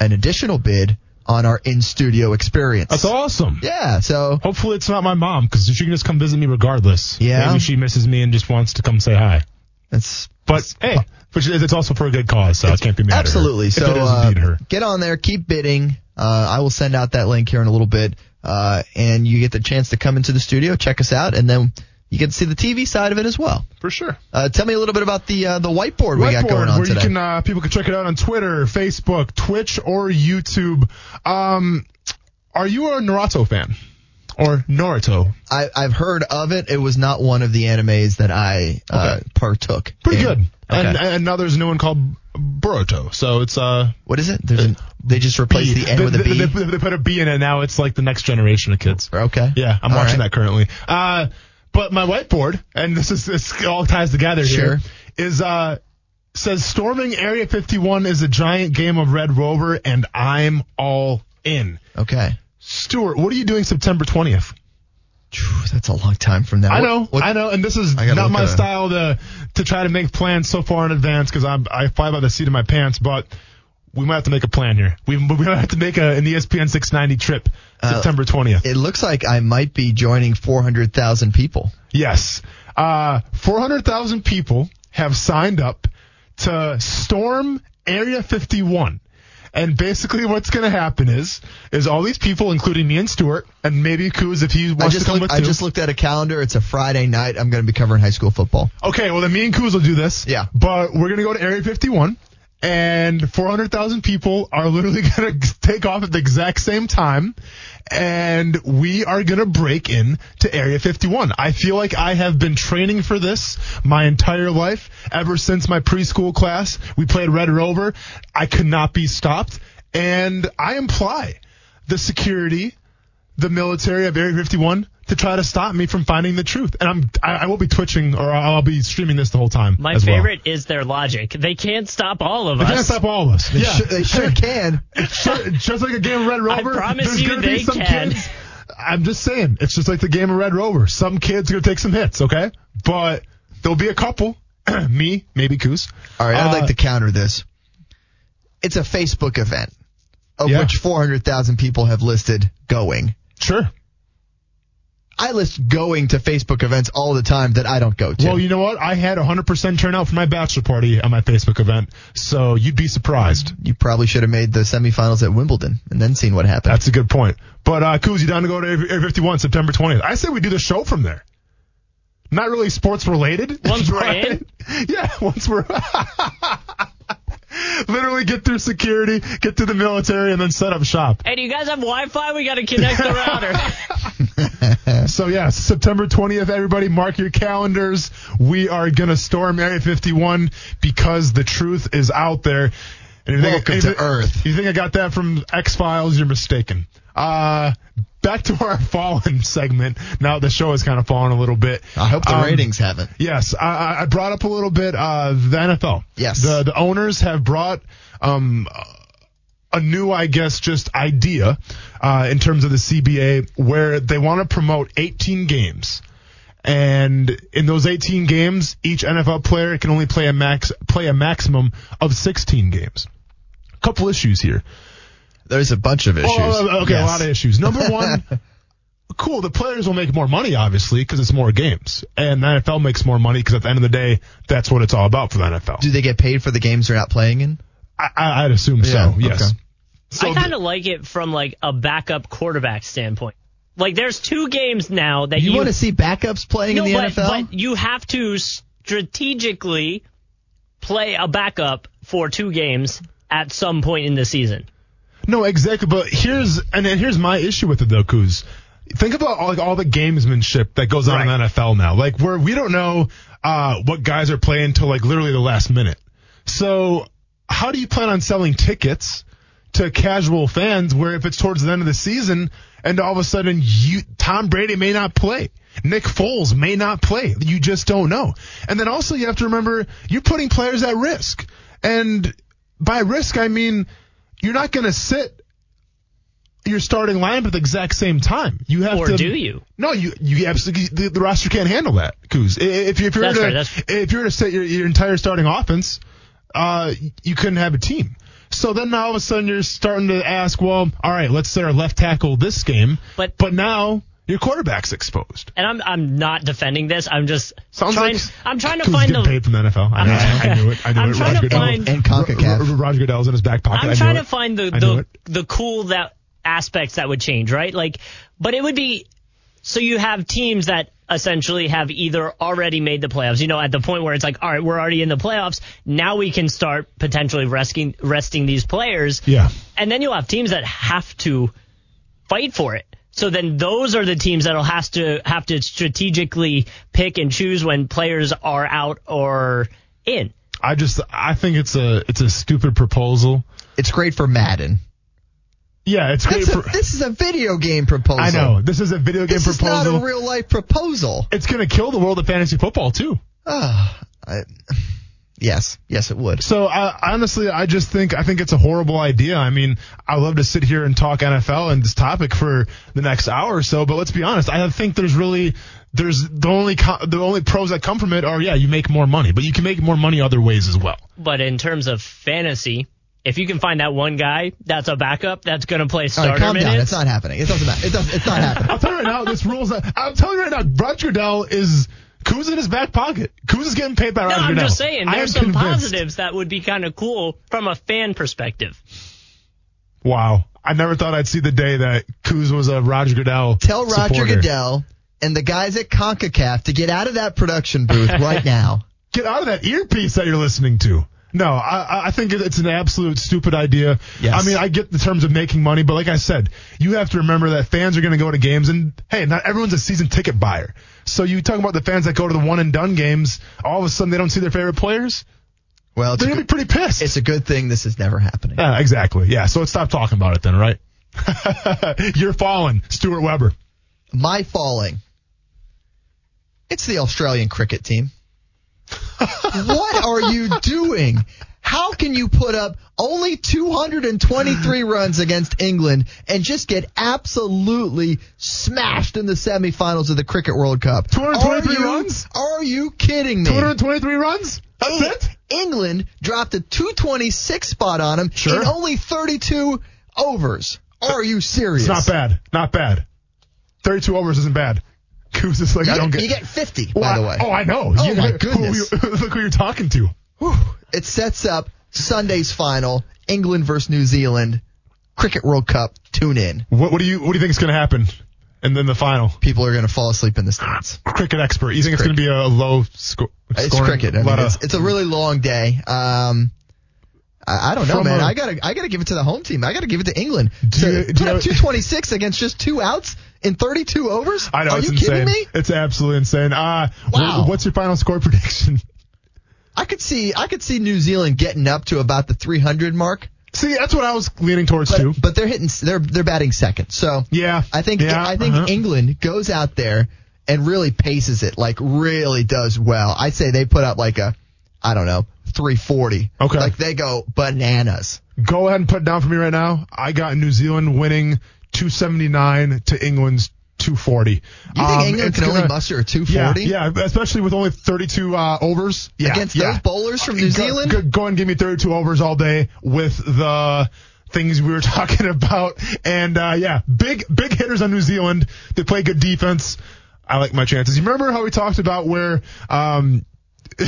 Speaker 4: an additional bid on our in studio experience.
Speaker 5: That's awesome.
Speaker 4: Yeah, so
Speaker 5: Hopefully it's not my mom because she can just come visit me regardless.
Speaker 4: Yeah.
Speaker 5: Maybe she misses me and just wants to come say hi.
Speaker 4: that's
Speaker 5: But hey, which is, it's also for a good cause, so I can't be mad.
Speaker 4: Absolutely.
Speaker 5: At her,
Speaker 4: So
Speaker 5: if it is
Speaker 4: uh,
Speaker 5: indeed her.
Speaker 4: get on there, keep bidding. Uh, I will send out that link here in a little bit, uh, and you get the chance to come into the studio, check us out, and then you get to see the TV side of it as well.
Speaker 5: for sure.
Speaker 4: Uh, tell me a little bit about the uh, the whiteboard, we got going
Speaker 5: Whiteboard,
Speaker 4: on
Speaker 5: where
Speaker 4: today.
Speaker 5: you can uh, people can check it out on Twitter, Facebook, Twitch, or YouTube. Um, are you a Naruto fan or Naruto?
Speaker 4: I, I've heard of it. It was not one of the animes that I uh, partook.
Speaker 5: Pretty
Speaker 4: in.
Speaker 5: good.
Speaker 4: Okay.
Speaker 5: And, and now there's a new one called Boruto. So it's uh,
Speaker 4: what is it? There's an, they just replaced the N
Speaker 5: They-
Speaker 4: with a B.
Speaker 5: They, they- they put a B in it. Now it's like the next generation of kids.
Speaker 4: okay.
Speaker 5: Yeah, I'm
Speaker 4: All
Speaker 5: watching
Speaker 4: right.
Speaker 5: that currently. Uh, but my whiteboard, and this is this all ties together
Speaker 4: Sure.
Speaker 5: here, is uh says storming Area 51 is a giant game of Red Rover, and I'm all in.
Speaker 4: Okay.
Speaker 5: Stuart, what are you doing September 20th?
Speaker 4: Phew, That's a long time from now.
Speaker 5: I
Speaker 4: What-
Speaker 5: know,
Speaker 4: what-
Speaker 5: I know, and this is
Speaker 4: I gotta
Speaker 5: not
Speaker 4: look
Speaker 5: my
Speaker 4: at it.
Speaker 5: style to to try to make plans so far in advance because I I fly by the seat of my pants, but. We might have to make a plan here. We we might have to make a, an E ESPN 690 trip September 20th.
Speaker 4: Uh, It looks like I might be joining 400,000 people.
Speaker 5: Yes. Uh, 400,000 people have signed up to storm Area 51. And basically what's going to happen is, is all these people, including me and Stuart, and maybe Kuz if he
Speaker 4: I
Speaker 5: wants to
Speaker 4: just,
Speaker 5: come
Speaker 4: look,
Speaker 5: with
Speaker 4: I
Speaker 5: too.
Speaker 4: just looked at a calendar. It's a Friday night. I'm going to be covering high school football.
Speaker 5: okay, well then me and Kuz will do this.
Speaker 4: Yeah.
Speaker 5: But we're going to go to Area 51. And 400,000 people are literally going to take off at the exact same time. And we are going to break in to Area 51. I feel like I have been training for this my entire life. Ever since my preschool class, we played Red Rover. I could not be stopped. And I imply the security, the military of Area 51 to try to stop me from finding the truth. And I'm, I, I will be twitching or I'll be streaming this the whole time.
Speaker 6: My
Speaker 5: as well.
Speaker 6: favorite is their logic. They can't stop all of
Speaker 5: They
Speaker 6: us.
Speaker 5: can't stop all of us.
Speaker 4: They, sure, they sure can.
Speaker 5: Sure, just like a game of Red Rover.
Speaker 6: promise
Speaker 5: there's
Speaker 6: you
Speaker 5: gonna
Speaker 6: they
Speaker 5: be some
Speaker 6: can.
Speaker 5: Kids, I'm just saying, it's just like the game of Red Rover. Some kids are gonna take some hits, okay? But there'll be a couple. Me, maybe Coos.
Speaker 4: All right, I'd
Speaker 5: Uh,
Speaker 4: like to counter this. It's a Facebook event of
Speaker 5: Yeah.
Speaker 4: which 400,000 people have listed going.
Speaker 5: Sure.
Speaker 4: I list going to Facebook events all the time that I don't go to.
Speaker 5: Well, you know what? I had 100% turnout for my bachelor party on my Facebook event, so you'd be surprised.
Speaker 4: you probably should have made the semifinals at Wimbledon and then seen what happened.
Speaker 5: That's a good point. But uh, Kuz, you down to go to Air 51 September 20th? I say we do the show from there. Not really sports related.
Speaker 6: Once we're
Speaker 5: but-
Speaker 6: in?
Speaker 5: Yeah, once we're. Literally get through security, get through the military, and then set up shop.
Speaker 6: Hey, do you guys have Wi-Fi? We got to connect the router.
Speaker 5: So yeah, September 20th, everybody, mark your calendars. We are gonna storm Area 51 because the truth is out there. And if you
Speaker 4: Welcome
Speaker 5: if
Speaker 4: to
Speaker 5: you-
Speaker 4: Earth.
Speaker 5: if You think I got that from X Files? You're mistaken. Uh, back to our fallen segment. Now the show has kind of fallen a little bit.
Speaker 4: I hope the
Speaker 5: Um,
Speaker 4: ratings haven't.
Speaker 5: Yes, I- I, I brought up a little bit uh, the NFL.
Speaker 4: Yes.
Speaker 5: the the owners have brought um, a new, I guess, just idea uh, in terms of the CBA where they want to promote 18 games, and in those 18 games, each NFL player can only play a max play a maximum of 16 games. A couple issues here.
Speaker 4: There's a bunch of issues.
Speaker 5: Oh, okay, a
Speaker 4: Yes.
Speaker 5: lot of issues. Number one, cool, the players will make more money, obviously, because it's more games. And the NFL makes more money because at the end of the day, that's what it's all about for the NFL.
Speaker 4: Do they get paid for the games they're not playing in?
Speaker 5: I, I, I'd assume
Speaker 4: Yeah,
Speaker 5: so, yes.
Speaker 4: okay.
Speaker 5: So
Speaker 6: I kind of like it from like a backup quarterback standpoint. Like there's two games now that
Speaker 4: You,
Speaker 6: you,
Speaker 4: want to see backups playing
Speaker 6: no,
Speaker 4: in the
Speaker 6: but,
Speaker 4: NFL?
Speaker 6: but you have to strategically play a backup for two games at some point in the season.
Speaker 5: No, exactly. But here's and then here's my issue with it though, Kuz. Think about all, like all the gamesmanship that goes on in the NFL now. Like where we don't know uh, what guys are playing till like literally the last minute. So how do you plan on selling tickets to casual fans? Where if it's towards the end of the season and all of a sudden you Tom Brady may not play. Nick Foles may not play. You just don't know. And then also you have to remember you're putting players at risk. And by risk I mean you're not going to sit your starting lineup at the exact same time. You have
Speaker 6: Or
Speaker 5: to,
Speaker 6: do you?
Speaker 5: No, you you absolutely the, the roster can't handle that. Coos, if, you- if you're
Speaker 6: That's
Speaker 5: gonna,
Speaker 6: right, that's-
Speaker 5: if you're to set your, your entire starting offense, uh, you couldn't have a team. So then now all of a sudden you're starting to ask, well, all right, let's set our left tackle this game,
Speaker 6: But-
Speaker 5: but now your quarterback's exposed.
Speaker 6: and I'm I'm not defending this. I'm just
Speaker 5: Sounds
Speaker 6: trying.
Speaker 5: like
Speaker 6: I'm trying to
Speaker 5: Coos
Speaker 6: find the.
Speaker 5: getting paid from the NFL. I, know, I, I knew it. I knew
Speaker 6: I'm
Speaker 5: it. Roger
Speaker 6: trying to
Speaker 5: Goodell.
Speaker 6: find-
Speaker 4: And
Speaker 5: R- R-
Speaker 4: CONCACAF.
Speaker 5: Roger Goodell's in his back pocket. I
Speaker 6: I'm
Speaker 5: knew
Speaker 6: trying
Speaker 5: it.
Speaker 6: to find the
Speaker 5: I knew
Speaker 6: the,
Speaker 5: it.
Speaker 6: the cool that aspects that would change, right? Like, but it would be so you have teams that essentially have either already made the playoffs. You know, at the point where it's like, all right, we're already in the playoffs. Now we can start potentially resting resting these players.
Speaker 5: Yeah.
Speaker 6: and then you'll have teams that have to fight for it. So then those are the teams that'll has to have to strategically pick and choose when players are out or in.
Speaker 5: I just I think it's a it's a stupid proposal.
Speaker 4: It's great for Madden.
Speaker 5: Yeah, it's great
Speaker 4: That's a,
Speaker 5: for.
Speaker 4: this is a video game proposal.
Speaker 5: I know this is a video game
Speaker 4: This is
Speaker 5: proposal.
Speaker 4: not a real life proposal.
Speaker 5: it's going to kill the world of fantasy football too.
Speaker 4: Ah, I, yes, yes, it would.
Speaker 5: So I, honestly, I just think I think it's a horrible idea. I mean, I love to sit here and talk NFL and this topic for the next hour or so, but let's be honest. I think there's really there's the only co- the only pros that come from it are yeah, you make more money, but you can make more money other ways as well.
Speaker 6: But in terms of fantasy, if you can find that one guy that's a backup that's going to play
Speaker 4: All
Speaker 6: starter
Speaker 4: right, calm
Speaker 6: minutes,
Speaker 4: down. It's not happening. It doesn't matter. It does, it's not happening.
Speaker 5: I'll tell you right now, this rules. I'm telling you right now, Roger Goodell is Kuz in his back pocket. Kuz is getting paid by
Speaker 6: no,
Speaker 5: Roger
Speaker 6: I'm
Speaker 5: Goodell.
Speaker 6: just saying
Speaker 5: I am
Speaker 6: there's some
Speaker 5: convinced.
Speaker 6: positives that would be kind of cool from a fan perspective.
Speaker 5: Wow, I never thought I'd see the day that Kuz was a Roger Goodell.
Speaker 4: Tell Roger
Speaker 5: supporter.
Speaker 4: Goodell and the guys at CONCACAF to get out of that production booth right now.
Speaker 5: get out of that earpiece that you're listening to. No, I, I- I think it- it's an absolute stupid idea.
Speaker 4: Yes.
Speaker 5: I mean, I get the terms of making money, but like I said, you have to remember that fans are going to go to games, and hey, not everyone's a season ticket buyer. So you talk about the fans that go to the one and done games, all of a sudden they don't see their favorite players.
Speaker 4: Well, it's
Speaker 5: They're
Speaker 4: a,
Speaker 5: going to
Speaker 4: good,
Speaker 5: be pretty pissed.
Speaker 4: it's a good thing this is never happening.
Speaker 5: yeah, exactly. Yeah. So let's stop talking about it then, right? you're falling, Stuart Weber.
Speaker 4: My falling. It's the Australian cricket team. what are you doing? How can you put up only 223 runs against England and just get absolutely smashed in the semifinals of the Cricket World Cup?
Speaker 5: 223
Speaker 4: Are you-
Speaker 5: runs?
Speaker 4: Are you kidding me?
Speaker 5: 223 runs. That's
Speaker 4: Eng-
Speaker 5: it.
Speaker 4: England dropped a 226 spot on them
Speaker 5: Sure.
Speaker 4: in only 32 overs. Are you serious?
Speaker 5: It's not bad. Not bad. 32 overs isn't bad. Kuz is like, I don't get
Speaker 4: You get 50,
Speaker 5: Well,
Speaker 4: by
Speaker 5: I-
Speaker 4: the way.
Speaker 5: Oh, I know.
Speaker 4: Oh, my
Speaker 5: who
Speaker 4: goodness.
Speaker 5: you- look who you're talking to.
Speaker 4: Whew. It sets up Sunday's final, England versus New Zealand, Cricket World Cup. Tune in.
Speaker 5: What, what do you What do you think is going to happen? And then the final
Speaker 4: People are going to fall asleep in the stands.
Speaker 5: cricket expert. You think it's going to be a low score?
Speaker 4: It's cricket. I mean, it's, it's a really long day. Um, I, I don't know,
Speaker 5: From
Speaker 4: man.
Speaker 5: a-
Speaker 4: I gotta, I gotta give it to the home team. I gotta give it to England. So,
Speaker 5: you- do
Speaker 4: put
Speaker 5: you-
Speaker 4: up 226 against just two outs in 32 overs.
Speaker 5: I know.
Speaker 4: Are
Speaker 5: it's
Speaker 4: you
Speaker 5: insane.
Speaker 4: kidding me?
Speaker 5: It's absolutely insane. Uh,
Speaker 4: Wow.
Speaker 5: wh- What's your final score prediction?
Speaker 4: I could see, I could see New Zealand getting up to about the 300 mark,
Speaker 5: See, that's what I was leaning towards
Speaker 4: but,
Speaker 5: too.
Speaker 4: but they're hitting, they're they're batting second. So
Speaker 5: yeah.
Speaker 4: I think
Speaker 5: Yeah,
Speaker 4: I think
Speaker 5: uh-huh.
Speaker 4: England goes out there and really paces it, like really does well. I'd say they put up like a, I don't know, 340.
Speaker 5: Okay.
Speaker 4: Like they go bananas.
Speaker 5: Go ahead and put it down for me right now. I got New Zealand winning 279 to England's 240. You
Speaker 4: You think England can only muster a 240?
Speaker 5: Yeah, yeah, especially with only 32 uh, overs. Yeah,
Speaker 4: Against
Speaker 5: yeah. Uh,
Speaker 4: those bowlers from New
Speaker 5: Go-
Speaker 4: Zealand?
Speaker 5: Go, go and give me 32 overs all day with the things we were talking about. And uh, yeah, big big hitters on New Zealand. They play good defense. I like my chances. You remember how we talked about where um,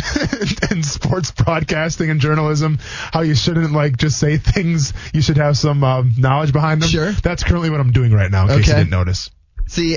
Speaker 5: in sports broadcasting and journalism, how you shouldn't like just say things. You should have some um, knowledge behind them.
Speaker 4: Sure.
Speaker 5: That's currently what I'm doing right now. In case you
Speaker 4: Okay.
Speaker 5: didn't notice.
Speaker 4: See,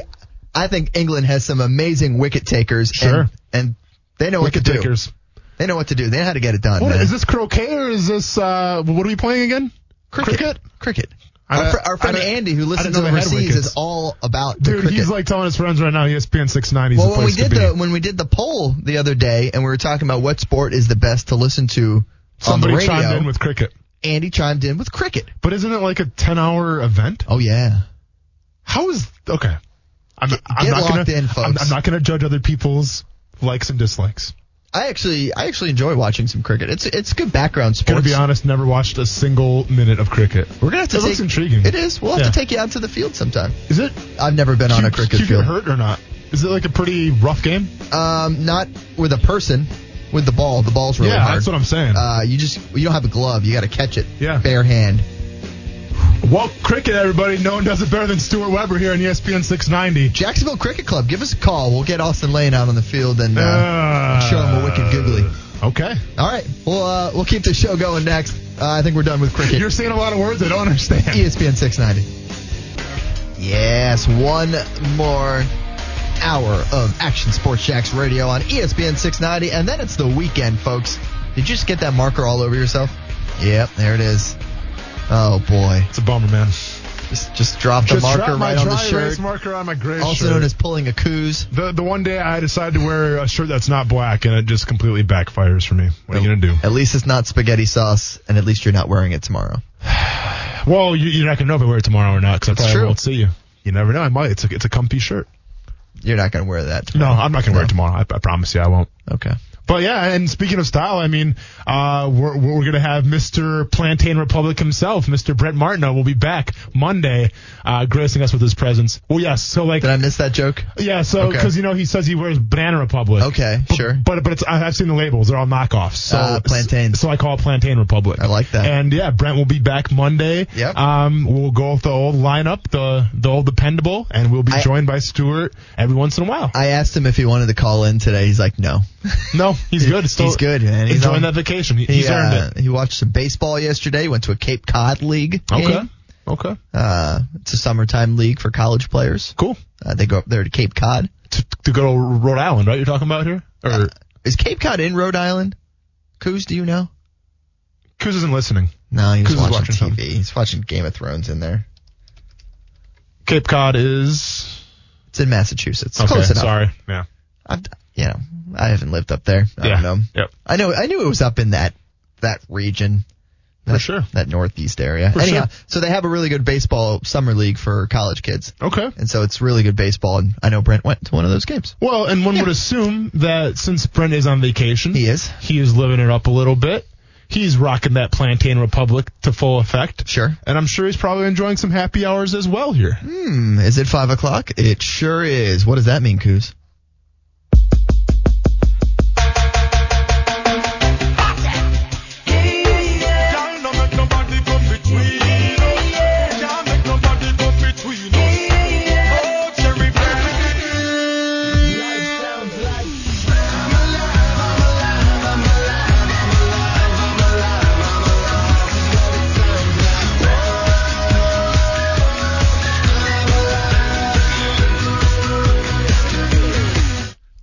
Speaker 4: I think England has some amazing wicket takers.
Speaker 5: Sure.
Speaker 4: And, and they know what
Speaker 5: Wicket
Speaker 4: to
Speaker 5: takers.
Speaker 4: do. They know what to do. They know how to get it done.
Speaker 5: What
Speaker 4: man.
Speaker 5: is this croquet or is this uh what are we playing again?
Speaker 4: Cricket. Cricket.
Speaker 5: I-
Speaker 4: our, fr- our
Speaker 5: I-
Speaker 4: friend
Speaker 5: I-
Speaker 4: Andy, who
Speaker 5: I
Speaker 4: listens
Speaker 5: didn't know they had
Speaker 4: overseas,
Speaker 5: wickets.
Speaker 4: is all about the
Speaker 5: Dude,
Speaker 4: cricket.
Speaker 5: he's like telling his friends right now E ESPN 690 is
Speaker 4: Well,
Speaker 5: the
Speaker 4: when we
Speaker 5: place
Speaker 4: did
Speaker 5: to be.
Speaker 4: the when we did the poll the other day, and we were talking about what sport is the best to listen to
Speaker 5: Somebody
Speaker 4: on the radio,
Speaker 5: chimed in with cricket.
Speaker 4: Andy chimed in with cricket.
Speaker 5: But isn't it like a 10-hour event?
Speaker 4: Oh yeah,
Speaker 5: How is okay. I'm, I'm
Speaker 4: get
Speaker 5: not gonna,
Speaker 4: locked in,
Speaker 5: I'm-
Speaker 4: folks.
Speaker 5: I'm not going to judge other people's likes and dislikes.
Speaker 4: I actually I actually enjoy watching some cricket. It's it's good background
Speaker 5: Gonna
Speaker 4: sports.
Speaker 5: be honest, never watched a single minute of cricket.
Speaker 4: We're gonna have to.
Speaker 5: It
Speaker 4: take,
Speaker 5: looks intriguing.
Speaker 4: It is. We'll have
Speaker 5: Yeah.
Speaker 4: to take you out to the field sometime.
Speaker 5: Is it
Speaker 4: I've never been on a
Speaker 5: Cute-
Speaker 4: cricket
Speaker 5: cute
Speaker 4: field.
Speaker 5: get hurt or not? Is it like a pretty rough game?
Speaker 4: Um, not with a person, with the ball. The ball's really
Speaker 5: yeah,
Speaker 4: hard.
Speaker 5: that's what I'm saying.
Speaker 4: uh, you just you don't have a glove. You got to catch it.
Speaker 5: Yeah.
Speaker 4: Bare hand.
Speaker 5: well, cricket, everybody. No one does it better than Stuart Weber here on E ESPN 690.
Speaker 4: Jacksonville Cricket Club, give us a call. We'll get Austin Lane out on the field and, uh,
Speaker 5: Uh,
Speaker 4: and show him a wicked googly.
Speaker 5: Okay.
Speaker 4: All right, we'll uh, we'll keep the show going next. Uh, I think we're done with cricket. E
Speaker 5: You're saying a lot of words I don't understand.
Speaker 4: ESPN 690. Yes, one more hour of Action Sports Shacks radio on E ESPN 690, and then it's the weekend, folks. Did you just get that marker all over yourself? Yep, there it is. Oh boy,
Speaker 5: It's a bummer, man.
Speaker 4: just just drop the
Speaker 5: Just
Speaker 4: marker
Speaker 5: drop my
Speaker 4: right on the
Speaker 5: dry erase
Speaker 4: shirt,
Speaker 5: marker on my gray
Speaker 4: also
Speaker 5: shirt.
Speaker 4: known as pulling a coos.
Speaker 5: the, the one day I decide to wear a shirt that's not black and it just completely backfires for me. What are you going to do?
Speaker 4: At least it's not spaghetti sauce, and at least you're not wearing it tomorrow.
Speaker 5: Well, you, you're not going to know if I wear it tomorrow or not because I probably
Speaker 4: true.
Speaker 5: won't see you. You never know. I might. It's a, it's a comfy shirt.
Speaker 4: You're not going to wear that.
Speaker 5: No,
Speaker 4: Tomorrow.
Speaker 5: I'm not going to wear it tomorrow. I, I promise you I won't.
Speaker 4: Okay.
Speaker 5: But yeah, and speaking of style, I mean, uh, we're we're gonna have Mr. Plantain Republic himself, Mr. Brett Martineau, will be back Monday, uh, gracing us with his presence. Well, yes, so like,
Speaker 4: Did I miss that joke?
Speaker 5: yeah, so
Speaker 4: Okay.
Speaker 5: because you know he says he wears Banana Republic.
Speaker 4: Okay,
Speaker 5: B-
Speaker 4: sure.
Speaker 5: But but it's I- I've seen the labels; they're all knockoffs. So
Speaker 4: Ah, plantain.
Speaker 5: So, I call it Plantain Republic.
Speaker 4: I like that.
Speaker 5: And yeah, Brent will be back Monday.
Speaker 4: Yep.
Speaker 5: Um, we'll go with the old lineup, the the old dependable, and we'll be
Speaker 4: I-
Speaker 5: joined by Stuart every once in a while.
Speaker 4: I asked him if he wanted to call in today. He's like, no.
Speaker 5: no, he's good. Still
Speaker 4: He's good, man. He's
Speaker 5: enjoying
Speaker 4: on-
Speaker 5: that vacation. He, he's
Speaker 4: he,
Speaker 5: earned it.
Speaker 4: uh, He watched some baseball yesterday. Went to a Cape Cod League.
Speaker 5: Okay.
Speaker 4: game.
Speaker 5: Okay.
Speaker 4: Uh, it's a summertime league for college players.
Speaker 5: Cool.
Speaker 4: Uh, they go up there to Cape Cod.
Speaker 5: To, to go to Rhode Island, right? You're talking about here? Or
Speaker 4: Is Cape Cod in Rhode Island? Coos, do you know?
Speaker 5: Kuz isn't listening.
Speaker 4: No, he was
Speaker 5: Coos is
Speaker 4: watching,
Speaker 5: watching
Speaker 4: TV.
Speaker 5: something.
Speaker 4: He's watching Game of Thrones in there.
Speaker 5: Cape Cod is.
Speaker 4: It's in Massachusetts.
Speaker 5: Okay.
Speaker 4: Close enough.
Speaker 5: Sorry. Yeah.
Speaker 4: I've, you know, I haven't lived up there. I don't
Speaker 5: yeah.
Speaker 4: know.
Speaker 5: Yep.
Speaker 4: I know. I knew it was up in that that region. That,
Speaker 5: sure.
Speaker 4: That northeast area.
Speaker 5: For
Speaker 4: Anyhow,
Speaker 5: sure.
Speaker 4: so they have a really good baseball summer league for college kids.
Speaker 5: Okay.
Speaker 4: And so it's really good baseball. And I know Brent went to one of those games.
Speaker 5: Well, and one would assume that since Brent is on vacation,
Speaker 4: He is.
Speaker 5: he is living it up a little bit. He's rocking that Plantain Republic to full effect.
Speaker 4: Sure.
Speaker 5: And I'm sure he's probably enjoying some happy hours as well here.
Speaker 4: Hmm, is it five o'clock? It sure is. What does that mean, Coos?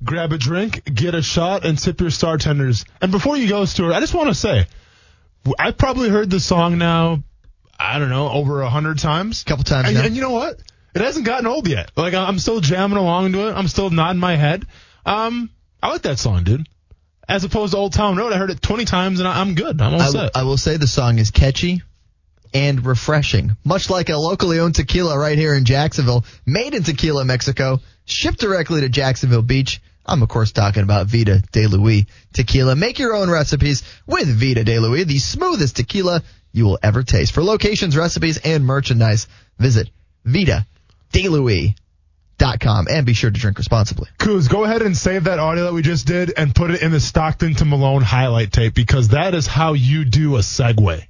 Speaker 5: grab a drink, get a shot, and sip your Star Tenders. And before you go, Stuart, I just want to say, w- I've probably heard this song now, I don't know, over a hundred times.
Speaker 4: Couple times
Speaker 5: And,
Speaker 4: now.
Speaker 5: and you know what? It hasn't gotten old yet. Like I- I'm still jamming along to it. I'm still nodding my head. Um, I like that song, dude. As opposed to Old Town Road, I heard it 20 times and I- I'm good. I'm all
Speaker 4: I,
Speaker 5: set.
Speaker 4: I will say the song is catchy and refreshing, much like a locally owned tequila right here in Jacksonville, made in Tequila, Mexico, shipped directly to Jacksonville Beach. I'm of course talking about Vita De Louis tequila. Make your own recipes with Vita De Louis, the smoothest tequila you will ever taste. For locations, recipes, and merchandise, visit VitaDeLouis.com and be sure to drink responsibly.
Speaker 5: Coos, go ahead and save that audio that we just did and put it in the Stockton to Malone highlight tape because that is how you do a segue.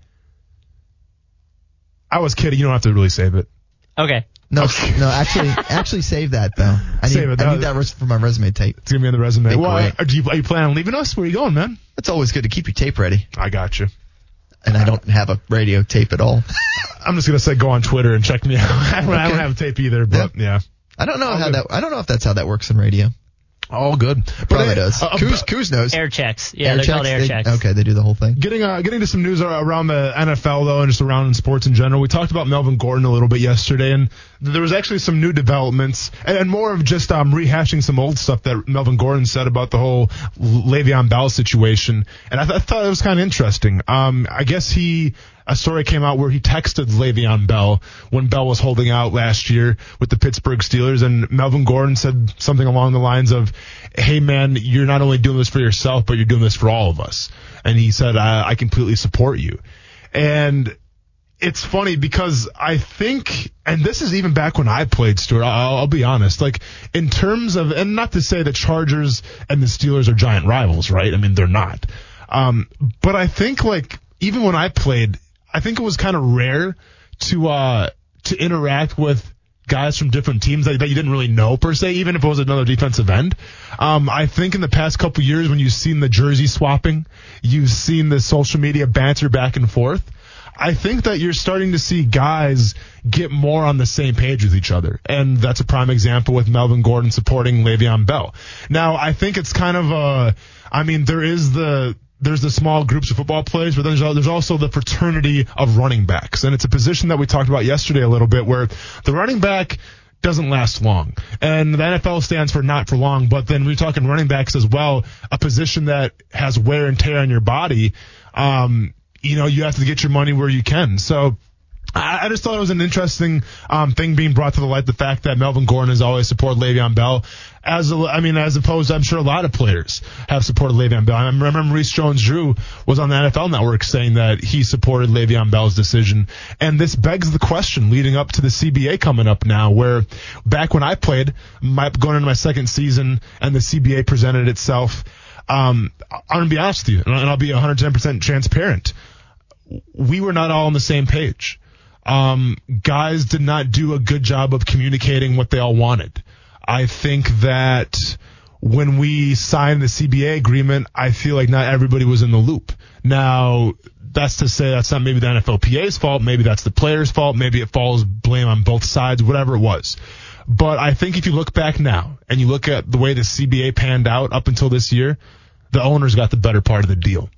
Speaker 5: I was kidding. You don't have to really save it.
Speaker 6: Okay.
Speaker 4: No, no, actually, actually save that though. I need,
Speaker 5: Save it.
Speaker 4: I need that res- for my resume tape.
Speaker 5: It's gonna be on the resume.
Speaker 4: Big
Speaker 5: Well,
Speaker 4: great.
Speaker 5: are you, are you planning on leaving us? Where are you going, man?
Speaker 4: It's always good to keep your tape ready.
Speaker 5: I got you.
Speaker 4: and I don't have a radio tape at all.
Speaker 5: I'm just gonna say go on Twitter and check me out. I don't, I don't
Speaker 4: Okay.
Speaker 5: have tape either, but yeah,
Speaker 4: I don't know how
Speaker 5: good.
Speaker 4: that. I don't know if that's how that works in radio.
Speaker 5: all good. But
Speaker 4: Probably
Speaker 5: hey,
Speaker 4: does.
Speaker 5: uh,
Speaker 4: Coos, Coos knows.
Speaker 6: Air checks. Yeah, they're called air
Speaker 4: They-
Speaker 6: checks.
Speaker 4: okay, they do the whole thing.
Speaker 5: Getting uh, getting to some news ar- around the NFL though, and just around in sports in general. We talked about Melvin Gordon a little bit yesterday, and th- there was actually some new developments, and, and more of just um, rehashing some old stuff that Melvin Gordon said about the whole Le'Veon Bell situation. And I, th- I thought it was kind of interesting. Um, I guess he a story came out where he texted Le'Veon Bell when Bell was holding out last year with the Pittsburgh Steelers, and Melvin Gordon said something along the lines of, "Hey man, you're not only doing this for yourself, but you're doing this for all of us." And he said, "I, I completely support you," and it's funny because I think, and this is even back when I played Stuart. I'll, I'll be honest, like in terms of, and not to say the Chargers and the Steelers are giant rivals, right? I mean, they're not. Um, but I think like even when I played, I think it was kind of rare to uh, to interact with guys from different teams that, that you didn't really know per se, even if it was another defensive end. Um, I think in the past couple years, when you've seen the jersey swapping, you've seen the social media banter back and forth. I think that you're starting to see guys get more on the same page with each other. And that's a prime example with Melvin Gordon supporting Le'Veon Bell. Now, I think it's kind of a, I mean, there is the, there's the small groups of football players, but there's, al- there's also the fraternity of running backs. And it's a position that we talked about yesterday a little bit where the running back, doesn't last long. And the NFL stands for not for long, but then we're talking running backs as well, a position that has wear and tear on your body. Um, you know, you have to get your money where you can. So I, I just thought it was an interesting um, thing being brought to the light. The fact that Melvin Gordon has always supported Le'Veon Bell, as a, I mean, as opposed, I'm sure a lot of players have supported Le'Veon Bell. I remember Maurice Jones-Drew was on the NFL Network saying that he supported Le'Veon Bell's decision, and this begs the question leading up to the CBA coming up now, where back when I played, my, going into my second season, and the CBA presented itself. Um, I- I'm gonna be honest with you, and I- and I'll be 110% transparent we were not all on the same page. Um, guys did not do a good job of communicating what they all wanted. I think that when we signed the CBA agreement, I feel like not everybody was in the loop. Now, that's to say that's not maybe the NFLPA's fault. Maybe that's the player's fault. Maybe it falls blame on both sides, whatever it was. But I think if you look back now and you look at the way the CBA panned out up until this year, the owners got the better part of the deal.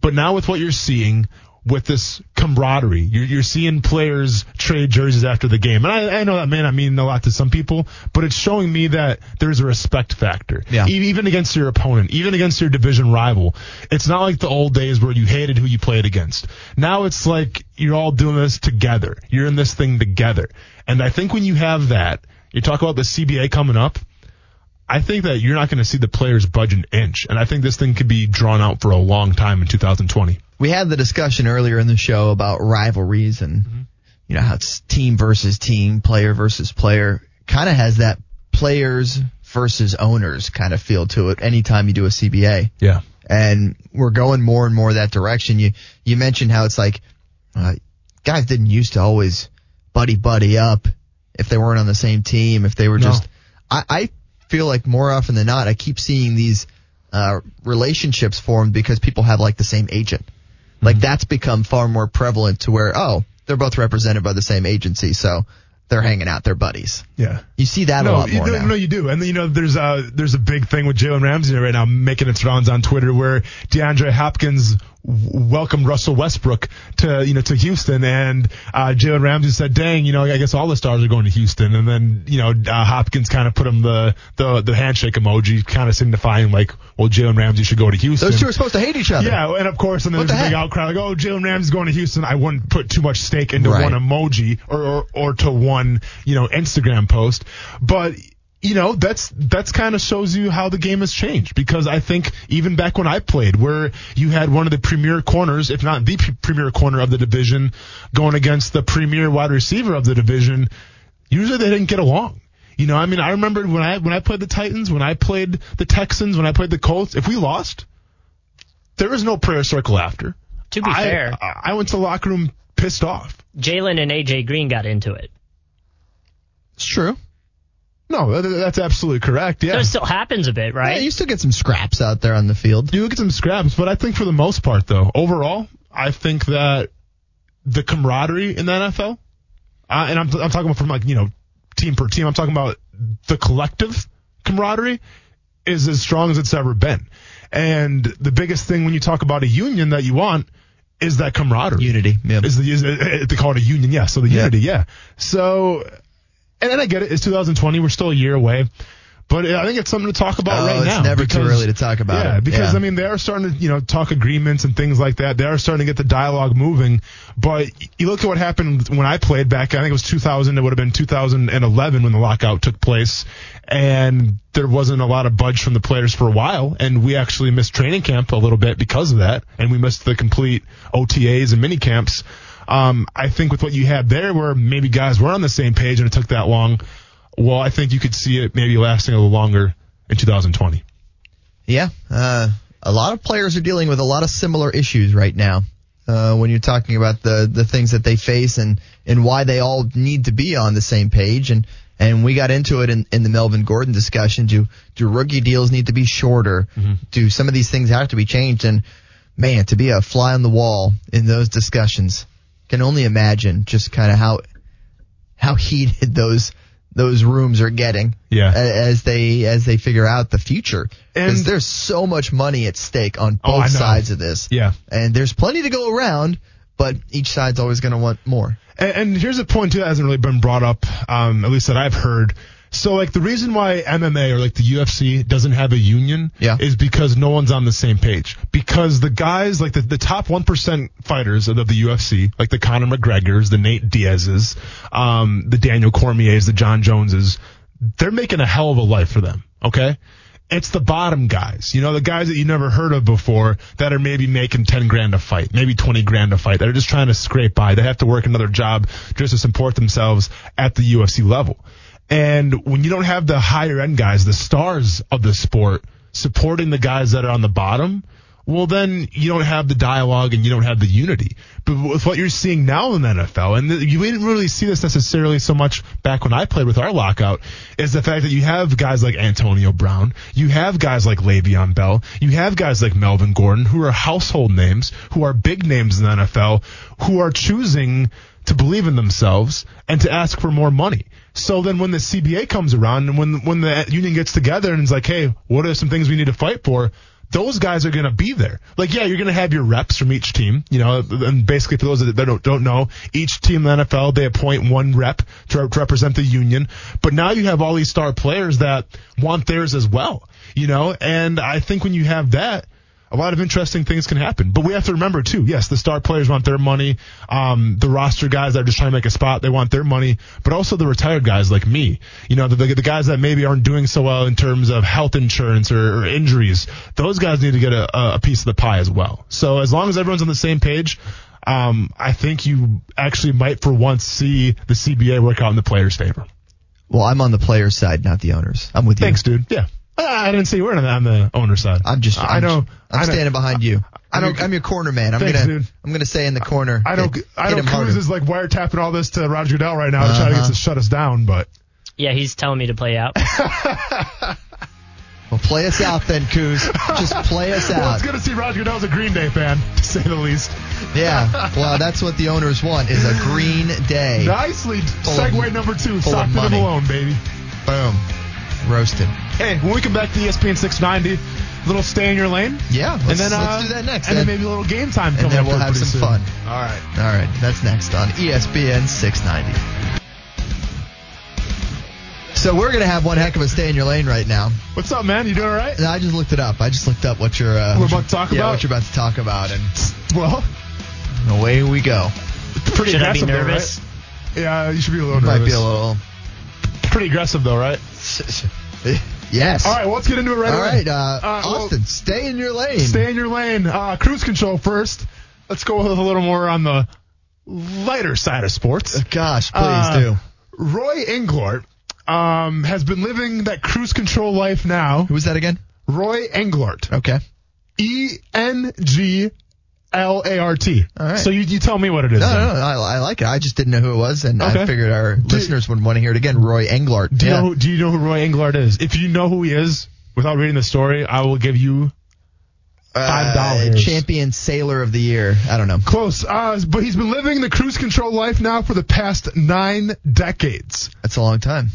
Speaker 5: But now with what you're seeing with this camaraderie, you're, you're seeing players trade jerseys after the game. And I, I know that may not mean a lot to some people, but it's showing me that there's a respect factor.
Speaker 4: Yeah.
Speaker 5: E- Even against your opponent, even against your division rival. It's not like the old days where you hated who you played against. Now it's like you're all doing this together. You're in this thing together. And I think when you have that, you talk about the CBA coming up. I think that you're not going to see the players budge an inch, and I think this thing could be drawn out for a long time in 2020.
Speaker 4: we had the discussion earlier in the show about rivalries and you know how it's team versus team, player versus player. Kind of has that players versus owners kind of feel to it anytime you do a CBA.
Speaker 5: Yeah.
Speaker 4: And we're going more and more that direction. You you mentioned how it's like uh, guys didn't used to always buddy buddy up if they weren't on the same team, if they were
Speaker 5: No.
Speaker 4: just I, I feel like more often than not I keep seeing these uh, relationships formed because people have like the same agent.
Speaker 5: Mm-hmm.
Speaker 4: Like that's become far more prevalent to where, oh, they're both represented by the same agency, so they're hanging out, they're buddies.
Speaker 5: Yeah.
Speaker 4: You see that a
Speaker 5: No,
Speaker 4: lot
Speaker 5: you,
Speaker 4: more
Speaker 5: no,
Speaker 4: now.
Speaker 5: no, you do. And then, you know, there's a there's a big thing with Jalen Ramsey right now making its rounds on Twitter, where DeAndre Hopkins w- welcomed Russell Westbrook to you know to Houston, and uh, Jalen Ramsey said, "Dang, you know, I guess all the stars are going to Houston." And then you know uh, Hopkins kind of put him the the the handshake emoji, kind of signifying like, "Well, Jalen Ramsey should go to Houston."
Speaker 4: Those two are supposed to hate each other.
Speaker 5: Yeah, and of course, and then
Speaker 4: What
Speaker 5: there's
Speaker 4: the
Speaker 5: a big
Speaker 4: heck?
Speaker 5: outcry like, "Oh, Jalen Ramsey's going to Houston." I wouldn't put too much stake into
Speaker 4: Right.
Speaker 5: one emoji or, or or to one you know Instagram post, but. You know that's that's kind of shows you how the game has changed because I think even back when I played, where you had one of the premier corners, if not the p- premier corner of the division, going against the premier wide receiver of the division, usually they didn't get along. You know, I mean, I remember when I when I played the Titans, when I played the Texans, when I played the Colts. If we lost, there was no prayer circle after.
Speaker 6: To be
Speaker 5: I,
Speaker 6: fair,
Speaker 5: I I went to the locker room pissed off.
Speaker 6: Jalen and AJ Green got into it.
Speaker 4: It's true.
Speaker 5: No, that, that's absolutely correct. Yeah.
Speaker 6: So it still happens a bit,
Speaker 4: Yeah,
Speaker 6: right?
Speaker 4: you still get some scraps out there on the field.
Speaker 5: you look at some scraps, but I think for the most part, though, overall, I think that the camaraderie in the NFL, uh, and I'm, I'm talking about from like, you know, team per team, I'm talking about the collective camaraderie is as strong as it's ever been. And the biggest thing when you talk about a union that you want is that camaraderie.
Speaker 4: Unity. Yeah.
Speaker 5: Is the, is, uh, they call it a union, yeah. So the
Speaker 4: Yeah.
Speaker 5: unity, yeah. So, and then I get it. It's 2020. We're still a year away, But I think it's something to talk about
Speaker 4: Oh,
Speaker 5: right
Speaker 4: it's
Speaker 5: now.
Speaker 4: never too early to talk about
Speaker 5: Yeah,
Speaker 4: it.
Speaker 5: because
Speaker 4: Yeah.
Speaker 5: I mean they are starting to you know talk agreements and things like that. They are starting to get the dialogue moving. But you look at what happened when I played back. I think it was 2000. It would have been 2011 when the lockout took place, and there wasn't a lot of budge from the players for a while. And we actually missed training camp a little bit because of that, and we missed the complete OTAs and mini camps. Um, I think with what you had there, where maybe guys were on the same page and it took that long. Well, I think you could see it maybe lasting a little longer in 2020.
Speaker 4: Yeah, uh, a lot of players are dealing with a lot of similar issues right now. Uh, when you're talking about the the things that they face and and why they all need to be on the same page and and we got into it in, in the Melvin Gordon discussion. Do do rookie deals need to be shorter? Do some of these things have to be changed? And man, to be a fly on the wall in those discussions, can only imagine just kind of how how heated those those rooms are getting.
Speaker 5: Yeah.
Speaker 4: a- As they as they figure out the future, because
Speaker 5: And-
Speaker 4: there's so much money at stake on
Speaker 5: Oh, I
Speaker 4: both
Speaker 5: know.
Speaker 4: sides of this.
Speaker 5: Yeah.
Speaker 4: and there's plenty to go around, but each side's always going to want more.
Speaker 5: And, and here's a point too that hasn't really been brought up, um, at least that I've heard. So like the reason why MMA or like the UFC doesn't have a union
Speaker 4: Yeah.
Speaker 5: is because no one's on the same page. Because the guys like the, the top one percent fighters of the UFC, like the Conor McGregor's, the Nate Diaz's, um, the Daniel Cormier's, the John Joneses, they're making a hell of a life for them. Okay. It's the bottom guys, you know, the guys that you never heard of before that are maybe making 10 grand a fight, maybe 20 grand a fight, that are just trying to scrape by. They have to work another job just to support themselves at the UFC level. And when you don't have the higher end guys, the stars of the sport supporting the guys that are on the bottom, well, then you don't have the dialogue and you don't have the unity. But with what you're seeing now in the NFL, and th- you didn't really see this necessarily so much back when I played with our lockout, is the fact that you have guys like Antonio Brown, you have guys like Le'Veon Bell, you have guys like Melvin Gordon, who are household names, who are big names in the NFL, who are choosing to believe in themselves and to ask for more money. So then when the CBA comes around and when when the union gets together and is like, "Hey, what are some things we need to fight for?" Those guys are going to be there. Like, yeah, you're going to have your reps from each team, you know, and basically for those that don't, don't know, each team in the NFL, they appoint one rep to, to represent the union. But now you have all these star players that want theirs as well, you know, and I think when you have that, a lot of interesting things can happen. But we have to remember too, yes, the star players want their money. Um, the roster guys that are just trying to make a spot, they want their money. But also the retired guys like me, you know, the, the, the guys that maybe aren't doing so well in terms of health insurance or, or injuries. Those guys need to get a, a piece of the pie as well. So as long as everyone's on the same page, um, I think you actually might for once see the CBA work out in the players' favor.
Speaker 4: Well, I'm on the player's side, not the owners. I'm with you.
Speaker 5: Thanks, dude. Yeah. I I didn't see you were on the, on the owner side.
Speaker 4: I'm just.
Speaker 5: I
Speaker 4: I'm,
Speaker 5: know.
Speaker 4: I'm
Speaker 5: I know.
Speaker 4: standing behind you. I'm,
Speaker 5: know-
Speaker 4: your, I'm your corner man. I'm
Speaker 5: Thanks,
Speaker 4: gonna.
Speaker 5: dude.
Speaker 4: I'm gonna stay in the corner.
Speaker 5: I know.
Speaker 4: Hit-
Speaker 5: I
Speaker 4: hit
Speaker 5: know.
Speaker 4: him
Speaker 5: Cruz
Speaker 4: harder.
Speaker 5: is like wiretapping all this to Roger Goodell right now to try to get
Speaker 4: Uh-huh.
Speaker 5: to shut us down. But
Speaker 6: Yeah, he's telling me to play out.
Speaker 4: Well, play us out then, Coos. Just play us
Speaker 5: well,
Speaker 4: out.
Speaker 5: it's good to see Roger Goodell's a Green Day fan, to say the least.
Speaker 4: Yeah. Well, that's what the owners want is a green day.
Speaker 5: Nicely
Speaker 4: Full of-
Speaker 5: segue number two,
Speaker 4: full of
Speaker 5: Stockton and
Speaker 4: money.
Speaker 5: Malone, baby.
Speaker 4: Boom. Roasted.
Speaker 5: Hey, when we come back to E ESPN 690, little stay in your lane.
Speaker 4: Yeah. Let's,
Speaker 5: and then
Speaker 4: let's
Speaker 5: uh,
Speaker 4: do that next.
Speaker 5: And then,
Speaker 4: then.
Speaker 5: maybe a little game time.
Speaker 4: and
Speaker 5: coming
Speaker 4: then
Speaker 5: up
Speaker 4: we'll
Speaker 5: here
Speaker 4: have
Speaker 5: pretty
Speaker 4: some
Speaker 5: soon.
Speaker 4: fun.
Speaker 5: All right.
Speaker 4: All right. That's next on E ESPN 690. So we're gonna have one heck of a stay in your lane right now.
Speaker 5: What's up, man? You doing all right?
Speaker 4: And I just looked it up. I just looked up what you're. Uh,
Speaker 5: We're
Speaker 4: what
Speaker 5: about
Speaker 4: you're-
Speaker 5: to talk
Speaker 4: yeah,
Speaker 5: about?
Speaker 4: what you're about to talk about, and
Speaker 5: Well,
Speaker 4: away we go.
Speaker 5: pretty
Speaker 6: Should I be
Speaker 5: aggressive though,
Speaker 6: nervous?
Speaker 5: right? Yeah, you should be a little nervous.
Speaker 4: Might be a little.
Speaker 5: Pretty aggressive though, right?
Speaker 4: yes.
Speaker 5: All right, well, let's get into it right
Speaker 4: All
Speaker 5: away.
Speaker 4: right, uh,
Speaker 5: well,
Speaker 4: Austin, stay in your lane.
Speaker 5: Stay in your lane. Uh, cruise control first. Let's go with a little more on the lighter side of sports.
Speaker 4: Gosh, please
Speaker 5: Uh,
Speaker 4: do.
Speaker 5: Roy Englert um, has been living that cruise control life now.
Speaker 4: Who was that again?
Speaker 5: Roy Englert.
Speaker 4: Okay.
Speaker 5: E N G L A R T.
Speaker 4: All right.
Speaker 5: So you, you tell me what it is.
Speaker 4: No,
Speaker 5: then.
Speaker 4: no, no I, I like it. I just didn't know who it was, and I
Speaker 5: Okay.
Speaker 4: figured our
Speaker 5: Do-
Speaker 4: listeners would want to hear it again. Roy Englart.
Speaker 5: Do, you
Speaker 4: Yeah.
Speaker 5: know who, do you know who Roy Englert is? If you know who he is, without reading the story, I will give you
Speaker 4: Uh,
Speaker 5: $5.
Speaker 4: champion sailor of the year. I don't know.
Speaker 5: close. Uh, but he's been living the cruise control life now for the past nine decades.
Speaker 4: That's a long time.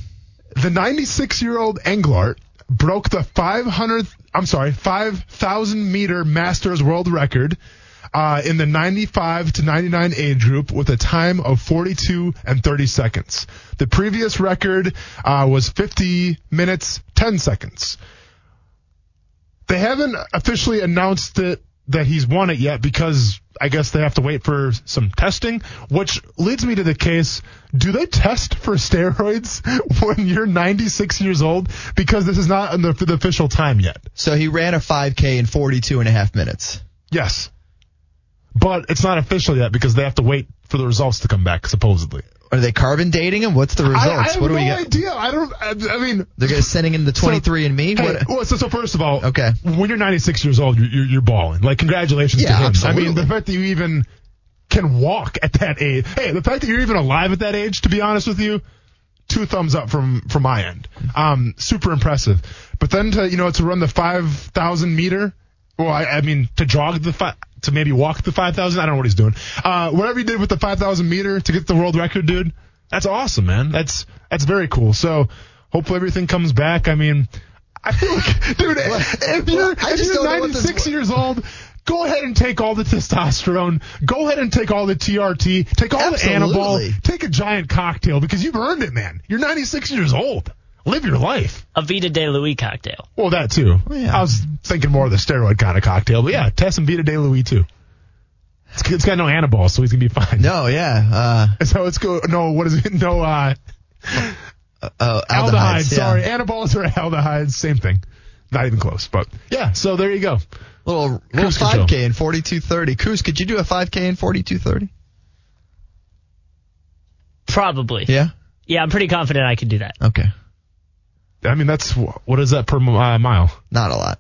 Speaker 5: The 96 year old Englart broke the 500, I'm sorry, 5,000 meter Masters world record uh, in the 95 to 99 age group with a time of 42 and 30 seconds. The previous record uh, was 50 minutes 10 seconds. They haven't officially announced it that he's won it yet because I guess they have to wait for some testing, which leads me to the case do they test for steroids when you're 96 years old? Because this is not in the, the official time yet.
Speaker 4: So he ran a 5K in 42 and a half minutes.
Speaker 5: Yes. But it's not official yet because they have to wait for the results to come back, supposedly.
Speaker 4: Are they carbon dating him? What's the results?
Speaker 5: I, I have
Speaker 4: what do
Speaker 5: no
Speaker 4: we get?
Speaker 5: idea. I don't. I, I mean,
Speaker 4: They're gonna sending in the 23 and me.
Speaker 5: Hey,
Speaker 4: What?
Speaker 5: well, so, so first of all,
Speaker 4: Okay.
Speaker 5: when you're 96 years old, you're, you're, you're balling. Like, congratulations
Speaker 4: Yeah,
Speaker 5: to him. I mean,
Speaker 4: absolutely.
Speaker 5: the fact that you even can walk at that age. Hey, the fact that you're even alive at that age, to be honest with you, two thumbs up from, from my end. Um, super impressive. But then to, you know, to run the 5,000 meter, well, I, I mean, to jog the five, to maybe walk the 5,000, I don't know what he's doing. Uh, whatever he did with the 5,000 meter to get the world record, dude, that's awesome, man. That's, that's very cool. So hopefully everything comes back. I mean, I feel like, dude, if you're,
Speaker 4: I
Speaker 5: if
Speaker 4: just don't
Speaker 5: you're
Speaker 4: know what this
Speaker 5: 96 years old, go ahead and take all the testosterone. Go ahead and take all the TRT. Take all the
Speaker 4: Absolutely.
Speaker 5: anabol. Take a giant cocktail because you've earned it, man. You're 96 years old. Live your life.
Speaker 6: A Vita de Louis cocktail.
Speaker 5: Well, that too.
Speaker 4: yeah.
Speaker 5: I was thinking more of the steroid kind of cocktail, but yeah, test and Vita De Louis too. It's, it's got no anabol, so he's gonna be fine.
Speaker 4: No, yeah. Uh,
Speaker 5: So it's go. No, what is it? No, uh,
Speaker 4: oh,
Speaker 5: aldehydes.
Speaker 4: yeah.
Speaker 5: Sorry, anabols or aldehydes, same thing. Not even close. But yeah, so there you go.
Speaker 4: Little, little
Speaker 5: Cruise control.
Speaker 4: 5K in 42:30. Coos, could you do a 5K in 42:30?
Speaker 6: Probably.
Speaker 4: Yeah.
Speaker 6: Yeah, I'm pretty confident I could do that.
Speaker 4: Okay.
Speaker 5: I mean, that's what is that per mi- uh, mile?
Speaker 4: Not a lot.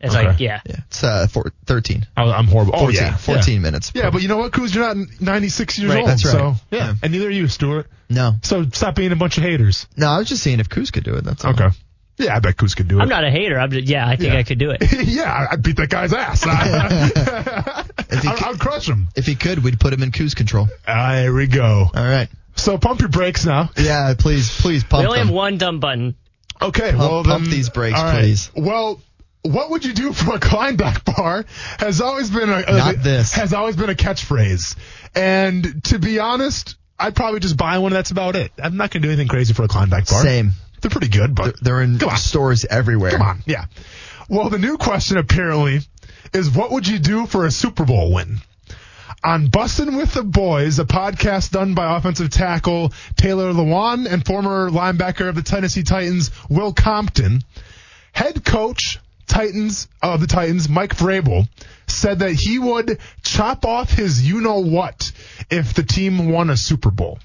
Speaker 6: It's
Speaker 5: Okay.
Speaker 6: like, yeah.
Speaker 4: Yeah. It's uh four, 13.
Speaker 5: I- I'm horrible.
Speaker 4: 14,
Speaker 5: oh yeah,
Speaker 4: 14
Speaker 5: yeah.
Speaker 4: minutes.
Speaker 5: Yeah, but you know what, Cruz? You're not 96 years
Speaker 6: Right,
Speaker 5: old.
Speaker 4: that's right.
Speaker 5: So yeah.
Speaker 4: Yeah.
Speaker 5: and neither are you, Stuart.
Speaker 4: no,
Speaker 5: So stop being a bunch of haters.
Speaker 4: no. I was just seeing if Coos could do it. That's all.
Speaker 5: Okay. Yeah, I bet Cruz could do it.
Speaker 6: I'm not a hater. I'm just, yeah, I think
Speaker 5: Yeah.
Speaker 6: I could do it.
Speaker 5: yeah, I- I'd beat that guy's ass. I,
Speaker 4: he
Speaker 5: I, would crush him.
Speaker 4: If he could, we'd put him in Coos control.
Speaker 5: There we go.
Speaker 4: All right.
Speaker 5: So pump your brakes now.
Speaker 4: Yeah. Please, please pump.
Speaker 6: We only
Speaker 4: them.
Speaker 6: have one dumb button.
Speaker 5: Okay, well then,
Speaker 4: pump these brakes,
Speaker 5: all right.
Speaker 4: please.
Speaker 5: Well, what would you do for a Klondike bar has always been a
Speaker 4: Not this.
Speaker 5: has always been a catchphrase, and to be honest, I'd probably just buy one. That's about it. I'm not gonna do anything crazy for a Klondike bar.
Speaker 4: Same.
Speaker 5: They're pretty good, but
Speaker 4: They're in
Speaker 5: Come on.
Speaker 4: stores everywhere.
Speaker 5: Come on, yeah. Well, the new question apparently is what would you do for a Super Bowl win? On Bussin' with the Boys, a podcast done by offensive tackle Taylor Lewan and former linebacker of the Tennessee Titans, Will Compton, head coach Titans uh, of the Titans, Mike Vrabel, said that he would chop off his you know what if the team won a Super Bowl.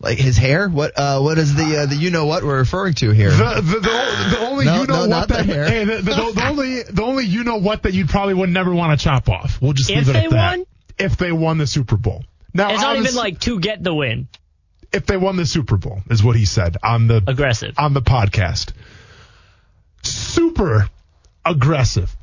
Speaker 4: Like his hair. What? Uh, what is the uh, the you know what we're referring to here?
Speaker 5: The, Uh, the, the, the only
Speaker 4: No,
Speaker 5: you know
Speaker 4: no, not
Speaker 5: what that
Speaker 4: the hair.
Speaker 5: hey, the, the, the, the only the only you know what that you probably would never want to chop off. We'll just
Speaker 6: If
Speaker 5: leave it at
Speaker 6: they
Speaker 5: that.
Speaker 6: won?
Speaker 5: If they won the Super Bowl, now
Speaker 6: It's not even
Speaker 5: obvious-
Speaker 6: like to get the win.
Speaker 5: if they won the Super Bowl is what he said on the
Speaker 6: Aggressive.
Speaker 5: on the podcast. Super aggressive.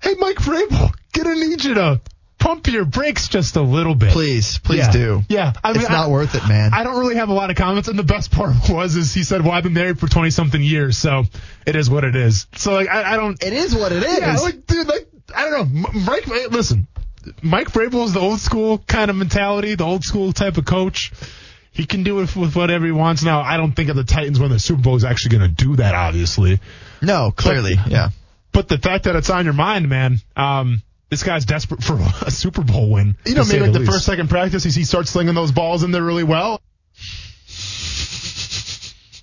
Speaker 5: Hey, Mike Vrabel, gonna need you to pump your brakes just a little bit.
Speaker 4: Please, please
Speaker 5: yeah.
Speaker 4: do.
Speaker 5: Yeah, I
Speaker 4: It's
Speaker 5: mean,
Speaker 4: not
Speaker 5: I-
Speaker 4: worth it, man.
Speaker 5: I don't really have a lot of comments, and the best part was is he said, "Well, I've been married for twenty something years, so it is what it is." So like, I, I don't.
Speaker 4: it is what it is.
Speaker 5: yeah, like dude, like I don't know. M- Mike, hey, listen, Mike Vrabel is the old school kind of mentality, the old school type of coach. He can do it with whatever he wants. Now, I don't think of the Titans when the Super Bowl is actually going to do that, obviously.
Speaker 4: no, clearly. yeah.
Speaker 5: But the fact that it's on your mind, man, um, this guy's desperate for a Super Bowl win.
Speaker 4: You know,
Speaker 5: to
Speaker 4: maybe
Speaker 5: say
Speaker 4: like
Speaker 5: the,
Speaker 4: the
Speaker 5: least.
Speaker 4: first,
Speaker 5: second practice, he starts slinging those balls in there really well.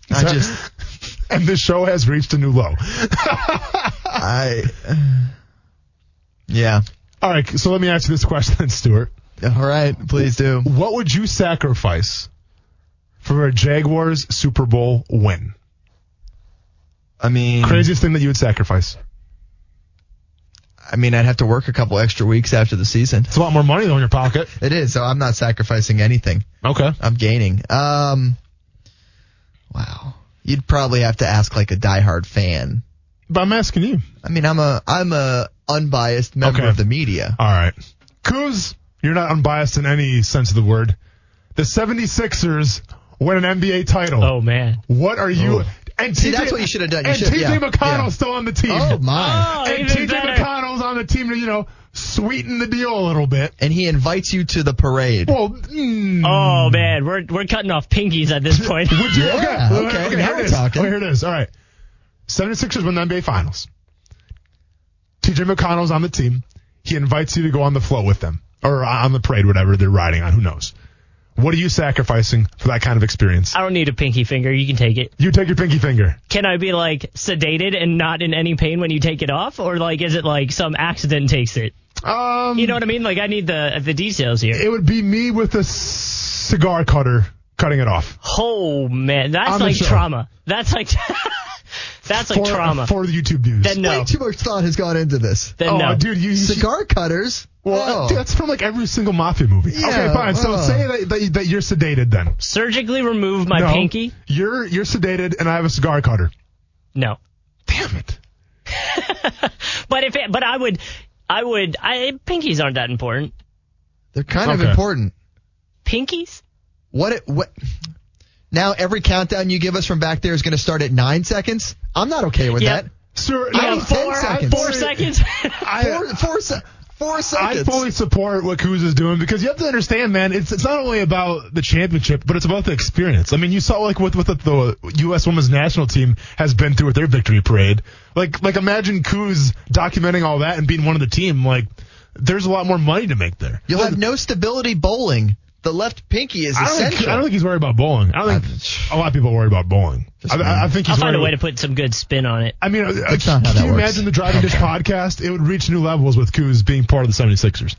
Speaker 4: I just.
Speaker 5: and this show has reached a new low.
Speaker 4: I. Yeah.
Speaker 5: All right, so let me ask you this question, then, Stuart.
Speaker 4: All right. Please do.
Speaker 5: What would you sacrifice for a Jaguars Super Bowl win?
Speaker 4: I mean,
Speaker 5: Craziest thing that you would sacrifice?
Speaker 4: I mean, I'd have to work a couple extra weeks after the season.
Speaker 5: It's a lot more money though in your pocket.
Speaker 4: It is. So I'm not sacrificing anything.
Speaker 5: Okay.
Speaker 4: I'm gaining. Um, wow. You'd probably have to ask like a diehard fan.
Speaker 5: But I'm asking you.
Speaker 4: I mean, I'm a I'm a unbiased member
Speaker 5: Okay.
Speaker 4: of the media.
Speaker 5: All right. Kuz, you're not unbiased in any sense of the word. The 76ers win an NBA title.
Speaker 6: Oh, man.
Speaker 5: Mm. What are you? And
Speaker 4: See,
Speaker 5: TJ
Speaker 4: that's what you should have done. You
Speaker 5: and
Speaker 4: should-
Speaker 5: TJ
Speaker 4: yeah,
Speaker 5: McConnell's
Speaker 4: yeah.
Speaker 5: still on the team.
Speaker 4: Oh my!
Speaker 6: Oh,
Speaker 5: and
Speaker 6: even
Speaker 5: TJ
Speaker 6: better.
Speaker 5: McConnell's on the team to you know sweeten the deal a little bit.
Speaker 4: And he invites you to the parade.
Speaker 5: Well, mm,
Speaker 6: Oh man, we're we're cutting off pinkies at this point.
Speaker 5: Would you?
Speaker 4: Yeah,
Speaker 5: okay.
Speaker 4: okay,
Speaker 5: Okay.
Speaker 4: now
Speaker 5: here
Speaker 4: we're
Speaker 5: it is.
Speaker 4: talking.
Speaker 5: Oh, here it is. All right. 76ers win the NBA Finals. TJ McConnell's on the team. He invites you to go on the float with them or on the parade, whatever they're riding on. Who knows? What are you sacrificing for that kind of experience?
Speaker 6: I don't need a pinky finger. You can take it.
Speaker 5: You take your pinky finger.
Speaker 6: Can I be like sedated and not in any pain when you take it off, or like is it like some accident takes it?
Speaker 5: Um,
Speaker 6: You know what I mean? Like I need the the details here.
Speaker 5: it would be me with a cigar cutter cutting it off.
Speaker 6: oh man, that's
Speaker 5: On the
Speaker 6: like
Speaker 5: show.
Speaker 6: trauma. That's like that's like
Speaker 5: for,
Speaker 6: trauma.
Speaker 5: For the YouTube views.
Speaker 6: then no.
Speaker 4: Way too much thought has gone into this.
Speaker 6: then
Speaker 5: oh,
Speaker 6: no.
Speaker 5: dude, you.
Speaker 4: Cigar cutters.
Speaker 5: Well,
Speaker 4: Oh.
Speaker 5: dude, that's from like every single mafia movie. okay, fine. So
Speaker 4: oh.
Speaker 5: say that, that, that you're sedated then.
Speaker 6: Surgically remove my
Speaker 5: No,
Speaker 6: pinky?
Speaker 5: You're you're sedated, and I have a cigar cutter.
Speaker 6: No.
Speaker 5: Damn it.
Speaker 6: But if it, but I would I would I pinkies aren't that important.
Speaker 4: they're kind of
Speaker 5: Okay.
Speaker 4: important.
Speaker 6: Pinkies?
Speaker 4: What? It, what? Now every countdown you give us from back there is going to start at nine seconds. I'm not okay with
Speaker 6: Yep.
Speaker 4: that.
Speaker 5: Sir,
Speaker 4: I
Speaker 5: I,
Speaker 4: need 10
Speaker 6: Four
Speaker 4: seconds.
Speaker 6: four seconds.
Speaker 4: Four, four, se- four
Speaker 5: I
Speaker 4: seconds.
Speaker 5: fully support what Kuz is doing because you have to understand, man. It's it's not only about the championship, but it's about the experience. I mean, you saw like what what the, the U.S. women's national team has been through with their victory parade. Like like imagine Kuz documenting all that and being one of the team. Like there's a lot more money to make there.
Speaker 4: You'll have no stability bowling. The left pinky is
Speaker 5: I don't,
Speaker 4: essential.
Speaker 5: think, I don't think he's worried about bowling. I don't think a lot of people worry about bowling. I, I- I think he's
Speaker 6: I'll find a
Speaker 5: worried-
Speaker 6: way to put some good spin on it.
Speaker 5: I mean, uh, uh,
Speaker 4: not how
Speaker 5: can
Speaker 4: that
Speaker 5: you
Speaker 4: works.
Speaker 5: imagine the Driving Dish podcast? It would reach new levels with Kuz being part of the 76ers.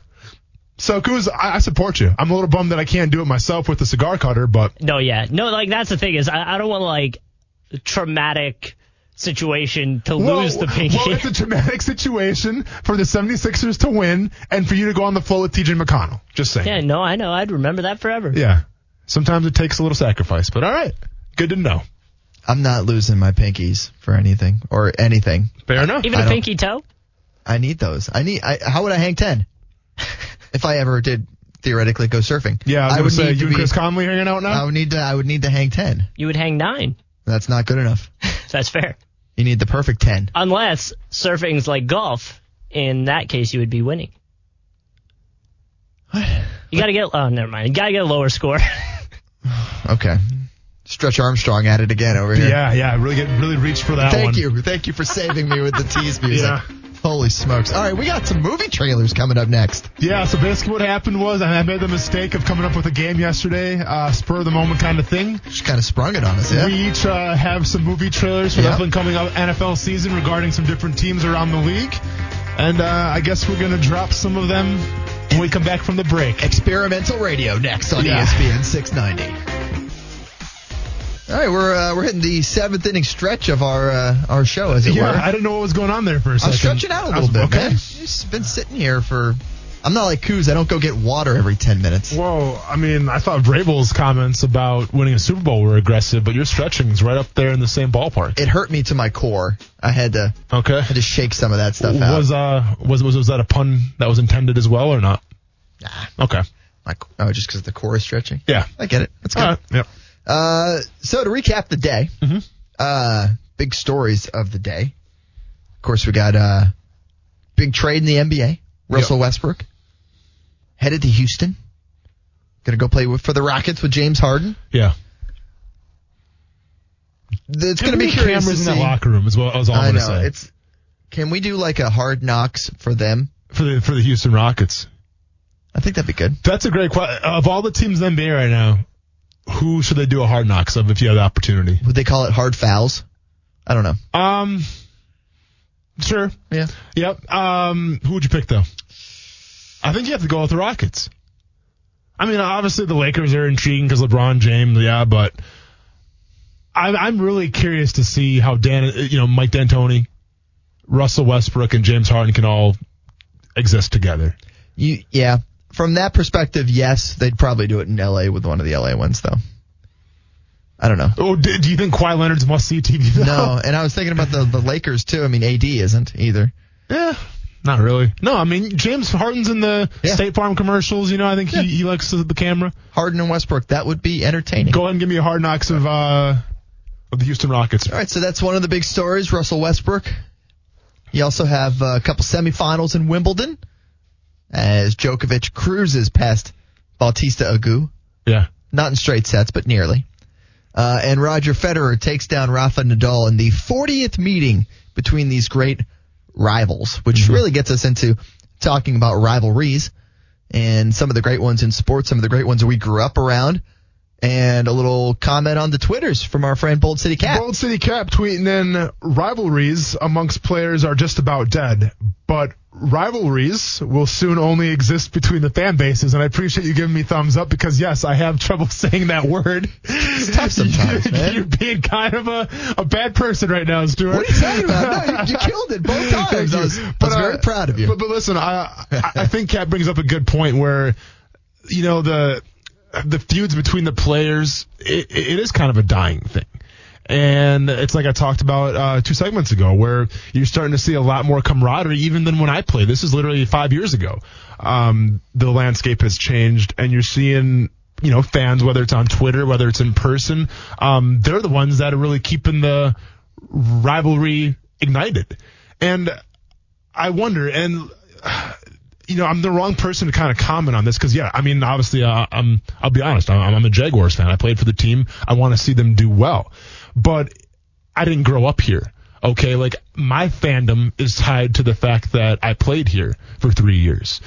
Speaker 5: So, Kuz, I, I support you. I'm a little bummed that I can't do it myself with the cigar cutter, but
Speaker 6: No, yeah. No, like that's the thing is I, I don't want like traumatic situation to lose
Speaker 5: Well,
Speaker 6: the pinky.
Speaker 5: Well, it's a traumatic situation for the 76ers to win and for you to go on the floor with TJ McConnell. Just saying.
Speaker 6: yeah, no, I know. I'd remember that forever.
Speaker 5: Yeah. Sometimes it takes a little sacrifice, but all right. Good to know.
Speaker 4: I'm not losing my pinkies for anything or anything.
Speaker 5: Fair enough.
Speaker 6: Even
Speaker 4: I
Speaker 6: a
Speaker 4: don't-
Speaker 6: pinky toe?
Speaker 4: I need those. I need. I, how would I hang ten? if I ever did theoretically go surfing,
Speaker 5: yeah, I
Speaker 4: I
Speaker 5: was going
Speaker 4: would
Speaker 5: to say,
Speaker 4: need
Speaker 5: you
Speaker 4: to
Speaker 5: and
Speaker 4: be.
Speaker 5: Chris Conley hanging out
Speaker 4: I
Speaker 5: now?
Speaker 4: would need to. I would need to hang ten.
Speaker 6: You would hang nine.
Speaker 4: That's not good enough.
Speaker 6: That's fair.
Speaker 4: You need the perfect ten.
Speaker 6: Unless surfing's like golf. In that case, you would be winning. You gotta get. Oh, never mind. You gotta get a lower score.
Speaker 4: Okay. Stretch Armstrong at it again over here.
Speaker 5: yeah, yeah. Really get, really reach for that one.
Speaker 4: Thank you. Thank you for saving me with the tease music.
Speaker 5: Yeah.
Speaker 4: Holy smokes. All right, we got some movie trailers coming up next.
Speaker 5: Yeah, so basically what happened was I made the mistake of coming up with a game yesterday, uh, spur of the moment kind of thing.
Speaker 4: She kind of sprung it on us, yeah?
Speaker 5: We each uh, have some movie trailers for
Speaker 4: Yeah.
Speaker 5: the up and coming up NFL season regarding some different teams around the league. And uh, I guess we're going to drop some of them when we come back from the break.
Speaker 4: Experimental radio next on
Speaker 5: Yeah.
Speaker 4: ESPN 690. All right, we're uh, we're hitting the seventh inning stretch of our uh, our show, as it
Speaker 5: Yeah,
Speaker 4: were.
Speaker 5: I didn't know what was going on there for a
Speaker 4: I'm
Speaker 5: second.
Speaker 4: stretching out a little
Speaker 5: I was-
Speaker 4: bit,
Speaker 5: okay.
Speaker 4: man. It's been sitting here for. I'm not like Coos. I don't go get water every 10 minutes.
Speaker 5: Whoa, I mean, I thought Vrabel's comments about winning a Super Bowl were aggressive, but your stretching is right up there in the same ballpark.
Speaker 4: It hurt me to my core. I had to
Speaker 5: Okay.
Speaker 4: had to shake some of that stuff out.
Speaker 5: Was uh was was was that a pun that was intended as well or not? Nah. Okay.
Speaker 4: My, oh, just because the core is stretching?
Speaker 5: Yeah.
Speaker 4: I get it. That's good.
Speaker 5: All right. Yep.
Speaker 4: Uh, so to recap the day,
Speaker 5: Mm-hmm.
Speaker 4: uh, big stories of the day. Of course, we got uh, big trade in the NBA. Russell Westbrook headed to Houston. Going to go play with, for the Rockets with James Harden.
Speaker 5: Yeah.
Speaker 4: It's going to be curious
Speaker 5: cameras
Speaker 4: to
Speaker 5: in
Speaker 4: see.
Speaker 5: that locker room as well as all I'm
Speaker 4: I
Speaker 5: gonna
Speaker 4: know.
Speaker 5: say.
Speaker 4: It's can we do like a hard knocks for them?
Speaker 5: for the for the Houston Rockets.
Speaker 4: I think that'd be good.
Speaker 5: That's a great question. Of all the teams in the NBA right now, who should they do a hard knocks of if you have the opportunity?
Speaker 4: Would they call it hard fouls? I don't know.
Speaker 5: Um, sure.
Speaker 4: Yeah.
Speaker 5: Yep. Um, who would you pick though? I think you have to go with the Rockets. I mean, obviously the Lakers are intriguing because LeBron James, yeah, but I, I'm really curious to see how Dan, you know, Mike D'Antoni, Russell Westbrook, and James Harden can all exist together.
Speaker 4: You yeah. From that perspective, yes, they'd probably do it in LA with one of the LA ones though. I don't know.
Speaker 5: Oh, do, do you think Kawhi Leonard's must see TV? Though?
Speaker 4: No, and I was thinking about the, the Lakers too. I mean, AD isn't either.
Speaker 5: Yeah, not really. No, I mean James Harden's in the
Speaker 4: Yeah.
Speaker 5: State Farm commercials. You know, I think he, he likes the the camera.
Speaker 4: Harden and Westbrook, that would be entertaining.
Speaker 5: Go ahead and give me a hard knocks of uh of the Houston Rockets.
Speaker 4: All right, so that's one of the big stories, Russell Westbrook. You also have uh, a couple semifinals in Wimbledon as Djokovic cruises past Bautista Agu,
Speaker 5: Yeah.
Speaker 4: not in straight sets, but nearly. Uh, and Roger Federer takes down Rafa Nadal in the 40th meeting between these great rivals, which
Speaker 5: Mm-hmm.
Speaker 4: really gets us into talking about rivalries and some of the great ones in sports, some of the great ones we grew up around, and a little comment on the Twitters from our friend Bold City Cat.
Speaker 5: Bold City Cap tweeting in rivalries amongst players are just about dead, but rivalries will soon only exist between the fan bases. And I appreciate you giving me thumbs up because yes, I have trouble saying that word. It's
Speaker 4: tough sometimes, man.
Speaker 5: You're being kind of a, a bad person right now, Stuart.
Speaker 4: What are you talking about? No, you, you killed it both
Speaker 5: Thank
Speaker 4: times. I was,
Speaker 5: you.
Speaker 4: I was
Speaker 5: But, uh,
Speaker 4: very proud of you.
Speaker 5: But, but listen, I, I I think Kat brings up a good point where, you know, the the feuds between the players, it, it is kind of a dying thing. And it's like I talked about uh, two segments ago, where you're starting to see a lot more camaraderie, even than when I played. This is literally five years ago. Um, the landscape has changed, and you're seeing, you know, fans, whether it's on Twitter, whether it's in person, um, they're the ones that are really keeping the rivalry ignited. And I wonder, and you know, I'm the wrong person to kind of comment on this because, yeah, I mean, obviously, uh, I'm, I'll be honest, I'm, I'm a Jaguars fan. I played for the team. I want to see them do well, but I didn't grow up here. Okay, like my fandom is tied to the fact that I played here for three years.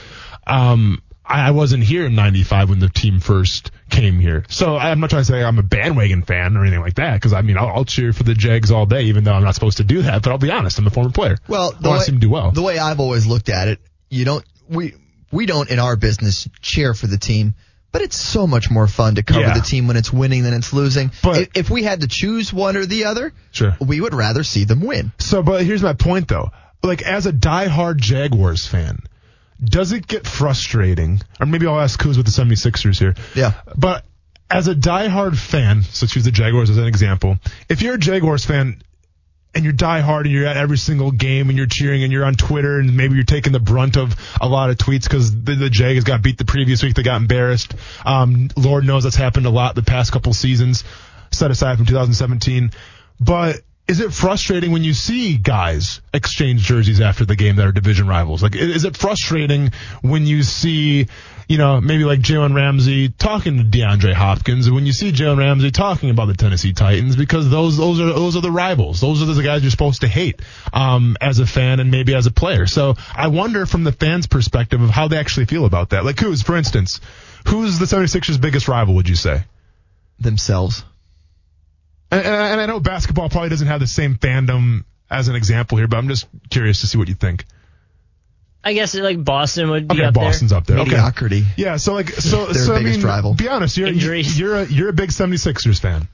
Speaker 5: Um, I, I wasn't here in '95 when the team first came here, so I'm not trying to say I'm a bandwagon fan or anything like that. Because I mean, I'll, I'll cheer for the Jags all day, even though I'm not supposed to do that. But I'll be honest, I'm a former player.
Speaker 4: Well,
Speaker 5: I want to see them do well.
Speaker 4: The way I've always looked at it, you don't we we don't in our business cheer for the team, but it's so much more fun to cover
Speaker 5: Yeah.
Speaker 4: the team when it's winning than it's losing.
Speaker 5: But-
Speaker 4: if, if we had to choose one or the other,
Speaker 5: Sure.
Speaker 4: we would rather see them win.
Speaker 5: So, but here's my point though. Like, as a diehard Jaguars fan, does it get frustrating? Or maybe I'll ask who's with the 76ers here.
Speaker 4: Yeah.
Speaker 5: But as a diehard fan, so choose the Jaguars as an example. If you're a Jaguars fan and you're diehard and you're at every single game and you're cheering and you're on Twitter and maybe you're taking the brunt of a lot of tweets because the, the Jags got beat the previous week, they got embarrassed. Um, Lord knows that's happened a lot the past couple seasons, set aside from 2017. But is it frustrating when you see guys exchange jerseys after the game that are division rivals? Like, i- is it frustrating when you see, you know, maybe like Jalen Ramsey talking to DeAndre Hopkins, and when you see Jalen Ramsey talking about the Tennessee Titans, because those those are those are the rivals. Those are the guys you're supposed to hate um, as a fan and maybe as a player. So I wonder from the fans' perspective of how they actually feel about that. Like, who's, for instance, who's the 76ers' biggest rival? Would you say?
Speaker 4: Themselves.
Speaker 5: And, and, I- and I know basketball probably doesn't have the same fandom as an example here, but I'm just curious to see what you think.
Speaker 6: I guess like Boston would be
Speaker 5: Okay,
Speaker 6: up
Speaker 5: Boston's
Speaker 6: there.
Speaker 5: up there. Okay.
Speaker 4: Mediocrity.
Speaker 5: Yeah, so like so
Speaker 4: Their
Speaker 5: so I
Speaker 4: biggest
Speaker 5: mean,
Speaker 4: rival.
Speaker 5: be honest, you're you're
Speaker 6: Injuries.
Speaker 5: you're a, you're a big 76ers fan.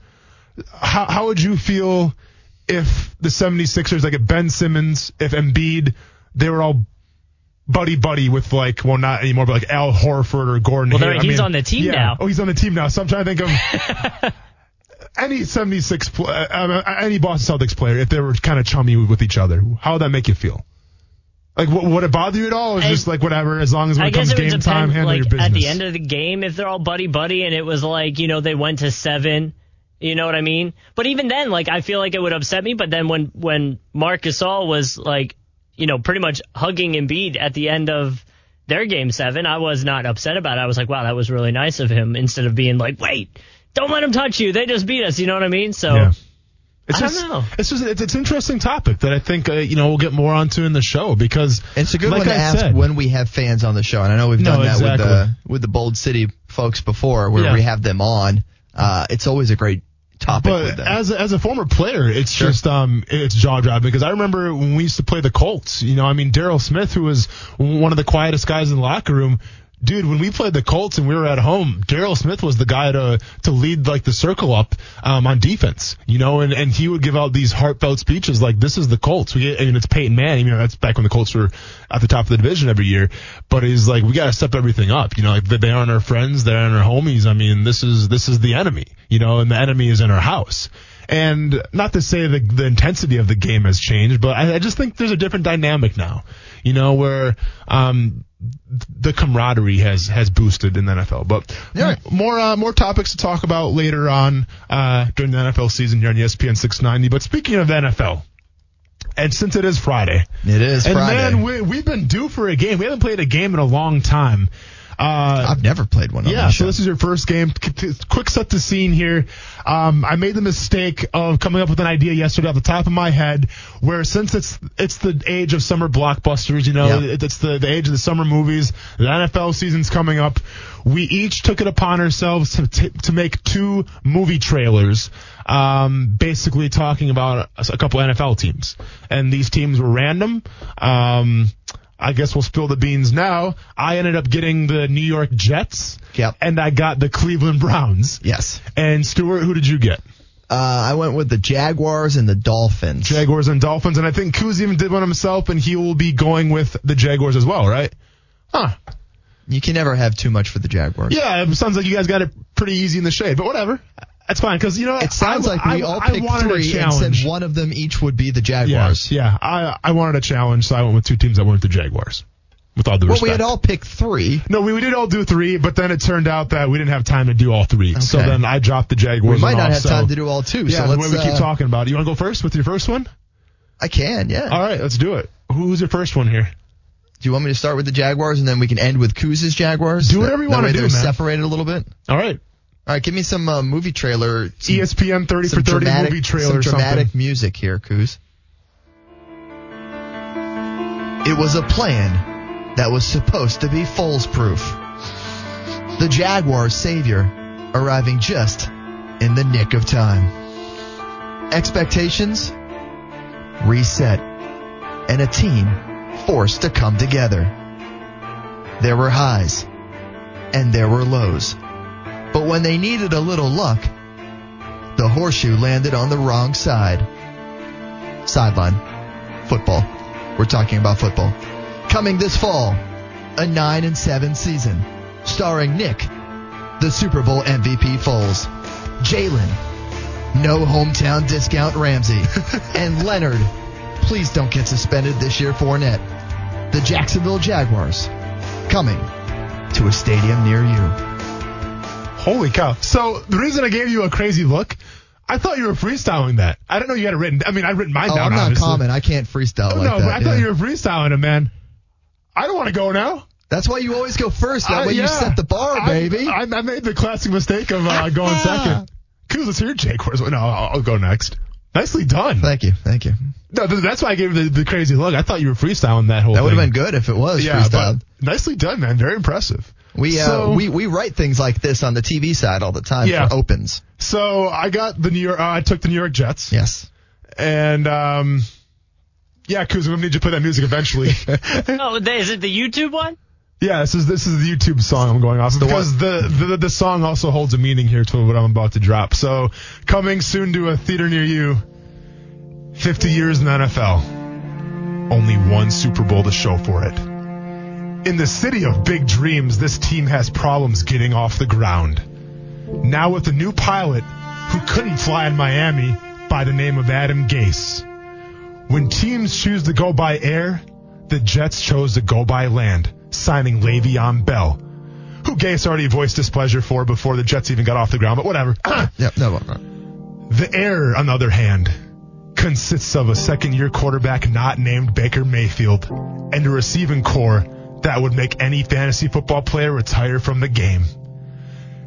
Speaker 5: How how would you feel if the 76ers like if Ben Simmons, if Embiid, they were all buddy buddy with like well not anymore but like Al Horford or Gordon.
Speaker 6: Well, there-
Speaker 5: Hayward.
Speaker 6: he's on the team
Speaker 5: yeah.
Speaker 6: now.
Speaker 5: Oh, he's on the team now. So I'm trying to think of any 76 pl- uh, uh, any Boston Celtics player if they were kind of chummy with each other. How would that make you feel? Like, what, would it bother you at all? Or is
Speaker 6: I-
Speaker 5: just like whatever, as long as when
Speaker 6: I
Speaker 5: it comes
Speaker 6: guess it would
Speaker 5: game
Speaker 6: depend.
Speaker 5: time, handle your
Speaker 6: like
Speaker 5: business.
Speaker 6: at the end of the game, if they're all buddy buddy, and it was like you know they went to seven, you know what I mean. But even then, like I feel like it would upset me. But then when when Marcus All was like you know pretty much hugging Embiid at the end of their game seven, I was not upset about it. I was like, wow, that was really nice of him. Instead of being like, wait, don't let him touch you. They just beat us. You know what I mean? So.
Speaker 5: Yeah. It's
Speaker 6: I don't
Speaker 5: just,
Speaker 6: know.
Speaker 5: It's just it's, it's an interesting topic that I think uh, you know we'll get more onto in the show because
Speaker 4: It's a good
Speaker 5: like
Speaker 4: one to
Speaker 5: I
Speaker 4: ask
Speaker 5: said,
Speaker 4: when we have fans on the show, and I know we've
Speaker 5: No,
Speaker 4: done that
Speaker 5: exactly.
Speaker 4: with the with the Bold City folks before, where
Speaker 5: Yeah.
Speaker 4: we have them on. Uh, it's always a great topic with
Speaker 5: But
Speaker 4: them.
Speaker 5: as a, as a former player, it's just um it's jaw dropping because I remember when we used to play the Colts. You know, I mean Daryl Smith, who was one of the quietest guys in the locker room. Dude, when we played the Colts and we were at home, Daryl Smith was the guy to to lead like the circle up um, on defense, you know, and, and he would give out these heartfelt speeches like "This is the Colts," we, and it's Peyton Manning. You know, that's back when the Colts were at the top of the division every year. But he's like, "We got to step everything up," you know, like they they aren't our friends, they aren't our homies. I mean, this is this is the enemy, you know, and the enemy is in our house. And not to say the the intensity of the game has changed, but I, I just think there's a different dynamic now. You know, where um the camaraderie has has boosted in the NFL. But
Speaker 4: Yeah.
Speaker 5: more uh, more topics to talk about later on uh, during the NFL season here on E ESPN 690. But speaking of the NFL, and since it is Friday,
Speaker 4: It is
Speaker 5: and
Speaker 4: Friday.
Speaker 5: man, we, we've been due for a game. We haven't played a game in a long time. Uh,
Speaker 4: I've never played one on
Speaker 5: yeah,
Speaker 4: this
Speaker 5: so
Speaker 4: show.
Speaker 5: this is your first game. C- t- Quick set the scene here. Um, I made the mistake of coming up with an idea yesterday off the top of my head, where since it's it's the age of summer blockbusters, you know,
Speaker 4: Yeah.
Speaker 5: it, it's the, the age of the summer movies. The NFL season's coming up. We each took it upon ourselves to t- to make two movie trailers, um, basically talking about a, a couple NFL teams, and these teams were random. Um, I guess we'll spill the beans now. I ended up getting the New York Jets.
Speaker 4: Yep.
Speaker 5: And I got the Cleveland Browns.
Speaker 4: yes.
Speaker 5: And Stuart, who did you get?
Speaker 4: Uh, I went with the Jaguars and the Dolphins.
Speaker 5: Jaguars and Dolphins. And I think Kuz even did one himself, and he will be going with the Jaguars as well, right? Huh.
Speaker 4: you can never have too much for the Jaguars.
Speaker 5: Yeah, it sounds like you guys got it pretty easy in the shade, but whatever. That's fine, because, you know,
Speaker 4: It sounds
Speaker 5: I-
Speaker 4: like we
Speaker 5: I-
Speaker 4: all
Speaker 5: I
Speaker 4: picked
Speaker 5: wanted a
Speaker 4: three and
Speaker 5: challenge.
Speaker 4: said one of them each would be the
Speaker 5: Yeah,
Speaker 4: Jaguars.
Speaker 5: yeah. I, I wanted a challenge, so I went with two teams that weren't the Jaguars. With all due
Speaker 4: Well,
Speaker 5: respect.
Speaker 4: we had all picked three.
Speaker 5: No, we, we did all do three, but then it turned out that we didn't have time to do all three. So
Speaker 4: Okay.
Speaker 5: then I dropped the Jaguars.
Speaker 4: We might
Speaker 5: and
Speaker 4: not
Speaker 5: off,
Speaker 4: have
Speaker 5: so-
Speaker 4: time to do all two.
Speaker 5: Yeah,
Speaker 4: so
Speaker 5: the
Speaker 4: let's
Speaker 5: way we keep
Speaker 4: uh,
Speaker 5: talking about it. You want to go first with your first one?
Speaker 4: I can, yeah.
Speaker 5: All right, let's do it. Who's your first one here?
Speaker 4: Do you want me to start with the Jaguars and then we can end with Kuz's Jaguars?
Speaker 5: Do whatever you
Speaker 4: That
Speaker 5: wanna
Speaker 4: way
Speaker 5: do,
Speaker 4: They're
Speaker 5: man.
Speaker 4: separated a little bit.
Speaker 5: All right.
Speaker 4: All right, give me some uh, movie trailer.
Speaker 5: E
Speaker 4: Some,
Speaker 5: ESPN 30
Speaker 4: some
Speaker 5: for 30
Speaker 4: dramatic,
Speaker 5: movie trailer or
Speaker 4: some dramatic
Speaker 5: something.
Speaker 4: music here, Kuz. It was a plan that was supposed to be foolproof. The Jaguars' savior arriving just in the nick of time. Expectations reset, and a team forced to come together. There were highs, and there were lows. But when they needed a little luck, the horseshoe landed on the wrong side. Sideline. Football. We're talking about football. Coming this fall, a 9 and 7 season, starring Nick, the Super Bowl MVP Foles, Jalen, no hometown discount Ramsey, and Leonard, please don't get suspended this year, Fournette. The Jacksonville Jaguars, coming to a stadium near you.
Speaker 5: Holy cow. So the reason I gave you a crazy look, I thought you were freestyling that. I didn't know you had it written. I mean, I've written mine
Speaker 4: Oh,
Speaker 5: down,
Speaker 4: I'm not
Speaker 5: obviously.
Speaker 4: comment. I can't freestyle like
Speaker 5: no,
Speaker 4: that.
Speaker 5: but I
Speaker 4: yeah.
Speaker 5: thought you were freestyling it, man. I don't want to go now.
Speaker 4: That's why you always go first. That
Speaker 5: Uh,
Speaker 4: way
Speaker 5: yeah.
Speaker 4: you set the bar,
Speaker 5: I-
Speaker 4: baby.
Speaker 5: I, I made the classic mistake of uh, going second. Cool, let's hear Jaguars. No, I'll, I'll go next. Nicely done.
Speaker 4: thank you, thank you.
Speaker 5: No, th- that's why I gave you the, the crazy look. I thought you were freestyling that whole
Speaker 4: That would
Speaker 5: thing.
Speaker 4: have been good if it was
Speaker 5: Yeah,
Speaker 4: freestyle.
Speaker 5: but nicely done, man. Very impressive.
Speaker 4: We uh,
Speaker 5: So-
Speaker 4: we we write things like this on the TV side all the time
Speaker 5: Yeah.
Speaker 4: for opens.
Speaker 5: So I got the New York. Uh, I took the New York Jets.
Speaker 4: Yes.
Speaker 5: And um, yeah, Kuz, I'm gonna need you to play that music eventually.
Speaker 6: Oh, th- is it the YouTube one?
Speaker 5: yeah, this is this is the YouTube song I'm going off of because the, the the song also holds a meaning here to what I'm about to drop. So coming soon to a theater near you. 50 years in the NFL. Only one Super Bowl to show for it. In the city of big dreams, this team has problems getting off the ground. Now with a new pilot who couldn't fly in Miami by the name of Adam Gase. When teams choose to go by air, the Jets chose to go by land, signing Le'Veon Bell, who Gase already voiced displeasure for before the Jets even got off the ground, but whatever.
Speaker 4: Yep. No. uh, no, no.
Speaker 5: The air, on the other hand, consists of a second year quarterback not named Baker Mayfield and a receiving core that would make any fantasy football player retire from the game.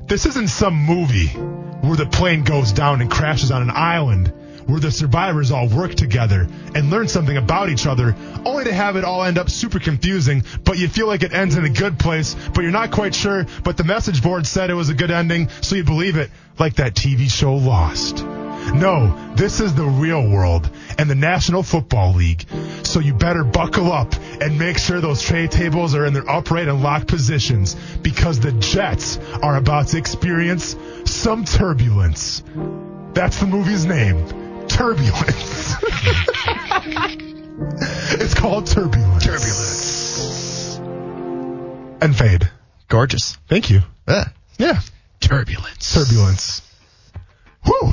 Speaker 5: This isn't some movie where the plane goes down and crashes on an island where the survivors all work together and learn something about each other only to have it all end up super confusing but you feel like it ends in a good place but you're not quite sure but the message board said it was a good ending so you believe it like that TV show Lost. No, this is the real world and the National Football League. So you better buckle up and make sure those tray tables are in their upright and locked positions because the Jets are about to experience some turbulence. That's the movie's name. Turbulence. it's called Turbulence. Turbulence. And fade.
Speaker 4: Gorgeous.
Speaker 5: Thank you.
Speaker 4: Yeah.
Speaker 5: Yeah.
Speaker 4: Turbulence.
Speaker 5: Turbulence. Woo!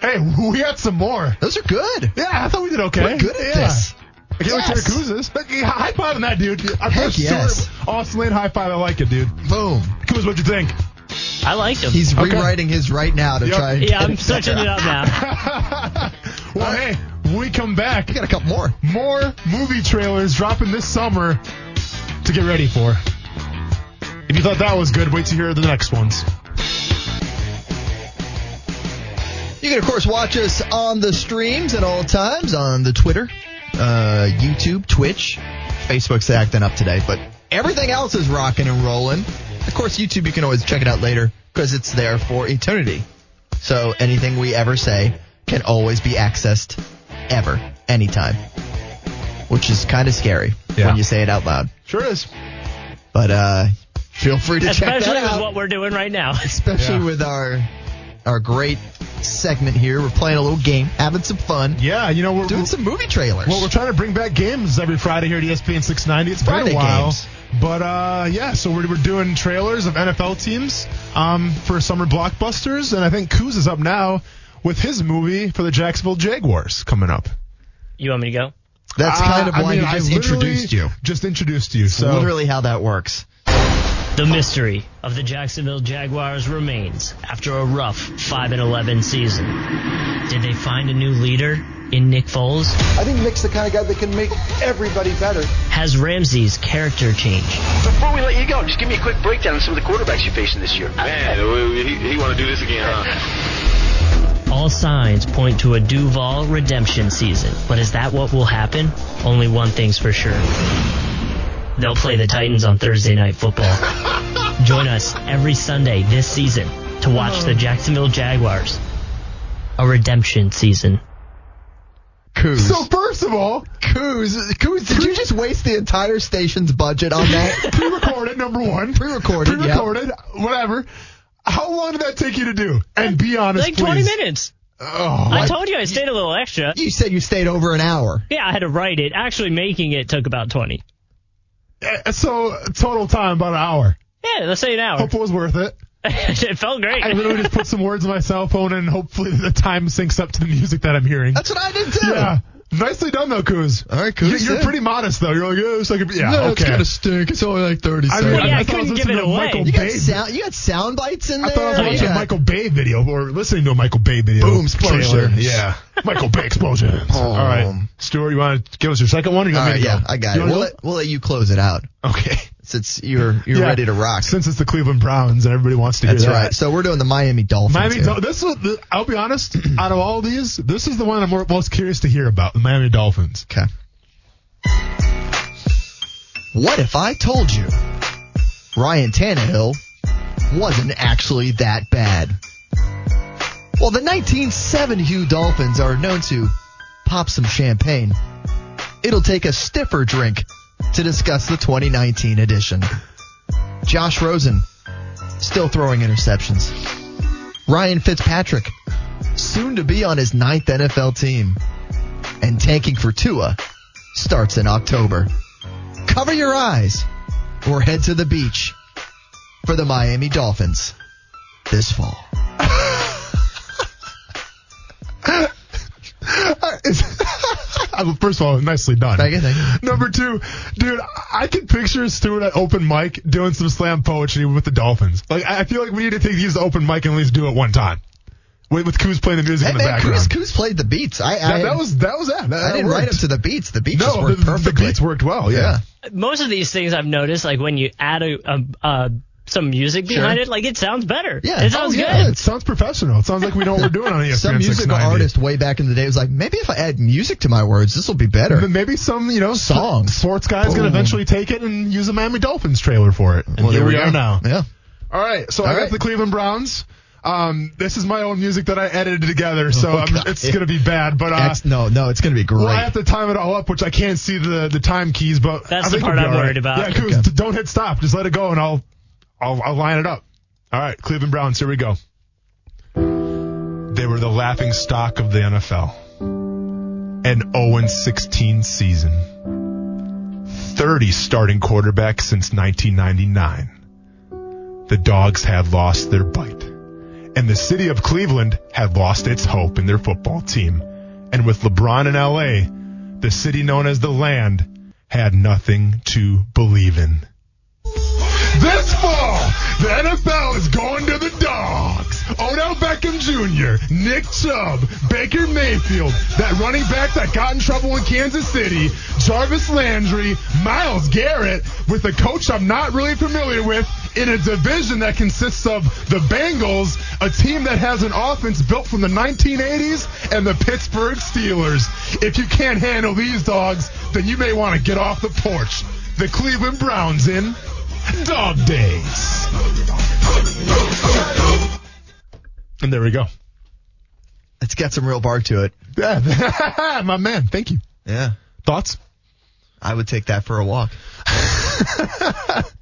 Speaker 5: Hey, we got some more.
Speaker 4: Those are good.
Speaker 5: Yeah, I thought we did okay.
Speaker 4: We're good at
Speaker 5: yeah.
Speaker 4: this.
Speaker 5: I can't
Speaker 4: Yes.
Speaker 5: wait to Yakuza's. Look, yeah, High five on that, dude. Our
Speaker 4: Heck
Speaker 5: first
Speaker 4: yes.
Speaker 5: story, Austin Lane high five. I like it, dude.
Speaker 4: Boom.
Speaker 5: Yakuza, what'd you think?
Speaker 6: I liked him.
Speaker 4: He's
Speaker 5: Okay.
Speaker 4: rewriting his right now to
Speaker 5: Yep.
Speaker 4: try. and
Speaker 6: yeah,
Speaker 4: get
Speaker 6: I'm
Speaker 4: it
Speaker 6: searching
Speaker 4: better.
Speaker 6: it up now.
Speaker 5: Well, hey, when we come back,
Speaker 4: We got a couple more.
Speaker 5: more movie trailers dropping this summer to get ready for. If you thought that was good, wait to hear the next ones.
Speaker 4: You can, of course, watch us on the streams at all times on the Twitter, uh, YouTube, Twitch. Facebook's acting up today, but everything else is rocking and rolling. Of course, YouTube, you can always check it out later because it's there for eternity. So anything we ever say can always be accessed ever, anytime, which is kind of scary
Speaker 5: Yeah.
Speaker 4: when you say it out loud.
Speaker 5: Sure is.
Speaker 4: But uh, feel free to check
Speaker 6: Especially
Speaker 4: that
Speaker 6: with
Speaker 4: out
Speaker 6: what we're doing right now.
Speaker 4: especially
Speaker 5: Yeah.
Speaker 4: with our our great segment here. We're playing a little game, having some fun,
Speaker 5: Yeah, you know, we're,
Speaker 4: doing some movie trailers.
Speaker 5: Well, we're trying to bring back games every Friday here at E ESPN 690. It's been
Speaker 4: Friday
Speaker 5: a while.
Speaker 4: games.
Speaker 5: But uh, yeah, so we're, we're doing trailers of NFL teams um, for summer blockbusters, and I think Kuz is up now with his movie for the Jacksonville Jaguars coming up.
Speaker 6: You want me to go?
Speaker 4: That's kind of
Speaker 5: Uh, I
Speaker 4: why
Speaker 5: mean,
Speaker 4: he
Speaker 5: I
Speaker 4: just
Speaker 5: literally
Speaker 4: introduced you.
Speaker 5: Just introduced you. So
Speaker 4: Literally how that works.
Speaker 6: The mystery of the Jacksonville Jaguars remains after a rough 5 and 11 season. Did they find a new leader in Nick Foles?
Speaker 10: I think Nick's the kind of guy that can make everybody better.
Speaker 6: Has Ramsey's character changed?
Speaker 11: Before we let you go, just give me a quick breakdown of some of the quarterbacks you're facing this year.
Speaker 3: Man, he, he want to do this again, huh?
Speaker 6: All signs point to a Duval redemption season, but is that what will happen? Only one thing's for sure. They'll play the Titans on Thursday Night Football. Join us every Sunday this season to watch the Jacksonville Jaguars. A redemption season.
Speaker 4: Coos.
Speaker 5: So first of all,
Speaker 4: Coos, Coos, did you just waste the entire station's budget on that?
Speaker 5: pre-recorded number one.
Speaker 4: Pre-recorded, yeah.
Speaker 5: Pre-recorded. Whatever. How long did that take you to do? And be honest,
Speaker 6: Like 20
Speaker 5: please.
Speaker 6: minutes.
Speaker 5: Oh,
Speaker 6: I told you I stayed a little extra.
Speaker 4: you said you stayed over an hour.
Speaker 6: Yeah, I had to write it. Actually, making it took about 20.
Speaker 5: Uh, so total time about an hour.
Speaker 6: Yeah, let's say an hour.
Speaker 5: Hope it was worth it.
Speaker 6: it felt great.
Speaker 5: I literally just put some words on my cell phone and hopefully the time syncs up to the music that I'm hearing.
Speaker 4: That's what I did too.
Speaker 5: yeah. Nicely done though, Kuz.
Speaker 4: All right, Kuz,
Speaker 5: You- You're,
Speaker 4: yeah.
Speaker 5: pretty modest though. You're like, yeah, it's like a, yeah,
Speaker 4: No, it's
Speaker 5: okay.
Speaker 4: gonna stink. It's only like thirty
Speaker 5: I
Speaker 4: seconds.
Speaker 5: mean,
Speaker 6: Well, yeah, I
Speaker 5: thought was
Speaker 6: couldn't give
Speaker 5: listening
Speaker 6: it
Speaker 5: to a
Speaker 6: away.
Speaker 5: Michael
Speaker 4: you got
Speaker 5: Bay-
Speaker 4: sound. You got sound bites in
Speaker 5: I
Speaker 4: there.
Speaker 5: thought I was watching
Speaker 4: Yeah.
Speaker 5: a Michael Bay video or listening to a Michael Bay video.
Speaker 4: Boom, explosions.
Speaker 5: Trailer. Yeah. Michael Bay explosions. All right. Stuart, you want to give us your second one? Or you
Speaker 4: All
Speaker 5: want
Speaker 4: right,
Speaker 5: me to
Speaker 4: yeah,
Speaker 5: go?
Speaker 4: I got
Speaker 5: You
Speaker 4: it.
Speaker 5: wanna
Speaker 4: We'll
Speaker 5: go?
Speaker 4: let, we'll let you close it out
Speaker 5: Okay.
Speaker 4: since you're you're
Speaker 5: Yeah.
Speaker 4: ready to rock.
Speaker 5: Since it's the Cleveland Browns and everybody wants to
Speaker 4: That's
Speaker 5: hear that.
Speaker 4: right. So we're doing the Miami Dolphins.
Speaker 5: Miami.
Speaker 4: here.
Speaker 5: Dol- this was. the- I'll be honest. out of all these, this is the one I'm more, most curious to hear about. The Miami Dolphins.
Speaker 4: Okay. What if I told you Ryan Tannehill wasn't actually that bad? Well, the 1972 Dolphins are known to pop some champagne. It'll take a stiffer drink to discuss the 2019 edition. Josh Rosen still throwing interceptions. Ryan Fitzpatrick soon to be on his ninth NFL team and tanking for Tua starts in October. Cover your eyes or head to the beach for the Miami Dolphins this fall.
Speaker 5: Uh, First of all, nicely done.
Speaker 4: Thank you, thank you.
Speaker 5: Number two, dude, I can picture Stuart at open mic doing some slam poetry with the Dolphins. Like, I I feel like we need to take these to open mic and at least do it one time. With, with Coos playing the music
Speaker 4: Hey
Speaker 5: in the
Speaker 4: man,
Speaker 5: background.
Speaker 4: Coos, Coos played the beats. I, I,
Speaker 5: that, that was that was that. That-
Speaker 4: I
Speaker 5: that
Speaker 4: didn't write
Speaker 5: worked.
Speaker 4: up to the beats. The beats just
Speaker 5: No, the,
Speaker 4: worked
Speaker 5: the
Speaker 4: perfectly. Oh,
Speaker 5: beats worked well. Yeah.
Speaker 4: Yeah.
Speaker 6: most of these things I've noticed, like when you add a, a, a some music behind it, like it sounds better.
Speaker 4: Yeah.
Speaker 6: it sounds
Speaker 4: Oh,
Speaker 6: good.
Speaker 5: Yeah, it sounds professional. It sounds like we know what we're doing on E ESPN
Speaker 4: Some musical
Speaker 5: 690.
Speaker 4: artist way back in the day was like, maybe if I add music to my words, this will be
Speaker 5: But
Speaker 4: better.
Speaker 5: maybe some, you know,
Speaker 4: Songs.
Speaker 5: s- sports guy's going to
Speaker 4: Boom.
Speaker 5: eventually take it and use a Miami Dolphins trailer for it. And
Speaker 4: Well,
Speaker 5: here
Speaker 4: there
Speaker 5: we
Speaker 4: go.
Speaker 5: are now.
Speaker 4: Yeah.
Speaker 5: All right, so I
Speaker 4: All
Speaker 5: got
Speaker 4: right.
Speaker 5: the Cleveland Browns. Um, this is my own music that I edited together, so I'm,
Speaker 4: Oh, God.
Speaker 5: it's going to be bad. But uh,
Speaker 4: Ex- no, no, it's going to be great.
Speaker 5: well, I have to time it all up, which I can't see the, the time keys. But
Speaker 6: That's
Speaker 5: I
Speaker 6: the
Speaker 5: think
Speaker 6: part
Speaker 5: we'll be
Speaker 6: I'm
Speaker 5: all right.
Speaker 6: worried about.
Speaker 5: Yeah, 'cause
Speaker 4: Okay.
Speaker 5: don't hit stop. Just let it go, and I'll, I'll I'll line it up. All right, Cleveland Browns. Here we go. They were the laughing stock of the NFL. An 0-16 season. 30 starting quarterbacks since 1999. The dogs had lost their bite. and the city of Cleveland had lost its hope in their football team. And with LeBron in LA, the city known as the land had nothing to believe in. This fall, the NFL is going to the dogs. Odell Beckham Jr., Nick Chubb, Baker Mayfield, that running back that got in trouble in Kansas City, Jarvis Landry, Miles Garrett, with a coach I'm not really familiar with, in a division that consists of the Bengals, a team that has an offense built from the 1980s, and the Pittsburgh Steelers. If you can't handle these dogs, then you may want to get off the porch. The Cleveland Browns in Dog Days. And there we go.
Speaker 4: It's got some real bark to it.
Speaker 5: Yeah, my man. Thank you.
Speaker 4: Yeah.
Speaker 5: Thoughts?
Speaker 4: I would take that for a walk.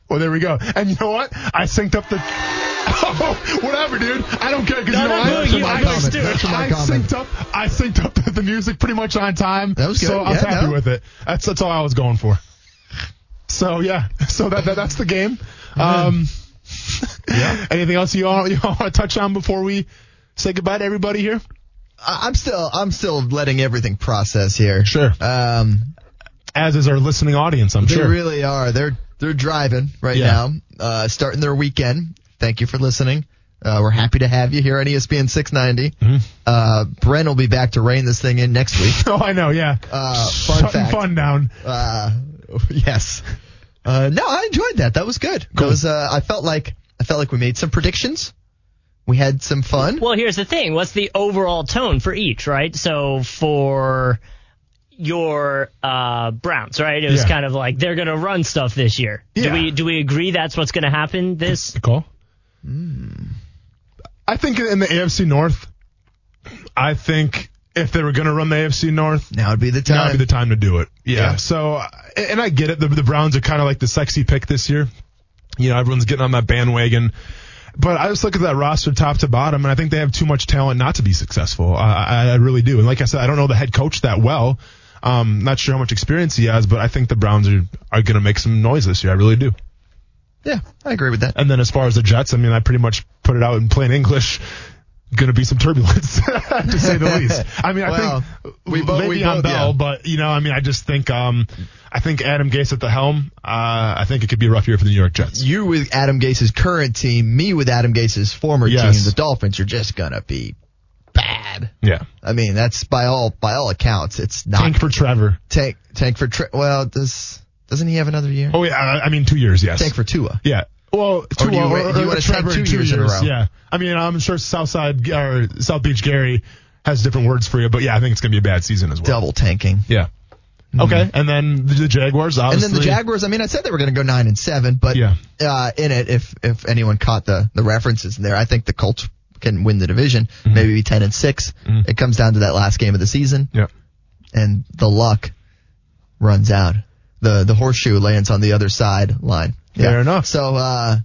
Speaker 5: Well, there we go. And you know what? I synced up the. Oh, whatever, dude. I don't care because
Speaker 6: No,
Speaker 5: you know
Speaker 6: no,
Speaker 5: what?
Speaker 6: no, you-
Speaker 5: I,
Speaker 6: I was
Speaker 5: synced-
Speaker 6: doing-
Speaker 4: That's my
Speaker 5: I
Speaker 4: comment.
Speaker 5: synced up. I synced up the music pretty much on time.
Speaker 4: That was good.
Speaker 5: So I'm
Speaker 4: Yeah,
Speaker 5: happy
Speaker 4: no.
Speaker 5: with it. That's that's all I was going for. So yeah. So that, that that's the game. Um, yeah. Anything else you all you all want to touch on before we say goodbye to everybody here?
Speaker 4: I- I'm still I'm still letting everything process here.
Speaker 5: Sure.
Speaker 4: Um,
Speaker 5: As is our listening audience, I'm
Speaker 4: They
Speaker 5: sure.
Speaker 4: really are. They're they're driving right
Speaker 5: Yeah.
Speaker 4: now, uh, starting their weekend. Thank you for listening. Uh, we're happy to have you here on E ESPN 690. Uh, Brent will be back to rein this thing in next week.
Speaker 5: Mm-hmm. oh, I know. Yeah.
Speaker 4: Uh, fun
Speaker 5: Shutting
Speaker 4: fact.
Speaker 5: fun down.
Speaker 4: Uh, yes. Uh, no, I enjoyed that. That was good. That was, uh, I felt like I felt like we made some predictions. We had some fun.
Speaker 6: Well, here's the thing. What's the overall tone for each, right? So for your uh, Browns, right? It was
Speaker 5: Yeah.
Speaker 6: kind of like they're going to run stuff this year.
Speaker 5: Yeah.
Speaker 6: Do we do we agree that's what's going to happen this
Speaker 5: Nicole? Hmm. I think in the AFC North, I think if they were going to run the AFC North,
Speaker 4: now would be the time.
Speaker 5: now would be the time to do it. Yeah.
Speaker 4: Yeah.
Speaker 5: So, uh, and I get it. The, the Browns are kind of like the sexy pick this year. You know, everyone's getting on that bandwagon. But I just look at that roster top to bottom, and I think they have too much talent not to be successful. I, I, I really do. And like I said, I don't know the head coach that well. Um, not sure how much experience he has, but I think the Browns are, are going to make some noise this year. I really do.
Speaker 4: yeah, I agree with that.
Speaker 5: And then as far as the Jets, I mean, I pretty much put it out in plain English. Going to be some turbulence, to say the least. I mean,
Speaker 4: Well,
Speaker 5: I think
Speaker 4: we both- we
Speaker 5: Le'Veon
Speaker 4: both-
Speaker 5: Bell,
Speaker 4: yeah.
Speaker 5: but you know, I mean, I just think, um, I think Adam Gase at the helm. Uh, I think it could be a rough year for the New York Jets.
Speaker 4: You with Adam Gase's current team, me with Adam Gase's former
Speaker 5: Yes.
Speaker 4: team, the Dolphins. You're just gonna be bad.
Speaker 5: Yeah,
Speaker 4: I mean, that's by all by all accounts, it's not
Speaker 5: tank for Trevor.
Speaker 4: tank tank for tri- well does doesn't he have another year
Speaker 5: Oh yeah, I, I mean, two years, yes.
Speaker 4: tank for Tua
Speaker 5: yeah. Well, two,
Speaker 4: do you wait- do you wanna tank
Speaker 5: Trevor in
Speaker 4: two years in a row?
Speaker 5: Yeah, I mean, I'm sure Southside or South Beach Gary has different words for you, but yeah, I think it's going to be a bad season as well.
Speaker 4: double tanking
Speaker 5: Yeah. Okay, and then the, the Jaguars,
Speaker 4: Mm-hmm. and
Speaker 5: obviously.
Speaker 4: then the Jaguars I mean I said they were going to go 9 and 7 but
Speaker 5: Yeah.
Speaker 4: uh in it if if anyone caught the the references in there I think the Colts can win the division
Speaker 5: Mm-hmm.
Speaker 4: maybe be 10 and 6
Speaker 5: Mm.
Speaker 4: it comes down to that last game of the season
Speaker 5: Yeah.
Speaker 4: and the luck runs out the the horseshoe lands on the other side line
Speaker 5: Fair enough.
Speaker 4: so uh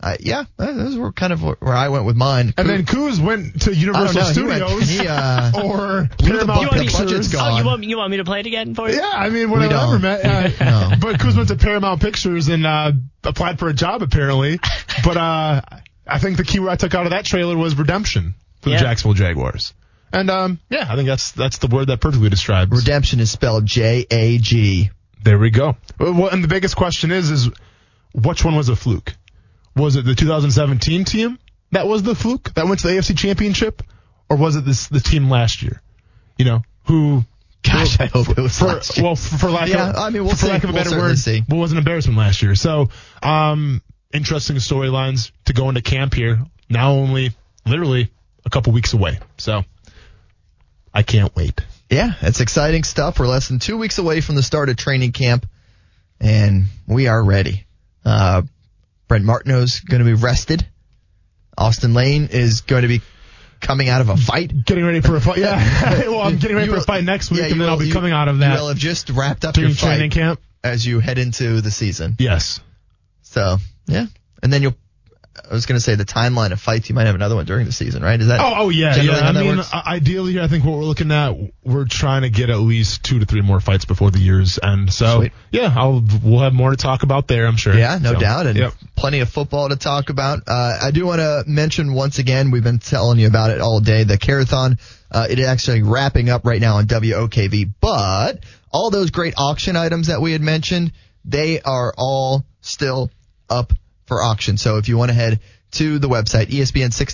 Speaker 4: uh, yeah, those were kind of where I went with mine.
Speaker 5: And then Coos went to Universal
Speaker 4: I don't know, he went-
Speaker 5: Studios
Speaker 4: he, uh,
Speaker 5: or
Speaker 4: the
Speaker 5: Paramount
Speaker 4: bucket.
Speaker 5: Pictures.
Speaker 4: Budget's gone.
Speaker 6: Oh, you want you want me to play it again for you?
Speaker 5: Yeah, I mean, whatever.
Speaker 4: don't.
Speaker 5: man. Uh,
Speaker 4: No.
Speaker 5: But Coos went to Paramount Pictures and uh, applied for a job apparently. But uh, I think the key word I took out of that trailer was redemption for
Speaker 6: Yeah.
Speaker 5: the Jacksonville Jaguars. And um, yeah, I think that's that's the word that perfectly describes.
Speaker 4: Redemption is spelled J A G.
Speaker 5: There we go. Uh, Well, and the biggest question is, is which one was a fluke? Was it the 2017 team that was the fluke that went to the AFC Championship, or was it this the team last year? You know, who?
Speaker 4: Gosh, I hope it was
Speaker 5: for,
Speaker 4: last year.
Speaker 5: Well, for, for lack
Speaker 4: Yeah,
Speaker 5: of
Speaker 4: I mean, we'll see.
Speaker 5: for lack of a
Speaker 4: We'll
Speaker 5: better
Speaker 4: certainly
Speaker 5: word,
Speaker 4: see.
Speaker 5: what was an embarrassment last year. So, um, interesting storylines to go into camp here. Now only literally a couple weeks away. So, I can't wait.
Speaker 4: Yeah, it's exciting stuff. We're less than two weeks away from the start of training camp, and we are ready. Uh, Brent Martineau's going to be rested. Austin Lane is going to be coming out of a fight.
Speaker 5: Getting ready for a fight. Yeah. well, I'm getting ready
Speaker 4: You
Speaker 5: for a
Speaker 4: will-
Speaker 5: fight next week,
Speaker 4: yeah,
Speaker 5: and
Speaker 4: you
Speaker 5: then I'll
Speaker 4: will-
Speaker 5: be
Speaker 4: you-
Speaker 5: coming out of that
Speaker 4: You'll have just wrapped up
Speaker 5: during
Speaker 4: your fight
Speaker 5: training camp.
Speaker 4: as you head into the season.
Speaker 5: Yes.
Speaker 4: So yeah, and then you'll I was going to say the timeline of fights. You might have another one during the season, right? Is that?
Speaker 5: Oh, oh yeah,
Speaker 4: generally
Speaker 5: yeah.
Speaker 4: how
Speaker 5: I
Speaker 4: that
Speaker 5: mean,
Speaker 4: works?
Speaker 5: i- ideally, here, I think what we're looking at, we're trying to get at least two to three more fights before the year's end. So,
Speaker 4: Sweet.
Speaker 5: yeah, I'll we'll have more to talk about there, I'm sure.
Speaker 4: Yeah, no
Speaker 5: So,
Speaker 4: doubt, and
Speaker 5: yep.
Speaker 4: plenty of football to talk about. Uh, I do want to mention once again, we've been telling you about it all day. The Carathon, uh, it is actually wrapping up right now on WOKV, but all those great auction items that we had mentioned, they are all still up for auction. So if you want to head to the website E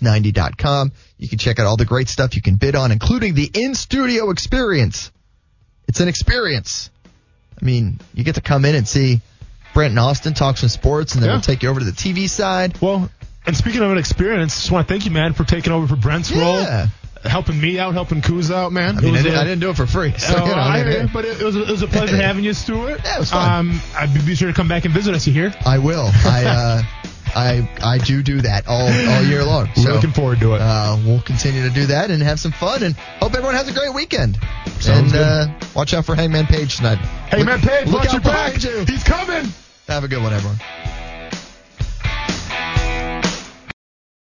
Speaker 4: espn690.com, you can check out all the great stuff you can bid on, including the in-studio experience. It's an experience. I mean, you get to come in and see Brent and Austin talk some sports, and then
Speaker 5: Yeah.
Speaker 4: we'll take you over to the TV side.
Speaker 5: Well, and speaking of an experience, just want to thank you, man, for taking over for Brent's
Speaker 4: Yeah.
Speaker 5: role, helping me out, helping Kuz out, man.
Speaker 4: I mean,
Speaker 5: It
Speaker 4: I
Speaker 5: was
Speaker 4: didn't,
Speaker 5: a-
Speaker 4: I didn't do it for free. So,
Speaker 5: So,
Speaker 4: you know, I
Speaker 5: Oh, I
Speaker 4: mean,
Speaker 5: hear you, but it, it, was a, it was a pleasure having you, Stuart.
Speaker 4: Yeah, it was fun.
Speaker 5: Um, I'd be- be sure to come back and visit us. You hear?
Speaker 4: I will. I, uh, I, I do do that all, all year long.
Speaker 5: We're
Speaker 4: So,
Speaker 5: looking forward to it.
Speaker 4: Uh, we'll continue to do that and have some fun, and hope everyone has a great weekend. and
Speaker 5: Sounds good.
Speaker 4: Uh, watch out for Hangman Page tonight.
Speaker 5: hey,
Speaker 4: Look-
Speaker 5: man, Paige,
Speaker 4: look
Speaker 5: watch
Speaker 4: out
Speaker 5: your back.
Speaker 4: behind you.
Speaker 5: He's coming.
Speaker 4: Have a good one, everyone.